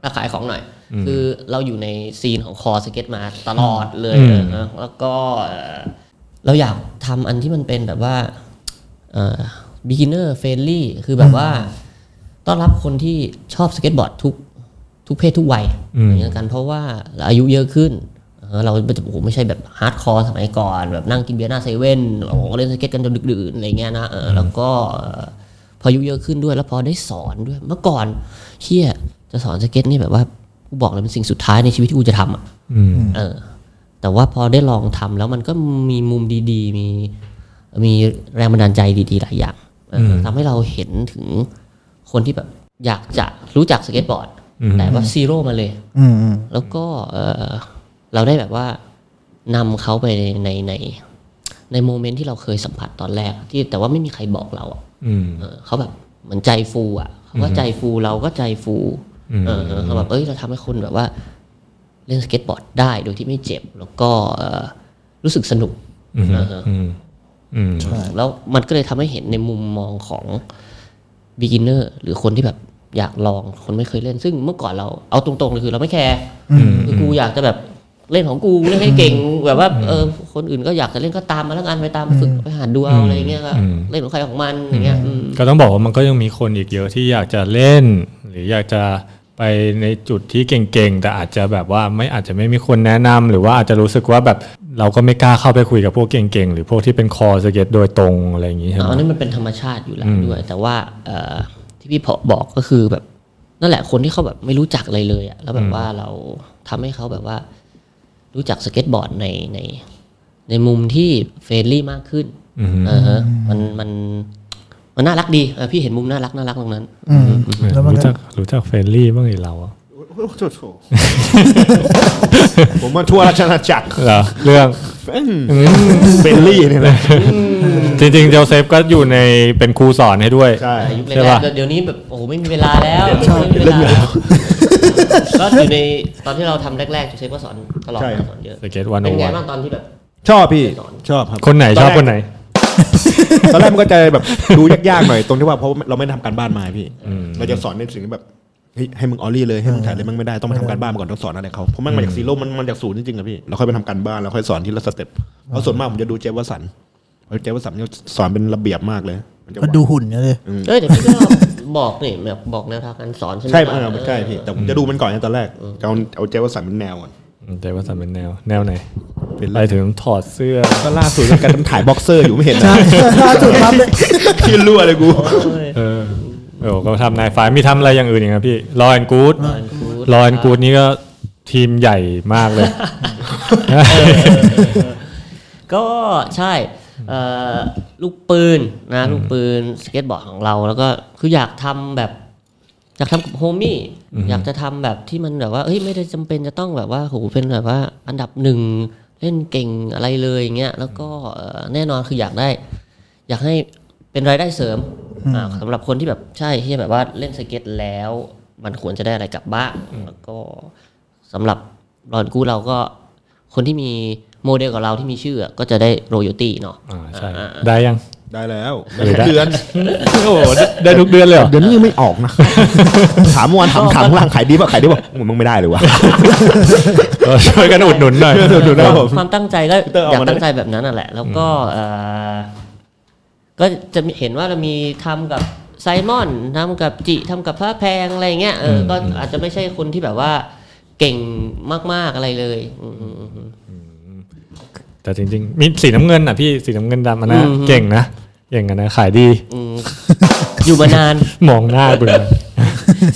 Speaker 6: อ่ะขายของหน่อย คือเราอยู่ในซีนของคอสเก็ตมาตลอดเลย
Speaker 4: อืม
Speaker 6: นะแล้วก็เอ่อเราอยากทำอันที่มันเป็นแบบว่าเอ่อ beginner friendly คือแบบว่า ต้อนรับคนที่ชอบสเก็ตบอร์ดทุกทุกเพศทุกวัยอย่างเงี้ยกันเพราะว่าเราอายุเยอะขึ้นเออเราโอ้โหไม่ใช่แบบฮาร์ดคอร์สมัยก่อน แบบนั่งกินเบียร์หน้าเซเว่นโอ้โหเล่นสเก็ตกันจนดึกดื่นอะไรเงี้ยนะเออแล้วก็เอ่อพออายุเยอะขึ้นด้วยแล้วพอได้สอนด้วย เมื่อก่อนเฮียจะสอนสเก็ตนี่แบบว่ากูบอกเลยเป็นสิ่งสุดท้ายในชีวิตที่กูจะทำอ่ะเออ แต่ว่าพอได้ลองทำแล้วมันก็มีมุมดีๆ มีมีแรงบันดาลใจดีๆ หลายอย่างเออทำให้เราเห็นถึงคนที่แบบอยากจะรู้จักสเก็ตบอร์ด แต่ว่าซีโร่มาเลย
Speaker 5: อืมอืม
Speaker 6: แล้วก็เอ่อเราได้แบบว่านำเขาไปในในในในโมเมนต์ที่เราเคยสัมผัสตอนแรก ที่แต่ว่าไม่มีใครบอกเราอะ
Speaker 4: อืม
Speaker 6: เออเขาแบบเหมือนใจฟูอ่ะเขาก็ใจฟูเราก็ใจฟูเออเออเขาแบบเอ้ยเราทำให้คนแบบว่า เล่นสเก็ตบอร์ดได้โดยที่ไม่เจ็บ แล้วก็เอ่อรู้สึกสนุกเออเออ
Speaker 4: อืมอืม
Speaker 6: แล้วมันก็เลยทำให้เห็นในมุมมองของ beginner หรือคนที่แบบอยากลองคนไม่เคยเล่น ซึ่งเมื่อก่อนเราเอาตรงๆเลยคือเราไม่แคร์คือกูอยากจะแบบเล่นของกูเล่นให้เก่งแบบว่าเออคนอื่นก็อยากจะเล่นก็ตามมาแล้วกันไปตามฝึกไปหาดูเอาอะไรเงี้ยก็
Speaker 4: อืม
Speaker 6: เล่นของใครของมันอย่างเงี้ยอืม
Speaker 4: ก็ต้องบอกว่ามันก็ยังมีคนอีกเยอะที่อยากจะเล่น หรืออยากจะไปในจุดที่เก่งๆ แต่อาจจะแบบว่าไม่อาจจะไม่มีคนแนะนำหรือว่าอาจจะรู้สึกว่าแบบเราก็ไม่กล้าเข้าไปคุยกับพวกเก่งๆ หรือพวกที่เป็นคอสเก็ตโดยตรงอะไรอย่างนี้ใช่ไหม
Speaker 6: อันนี้มันเป็นธรรมชาติอยู่แล้วด้วย แต่ว่าเอ่อที่พี่พอบอกก็คือแบบนั่นแหละคนที่เขาแบบไม่รู้จักอะไรเลยอะแล้วแบบว่าเราทำให้เขาแบบว่า รู้จักสเก็ตบอร์ดในใน ในมุมที่เฟรนลี่มากขึ้นอ่าฮะมันมันมันน่ารักดีเออพี่เห็นมุมน่ารักน่ารักตรงนั้น
Speaker 5: อืมแล้วมัน
Speaker 4: รู้
Speaker 5: ก็
Speaker 4: จักรู้จักเฟรนลี่บ้างไอเราอะ
Speaker 8: ผม มาทั่วราชอาณาจักร
Speaker 4: เหรอเรื่อง
Speaker 8: เฟรนลี่เนี่ยนะ
Speaker 4: จริงๆเจลเซฟก็อยู่ในเป็นครูสอนให้ด้วย
Speaker 8: ใช่
Speaker 6: อ่ายุคแร
Speaker 4: ใช่
Speaker 6: ก
Speaker 4: ปะ
Speaker 6: ๆเดี๋ยวนี้แบบโอ้โหไม่มีเวลาแล้วไม่มีเวลาก็อยู่ในตอนที่เราทำแรกๆจูเซฟก็สอนตลอด
Speaker 8: ใช่ครับ
Speaker 6: สอนเยอะ
Speaker 4: สเก็ตวัน
Speaker 6: เป็น
Speaker 4: โอ
Speaker 6: ไง
Speaker 4: วัน
Speaker 6: บ้างตอนที่แบบ
Speaker 8: ชอบพี่ชอบครับ
Speaker 4: คนไหนชอบคนไหน
Speaker 8: ตอนแรกมันก็จะแบบ ดูยากๆหน่อยตรงที่ว่าเพราะเราไม่ได้ทำการบ้านมาพี่เราจะสอนในสิ่งที่แบบเฮ้ยให้มึงออลลี่เลยให้มึงถ่ายเลยมึงไม่ได้ต้องมาทำการบ้านมาก่อนต้องสอนอะไรเขาเพราะมันมาจากซีโร่มันมาจากศูนย์จริงๆนะพี่เราค่อยไปทำการบ้านแล้วค่อยสอนทีละสเต็ปเพราะส่วนมากผมจะดูเจฟวัสันเพราะเจฟวัสันเนี่ยสอนเป็นระเบียบมากเลยมันจะ
Speaker 5: ก็ดูหุ่นเนี่ยเลย
Speaker 6: เอ้ยเดี๋ยวพี่ก็ บอกนี่แบบบอกแนวทางการสอนใช่ไหม
Speaker 8: ใช่เออใช่พี่แต่ผมจะดูมันก่อนนะตอนแรกเอาเอาเจว่าสันเป็นแนวก่อน
Speaker 4: แต่ว่าสันเป็นแนวแนวไหนเป็นไปถึงถอดเสื้อ
Speaker 8: ก็ล่าสุดเป็นการถ่ายบ็อกเซอร์อยู่ไม่เห็นนะ
Speaker 5: ล่าสุดครับ
Speaker 8: พี่รั่วเลยกู
Speaker 4: เออโอ้ก็ทำนายฟ้ามีทำอะไรอย่างอื่นอีกครับพี่ลอยแอนกูดลอยแอนกูดนี่ก็ทีมใหญ่มากเลย
Speaker 6: ก็ใช่เอ่อลูกปืนนะลูกปืนสเก็ตบอร์ดของเรา แล้วก็คืออยากทำแบบ อยากทำกับโฮมี่อยากจะทำแบบที่มันแบบว่าเฮ้ยไม่ได้จำเป็นจะต้องแบบว่าโหเป็นแบบว่า อันดับหนึ่งเล่นเก่งอะไรเลยอย่างเงี้ยแล้วก็เอ่อแน่นอนคืออยากได้ อยากให้เป็นรายได้เสริมอ่าสำหรับคนที่แบบใช่ที่แบบว่าเล่นสเก็ตแล้ว มันควรจะได้อะไรกลับบ้างแล้วก็สำหรับรอนกู้เราก็ คนที่มีโมเดลกับเราที่มีชื่ออะก็จะได้โรโยตี้เนาะ
Speaker 4: อ่าใช่ ได้ยัง
Speaker 8: ได้แล้ว
Speaker 4: หรือได้
Speaker 8: เดือน
Speaker 4: โอ้โหได้ได้ทุกเดือนเลยเหรอ
Speaker 8: เดือนนี้ยังไม่ออกนะ ถามเมื่อวานถามถามข้างล่างขายดีป่ะขายดีป่ะโอ้ยมึงไม่ได้เลยวะ
Speaker 4: เออช่วยกันอุดหนุนหน่อย
Speaker 8: ครับผม
Speaker 6: ความตั้งใจก็
Speaker 8: เตอร์เอา
Speaker 6: อยาก
Speaker 8: มา
Speaker 6: ตั้งใจแบบนั้นน่ะแหละ แล้วก็เอ่อก็จะมีเห็นว่าเรามีทำกับไซมอนทำกับจิทำกับพระแพงอะไรเงี้ยเอออก็อาจจะไม่ใช่คนที่แบบว่าเก่งมากๆอะไรเลยอืมอืมอืม
Speaker 4: แต่จริงๆ มีสีน้ำเงินอ่ะพี่สีน้ำเงินดำอะนะ
Speaker 6: อืม
Speaker 4: เก่งนะเก่งอะนะขายดี
Speaker 6: อืมอยู่มานาน
Speaker 4: มองหน้ากูเลย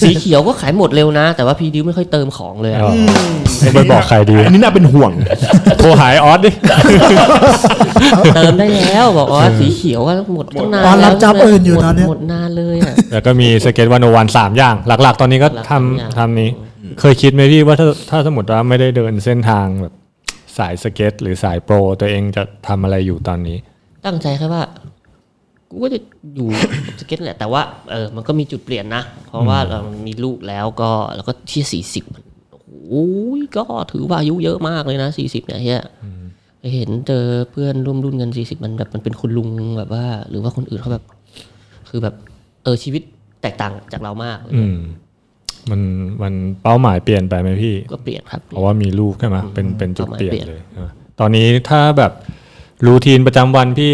Speaker 6: สีเขียวก็ขายหมดเร็วนะ แต่ว่าพีดิวไม่ค่อยเติมของเลยอะ
Speaker 4: อ๋อไม่ไปบอกใครดี
Speaker 8: อันนี้น่าเป็นห่วง
Speaker 4: โทรหายออสดิ
Speaker 6: เติมได้แล้ว บอกอ๋อสีเขียวก็หมดตั้งนาน
Speaker 5: ตอนรับ
Speaker 6: แล้ว
Speaker 5: จ๊อบอื่นอยู่
Speaker 6: หมด
Speaker 5: ตอนเนี้ย
Speaker 6: หมดนานเลยอะ
Speaker 4: แล้วก็มีสเก็ตวันโอวันสามอย่าง หลัก ๆ ตอนนี้ก็
Speaker 6: หลักๆ
Speaker 4: ทำ
Speaker 6: สามอย่าง
Speaker 4: ทำนี้ เคยคิดไหมพี่ว่าถ้าถ้าสมมติว่าไม่ได้เดินเส้นทางแบบสายสเก็ต หรือสายโปร ตัวเองจะทำอะไรอยู่ตอนนี้
Speaker 6: ตั้งใจแค่ว่า กูก็จะอยู่ สเก็ตแหละ แต่ว่าเออมันก็มีจุดเปลี่ยนนะ เพราะว่าเรามีลูกแล้วก็แล้วก็ที่สี่สิบโอ้ยก็ถือว่าอายุเยอะมากเลยนะสี่สิบเนี่ยเฮียเห็นเจอเพื่อนร่วมรุ่นกันสี่สิบมันแบบมันเป็นคุณลุงแบบว่า หรือว่าคนอื่นเขาแบบ คือแบบ เออชีวิตแตกต่างจากเรามากเลย
Speaker 4: อืม มันมันเป้าหมายเปลี่ยนไปไหมพี่
Speaker 6: ก็เปลี่ยนครับ
Speaker 4: เพราะว่ามีลูกใช่ไหมเป็นเป็นจุด
Speaker 6: เป้าหมาย
Speaker 4: เปลี่ยน
Speaker 6: เปลี่ยน
Speaker 4: เลยอ่ะตอนนี้ถ้าแบบรูทีนประจำวันพี่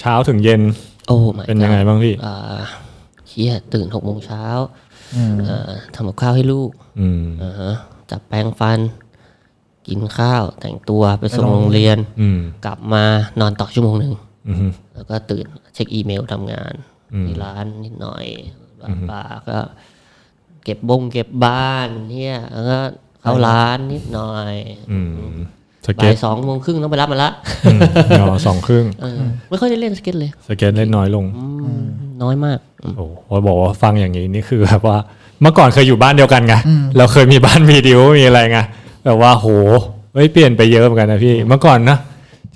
Speaker 4: เช้าถึงเย็น
Speaker 6: โอ้ my
Speaker 4: เป็นยังไง
Speaker 6: God
Speaker 4: บ้างพี่
Speaker 6: อ่าเฮียตื่นหกโมงเช้าเอ่อทำกับข้าวให้ลูก
Speaker 4: อืม
Speaker 6: อ่าฮะจับแปรงฟัน กินข้าวแต่งตัวไปส่งโรงเรียน
Speaker 4: อืม
Speaker 6: กลับมานอนต่อชั่วโมงหนึ่ง
Speaker 4: อืม
Speaker 6: แล้วก็ตื่นเช็คอีเมลทำงานที่ร้านนิดหน่อยบาบาร์ก็ เก็บบงเก็บบ้านเนี่ยแล้วก็เข้าร้านนิดหน่อย
Speaker 4: อืมสเก็ต
Speaker 6: บ่ายสองโมงครึ่งต้องไปรับมันละ
Speaker 4: อืมอ๋อสองครึ่ง
Speaker 6: เออไม่ค่อยได้เล่นสเก็ตเลย
Speaker 4: สเก็ตเล่นน้อยลง
Speaker 6: อืมน้อยมากอืม
Speaker 4: โอ้โหบอกว่าฟังอย่างนี้นี่คือแบบว่าเมื่อก่อนเคยอยู่บ้านเดียวกันไงเราเคยมีบ้านมีดิวมีอะไรไงแบบว่าโหเฮ้ยเปลี่ยนไปเยอะเหมือนกันนะพี่เมื่อก่อนนะ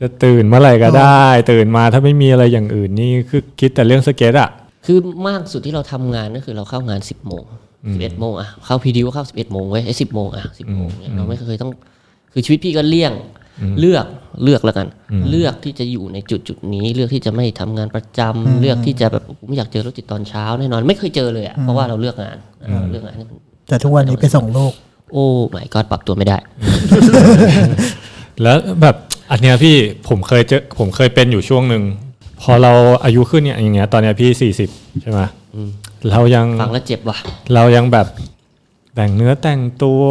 Speaker 4: จะตื่นเมื่อไหร่ก็ได้ ตื่นมาถ้าไม่มีอะไรอย่างอื่นนี่คือคิดแต่เรื่องสเก็ตอ่ะ
Speaker 6: คือมากสุดที่เราทำงานก็คือเราเข้างานสิบโมงสิบเอ็ดโมงอ่ะเข้าพีดีก็เข้าสิบเอ็ดโมงเว้ยไอ้สิบโมงอ่ะสิบโมงเนี่ยเราไม่เคยต้อง คือชีวิตพี่ก็เลี่ยงเลือกเลือกแล้วกัน เลือกที่จะอยู่ในจุดจุดนี้ เลือกที่จะไม่ทำงานประจำเลือกที่จะแบบผมอยากเจอรถติดตอนเช้าแน่นอน ไม่เคยเจอเลยอ่ะเพราะว่าเราเลือกงานอ่าเลือกงานนี่มัน
Speaker 5: แต่ทุกวันนี้ไปส่งโลก
Speaker 6: โอ้ไม่ก็ปรับตัวไม่ได้
Speaker 4: แล้วแบบอันเนี้ยพี่ผมเคยเจอผมเคยเป็นอยู่ช่วงหนึ่งพอเราอายุขึ้นเนี่ยอย่างเงี้ยตอนเนี้ยพี่สี่สิบใช่ไหมเรายัง
Speaker 6: ฟังแล้วเจ็บว่ะ
Speaker 4: เรายังแบบแต่งเนื้อแต่งตัว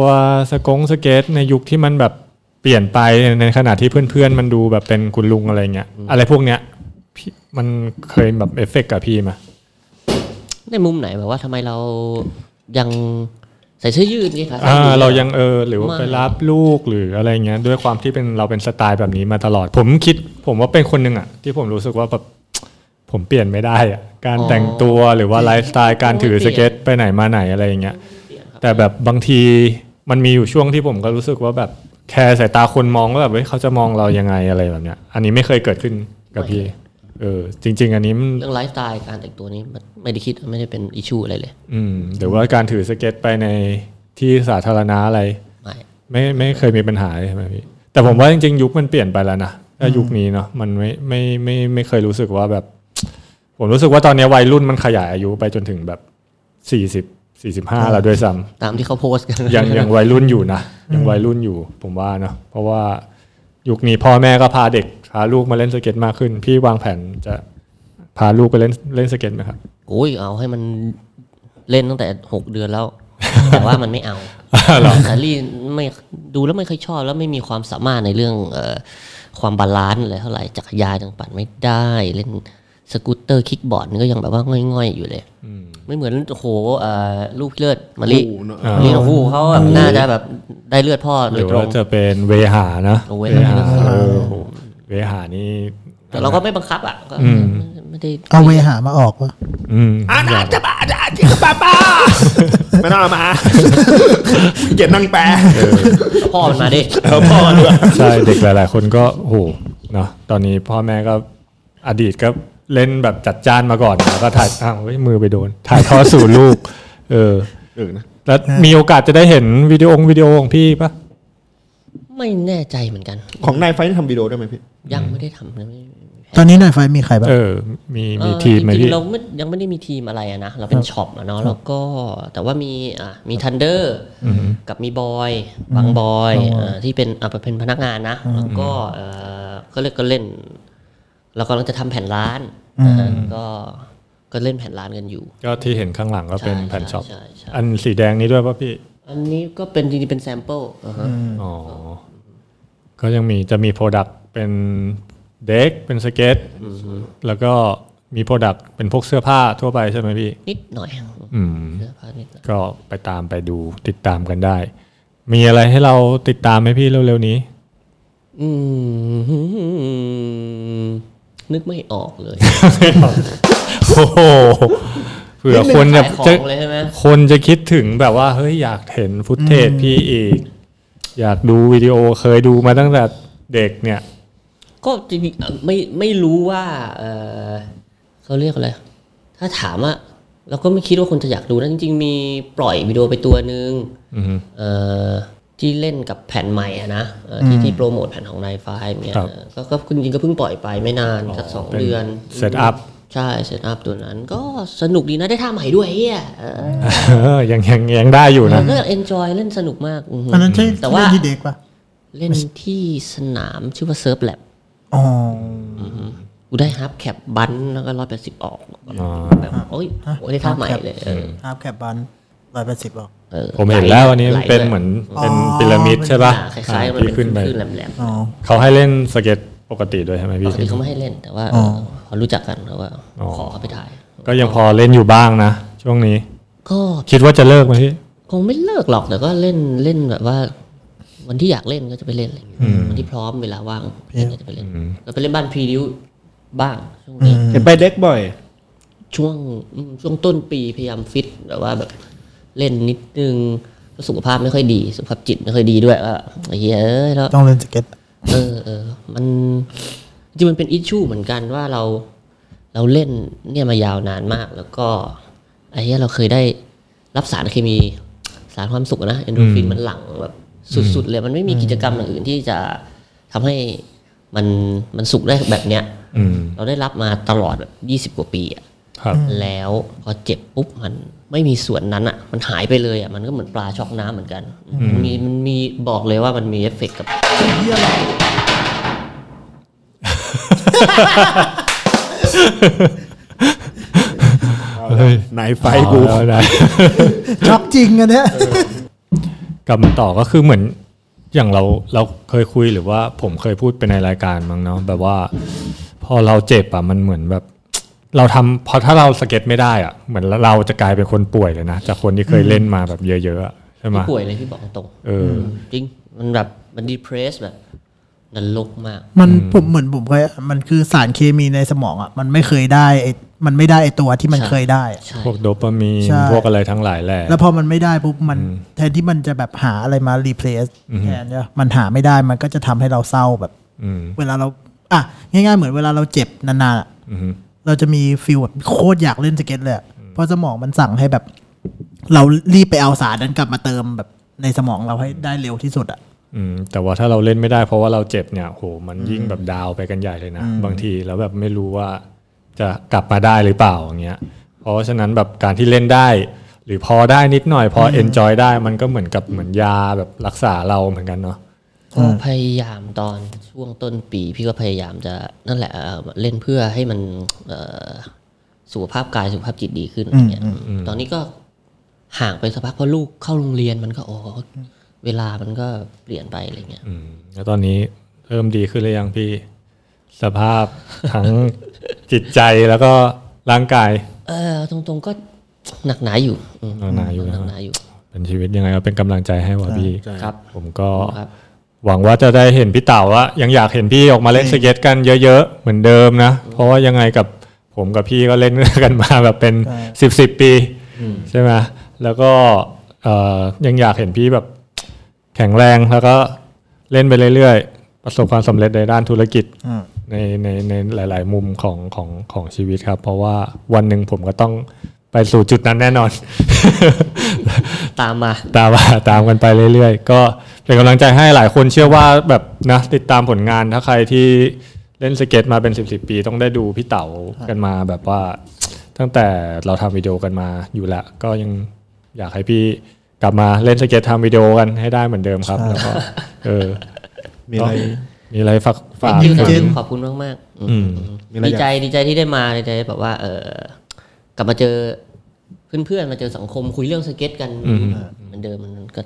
Speaker 4: สกงสเก็ตในยุคที่มันแบบเปลี่ยนไปในขณะที่เพื่อนๆ มันดูแบบเป็นคุณลุงอะไรเงี้ยอะไรพวกเนี้ยพี่มันเคยแบบเอฟเฟกต์กับพี่มา
Speaker 6: ในมุมไหนแบบว่าทำไมเรายังใส่เสื้อยืดไงคะ
Speaker 4: อ่าเรายังเออหรือว่า
Speaker 6: ไม่
Speaker 4: ไปรับลูกหรืออะไรเงี้ยด้วยความที่เป็นเราเป็นสไตล์แบบนี้มาตลอด ผมคิดผมว่าเป็นคนหนึ่งอ่ะที่ผมรู้สึกว่าแบบผมเปลี่ยนไม่ได้อ่ะการแต่งตัวหรือว่าไลฟ์สไตล์การถือสเก็ตไปไหนมาไหนอะไรอย่างเงี้ยแต่แบบบางทีมันมีอยู่ช่วงที่ผมก็รู้สึกว่าแบบแคร์สายตาคนมองว่าแบบเฮ้ยเขาจะมองเรายังไงอะไรแบบเนี้ย อันนี้ไม่เคยเกิดขึ้นกับพี่เออจริง ๆ อันนี้มัน
Speaker 6: เรื่องไลฟ์สไตล์การแต่งตัวนี้มันไม่ได้คิดไม่ได้เป็นอิชูอะไรเลย
Speaker 4: อืมหรือว่าการถือสเก็ตไปในที่สาธารณะอะไร
Speaker 6: ไม่
Speaker 4: ไม่ไม่เคยมีปัญหาเลยใช่ไหมพี่แต่ผมว่าจริงๆ ยุคมันเปลี่ยนไปแล้วนะถ้ายุคนี้เนาะมันไม่ไม่ไม่ไม่ไม่เคยรู้สึกว่าแบบ ผมรู้สึกว่าตอนนี้วัยรุ่นมันขยายอายุไปจนถึงแบบสี่สิบสี่สิบห้าแล้วด้วยซ้ำ
Speaker 6: ตามที่เขาโพสต์กัน
Speaker 4: ยังยังวัยรุ่นอยู่นะยังวัยรุ่นอยู่ ผมว่าเนอะเพราะว่ายุคนี้พ่อแม่ก็พาเด็กพาลูกมาเล่นสเก็ตมากขึ้น พี่วางแผนจะพาลูกไปเล่นเล่นสเก็ตไหมครับ
Speaker 6: โอ้ยเอาให้มัน เล่นตั้งแต่หกเดือน แล้ว แต่ว่ามันไม่เอาสาลี่ไม่ดูแล้วไม่ค่อยชอบ แล้วไม่มีความสามารถในเรื่องเออความบาลานซ์อะไรเท่าไหร่จักรยานยังปั่นไม่ได้ เล่นสกูตเตอร์คิกบอร์ดนี่ก็ยังแบบว่าง่อยๆอยู่เลยไม่เหมือนโอ้โหเอ่อลูกเลือดมะลิมะลิของผู้เขาแบบน่าจะแบบได้เลือดพ่อ
Speaker 4: ห
Speaker 6: โด
Speaker 4: รื
Speaker 6: ย
Speaker 4: อ
Speaker 6: ตร
Speaker 4: ว่าง จะเป็นเวหานะ
Speaker 6: โอ้เวหา
Speaker 4: เออโหเวหานี่
Speaker 6: แต่เราก็ไม่บังคับอ่ะก็ไม่ได้
Speaker 5: เอาเวหามาออกวะ
Speaker 4: อืม
Speaker 7: อาดาจะบ้าดาจิกป้าป้า
Speaker 8: ไม่ต้องเอามา เกียดนั่งแปะ
Speaker 6: พ่อมันมาดิ
Speaker 8: เออพ่อด้วย
Speaker 4: ใช่เด็กหลาย ๆ คนก็โหเนาะตอนนี้พ่อแม่ก็อดีตก็เล่นแบบจัดจ้านมาก่อนแล้วก็ถ่ายอ้าวเฮ้ยมือไปโดน ถ่ายทอดสู่ลูก เออ
Speaker 8: เออนะ
Speaker 4: แล้วมีโอกาสจะได้เห็นวิดีโอวิดีโอของพี่ปะ
Speaker 6: ไม่แน่ใจเหมือนกัน
Speaker 8: ของนายไฟท์ทำวิดีโอได้ไหมพี่
Speaker 6: ยังไม่ได้ทำนะไม่
Speaker 5: ตอนนี้หน่อยไฟมีใครบ้าง
Speaker 4: เออ มี
Speaker 6: เอ่
Speaker 4: มี
Speaker 6: อ
Speaker 4: ทีมไหม
Speaker 6: จริ
Speaker 4: พี่
Speaker 6: งๆเราไม่ยังไม่ได้มีทีมอะไรอะนะเราเป็นช็อปอะเนาะแล้วก็แต่ว่ามีอ่ะมีทันเดอร์กับมีบอยบางบอยอ่าที่เป็นอ่ะเป็นพนักงานนะ แล้วก็เอ่อก็เล่นก็เล่น เรากำลังจะทำแผ่นร้านอ่าก็ก็เล่นแผ่นร้านกันอยู่
Speaker 4: ก็ที่เห็นข้างหลังก็เป็นแผ่นช็อป
Speaker 6: ใช่ใช่
Speaker 4: อันสีแดงนี้ด้วยป่ะพี่
Speaker 6: อันนี้ก็เป็นจริงๆเป็นแซมเปิลอ่าฮะ
Speaker 4: อ๋อ ก็ยังมีจะมีโปรดักต์เป็นเด็กเป็นสเก็ตแล้วก็มีโปรดักต์เป็นพวกเสื้อผ้าทั่วไปใช่ไหมพี่
Speaker 6: นิดหน่อย
Speaker 4: อืม
Speaker 6: เสื้อผ้านิดหน่อย
Speaker 4: ก็ไปตามไปดูติดตามกันได้ มีอะไรให้เราติดตามไหมพี่เร็วๆนี้
Speaker 6: อืมนึกไม่ออกเลย
Speaker 4: โอ้โหเผื่อคนจะ
Speaker 6: ขายของ
Speaker 4: จะ
Speaker 6: เลยใช่ไหม
Speaker 4: คนจะคิดถึงแบบว่า เฮ้ยอยากเห็นฟุตเทจพี่อีก อยากดูวิดีโอเคยดูมาตั้งแต่เด็กเนี่ย
Speaker 6: ก็จริงๆเอ่อไม่ไม่รู้ว่าเออเขาเรียกอะไร ถ้าถามอะเราก็ไม่คิดว่าคนจะอยากดูนะจริง ๆ มีปล่อยวิดีโอไปตัวหนึ่ง
Speaker 4: อืม
Speaker 6: เอ่อที่เล่นกับแผ่นใหม่อะนะเอ่อที่ที่โปรโมทแผ่นของนายไฟเงี้ย
Speaker 4: ครับ
Speaker 6: เออก็ก็จริงๆก็เพิ่งปล่อยไปไม่นานสักสอง
Speaker 4: เป็น
Speaker 6: เดือน
Speaker 4: set up
Speaker 6: ใช่เซตอัพตัวนั้น ก็สนุกดีนะได้ท่าใหม่ด้วยเฮียเออ
Speaker 4: เออยังยังยังได้อยู่นะ
Speaker 6: ก็เอนจอยเล่นสนุกมากหื
Speaker 5: อันนั้นใช่
Speaker 6: แต่ว่า
Speaker 5: เล่นที่เด็กปะ
Speaker 6: เล่นที่สนามชื่อว่าเซิร์ฟแลบ
Speaker 5: อ๋อ
Speaker 6: กูได้ฮับแคปบันแล้วก็ร้อยแปดสิบออก
Speaker 4: อ๋อ
Speaker 6: แบบโอ้ยโอ้ยได้ท่าใหม่เลยเออ
Speaker 5: ฮาร์ปแคปบันร้อยแปดสิบออก
Speaker 6: ออ
Speaker 4: ผมเห็นแล้วอันนี้
Speaker 6: ไ
Speaker 4: มันเป็นเหมือน
Speaker 5: อ๋อ
Speaker 4: เป็นพีระมิดใช่ป่ะ
Speaker 6: อ่าคล้ายๆมัน
Speaker 4: ที่
Speaker 6: เป็น
Speaker 4: ขึ้นไป
Speaker 6: ขึ้นแหลม
Speaker 5: อ๋อ
Speaker 4: เขาให้เล่นสเก็ตปกติด้วยใช่ไหม
Speaker 6: ๆป
Speaker 4: พี่
Speaker 6: กติเขาไม่ให้เล่นแต่ว่า
Speaker 5: อ๋อ
Speaker 6: พอรู้จักกันเขาก็ขอไปถ่าย
Speaker 4: ก็ยังพอเล่นอยู่บ้างนะ ช่วงนี้
Speaker 6: ก็
Speaker 4: คิดว่าจะเลิกไหมพี่
Speaker 6: คงไม่เลิกหรอกแต่ก็เล่นเล่นแบบว่า วันที่อยากเล่นก็จะไปเล่นอะไรอย่างเงี้ยวันที่พร้อมเวลาว่างก็จะไปเล่นก็ไปเล่นบ้านพรีดิวบ้างช่วงนี้
Speaker 8: เห็นไปเด็กบ่อย
Speaker 6: ช่วงอืมช่วงต้นปีพยายามฟิตแบบว่าแบบเล่นนิดนึงแล้วสุขภาพไม่ค่อยดี สุขภาพจิตไม่ค่อยดีด้วยก็ไอ้เฮ้ยเอ้ยแล้ว
Speaker 5: ต้องเล่นสเก็ต
Speaker 6: เออเออมันจริงมันเป็นอิชชูเหมือนกันว่าเราเราเล่นเนี่ยมายาวนานมาก แล้วก็ไอ้เฮ้ยเราเคยได้รับสารเคมีสารความสุขนะเอนโดรฟินมันหลั่งแบบสุดๆเลยมันไม่มีกิจกรรมอย่างอื่นที่จะทำให้มันมันสุขได้แบบเนี้ย
Speaker 4: อืม
Speaker 6: เราได้รับมาตลอดแบบยี่สิบ20 กว่าปีอะ
Speaker 4: ครับ
Speaker 6: แล้วพอเจ็บปุ๊บมันไม่มีส่วนนั้นอะ่ะ มันหายไปเลยอะ่ะมันก็เหมือนปลาช็อกน้ำเหมือนกันมันมีมันมีบอกเลยว่ามันมีเอฟเฟกต์กับ
Speaker 8: ไหนไฟท์กู
Speaker 4: เอาได้
Speaker 5: ช็อกจริงอันเนี้ย
Speaker 4: กลับมาต่อก็คือเหมือนอย่างเราเราเคยคุยหรือว่าผมเคยพูดไปในรายการมั้งเนาะแบบว่า พอเราเจ็บอ่ะมันเหมือนแบบ เราทำพอถ้าเราสเก็ตไม่ได้อ่ะ เหมือนเราจะกลายเป็นคนป่วยเลยนะจากคนที่เคยเล่นมาแบบเยอะๆอะใช่ไหม
Speaker 6: ที่ป่วยเลยพี่บอกตรง
Speaker 4: เออ
Speaker 6: จริง มันแบบมันดีเพรสแบบนรกมาก
Speaker 5: มันผมเหมือนผมเคยมันคือสารเคมีในสมองอ่ะ มันไม่เคยได้ไอ้มันไม่ได้ไอตัวที่มัน
Speaker 6: ใช่
Speaker 5: เคยได้อะ
Speaker 6: ใช่
Speaker 4: พวกโดปามีน
Speaker 5: ใช่
Speaker 4: พวกอะไรทั้งหลายแหละ
Speaker 5: แล้วพอมันไม่ได้ปุ๊บมันแทนที่มันจะแบบหาอะไรมารีเพลซแทนเนี่ยมันหาไม่ได้มันก็จะทำให้เราเศร้าแบบ
Speaker 4: อืม
Speaker 5: เวลาเราอ่ะง่ายๆเหมือนเวลาเราเจ็บนานๆอะ
Speaker 4: อืม
Speaker 5: เราจะมีฟีลแบบโคตรอยากเล่นสเก็ตเลยอะเพราะสมองมันสั่งให้แบบ เรารีบไปเอาสารนั้นกลับมาเติมแบบในสมองเราให้ได้เร็วที่สุดอ่ะ
Speaker 4: อืมแต่ว่าถ้าเราเล่นไม่ได้เพราะว่าเราเจ็บเนี่ยโหมันยิ่งแบบดาวไปกันใหญ่เลยนะ บางทีแล้วแบบไม่รู้ว่าจะกลับมาได้หรือเปล่าอย่างเงี้ย เพราะฉะนั้นแบบการที่เล่นได้ หรือพอได้นิดหน่อยพอเอนจอยได้มันก็เหมือนกับเหมือนยาแบบรักษาเราเหมือนกันเนาะ
Speaker 6: ก็พยายามตอนช่วงต้นปีพี่ก็พยายามจะนั่นแหละเอ่อเล่นเพื่อให้มันเอ่อสุขภาพกายสุขภาพจิตดีขึ้นอะไรเงี้ยตอนนี้ก็ ห่างไปสักพักเพราะลูกเข้าโรงเรียนมันก็โอ้เวลามันก็เปลี่ยนไปอะไรเงี้ย
Speaker 4: อืมแล้วตอนนี้เริ่มดีขึ้นหรือยังพี่ สภาพทั้ง จิตใจแล้วก็ร่างกาย
Speaker 6: เออตรงๆก็หนักหนาอยู่อืม
Speaker 4: หนักหนาอยู่
Speaker 6: ห
Speaker 4: นะ
Speaker 6: นักหนาอยู่
Speaker 4: เป็นชีวิตยังไงก็เป็นกำลังใจให้ว่ะพี่
Speaker 6: ครับ
Speaker 4: ผมก็
Speaker 6: ครับ
Speaker 4: หวังว่าจะได้เห็นพี่เต่าว่ายังอยากเห็นพี่ออกมาเล่นสเก็ตกันเยอะๆเหมือนเดิมนะ เพราะว่ายังไงกับผมกับพี่ก็เล่น กันมาแบบเป็นสิบสิบปีใช่ไหมแล้วก็เอ่อยังอยากเห็นพี่แบบแข็งแรงแล้วก็เล่นไปเรื่อยๆ ประสบความสำเร็จในด้านธุรกิจ
Speaker 5: อืม
Speaker 4: ในในในหลาย ๆ มุมของของของชีวิตครับ เพราะว่าวันหนึ่งผมก็ต้องไปสู่จุดนั้นแน่นอน
Speaker 6: ตามมา
Speaker 4: ตาม มาตามกันไปเรื่อยๆ ก็เป็นกำลังใจให้หลายคนเชื่อว่าแบบนะติดตามผลงานถ้าใครที่เล่นสเก็ตมาเป็น 10บสปี ต้องได้ดูพี่เต๋ากันมาแบบว่า ตั้งแต่เราทำวิดีโอกันมาอยู่แล้ว ก็ยังอยากให้พี่กลับมาเล่นสเก็ตทำวิดีโอกันให้ได้เหมือนเดิมครับ แล้วก็เออ
Speaker 8: มีอะไร
Speaker 4: มีอะไรฝากฝาก
Speaker 6: Thank
Speaker 5: ขอบ
Speaker 6: you
Speaker 5: คุณ
Speaker 6: ขอบคุณมากๆอืม
Speaker 8: มีอะไรอยาก
Speaker 6: ดีใจดีใจที่ได้มาดีใจแบบว่า เออกลับมาเจอเพื่อนๆมาเจอสังคมคุยเรื่องสเก็ตกันเหมือนเดิมมันก็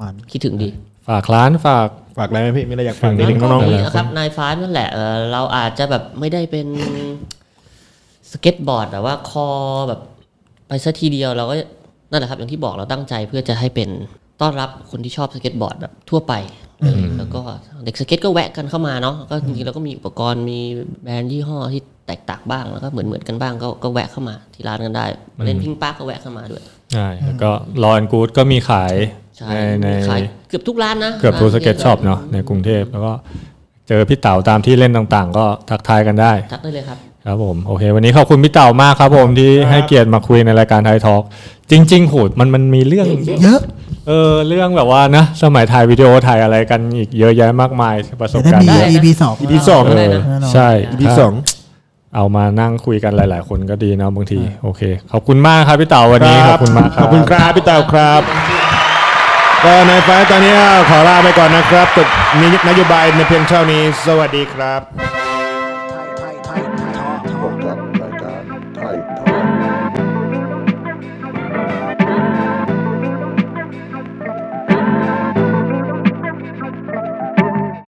Speaker 5: มัน
Speaker 6: คิดถึงดี
Speaker 4: ฝากร้านฝาก
Speaker 8: ฝากอะไรไหมพี่มีอะไรอยากฝาก
Speaker 4: ฝาก
Speaker 8: นิดนึง
Speaker 4: น้
Speaker 6: ก็
Speaker 4: องๆ
Speaker 6: มี
Speaker 4: หลายๆคน
Speaker 6: นะครับนายฟ้านั่นแหละเอ่อเราอาจจะแบบไม่ได้เป็น สเก็ตบอร์ดแบบว่าคอแบบไปซะทีเดียวเราก็นั่นแหละครับ อย่างที่บอกเราตั้งใจเพื่อจะให้เป็นต้อนรับคนที่ชอบสเก็ตบอร์ดแบบทั่วไปเลยแล้วก็เด็กสเก็ตก็แวะกันเข้ามาเนาะก็จริงๆเราก็มีอุปกรณ์มีแบรนด์ยี่ห้อที่แตกต่างบ้างแล้วก็เหมือนเหมือนๆกันบ้างก็ก็แวะเข้ามาที่ร้านกันได้มาเล่นพิงป้าก็แวะเข้ามาด้วย
Speaker 4: ใช่แล้วก็รอนกูดก็มีขาย
Speaker 6: ใช่
Speaker 4: ในใน
Speaker 6: ขายเกือบทุกร้านนะ
Speaker 4: เกือบทุกสเก็ตช็อปเนาะในกรุงเทพแล้วก็เจอพี่เต่าตามที่เล่นต่างๆ ก็ทักทายกันได้
Speaker 6: ทักได้เลยครับ
Speaker 4: ครับผมโอเค วันนี้ขอบคุณพี่เต่ามากครับผมที่ให้เกียรติมาคุยในรายการไทยทอล์กจริงๆโหดมันมันมีเรื่อง
Speaker 5: เยอะ
Speaker 4: เออเรื่องแบบว่านะสมัยถ่ายวิดีโอถ่ายอะไรกันอีกเยอะแยะมากมายประสบ
Speaker 5: เดี๋ยวได้
Speaker 4: การณ์
Speaker 5: มี
Speaker 6: ได้นะ
Speaker 5: EP สอง
Speaker 8: EP สอง
Speaker 4: เอ
Speaker 6: ได้
Speaker 4: อ
Speaker 6: นะ
Speaker 4: ใช่
Speaker 8: อีสอง
Speaker 4: เอามานั่งคุยกันหลาย ๆ คนก็ดีเนาะบางทีโอเคขอบคุณมากครับพี่เต่าวันนี้ขอบคุณมากค
Speaker 8: ข
Speaker 4: รั
Speaker 8: อบบ คุณครับพี่เต่าครับก็นายฟ้าตอนนี้ขอลาไปก่อนนะครับกับนโยบายในเพียงเท่านี้ สวัสดีครับ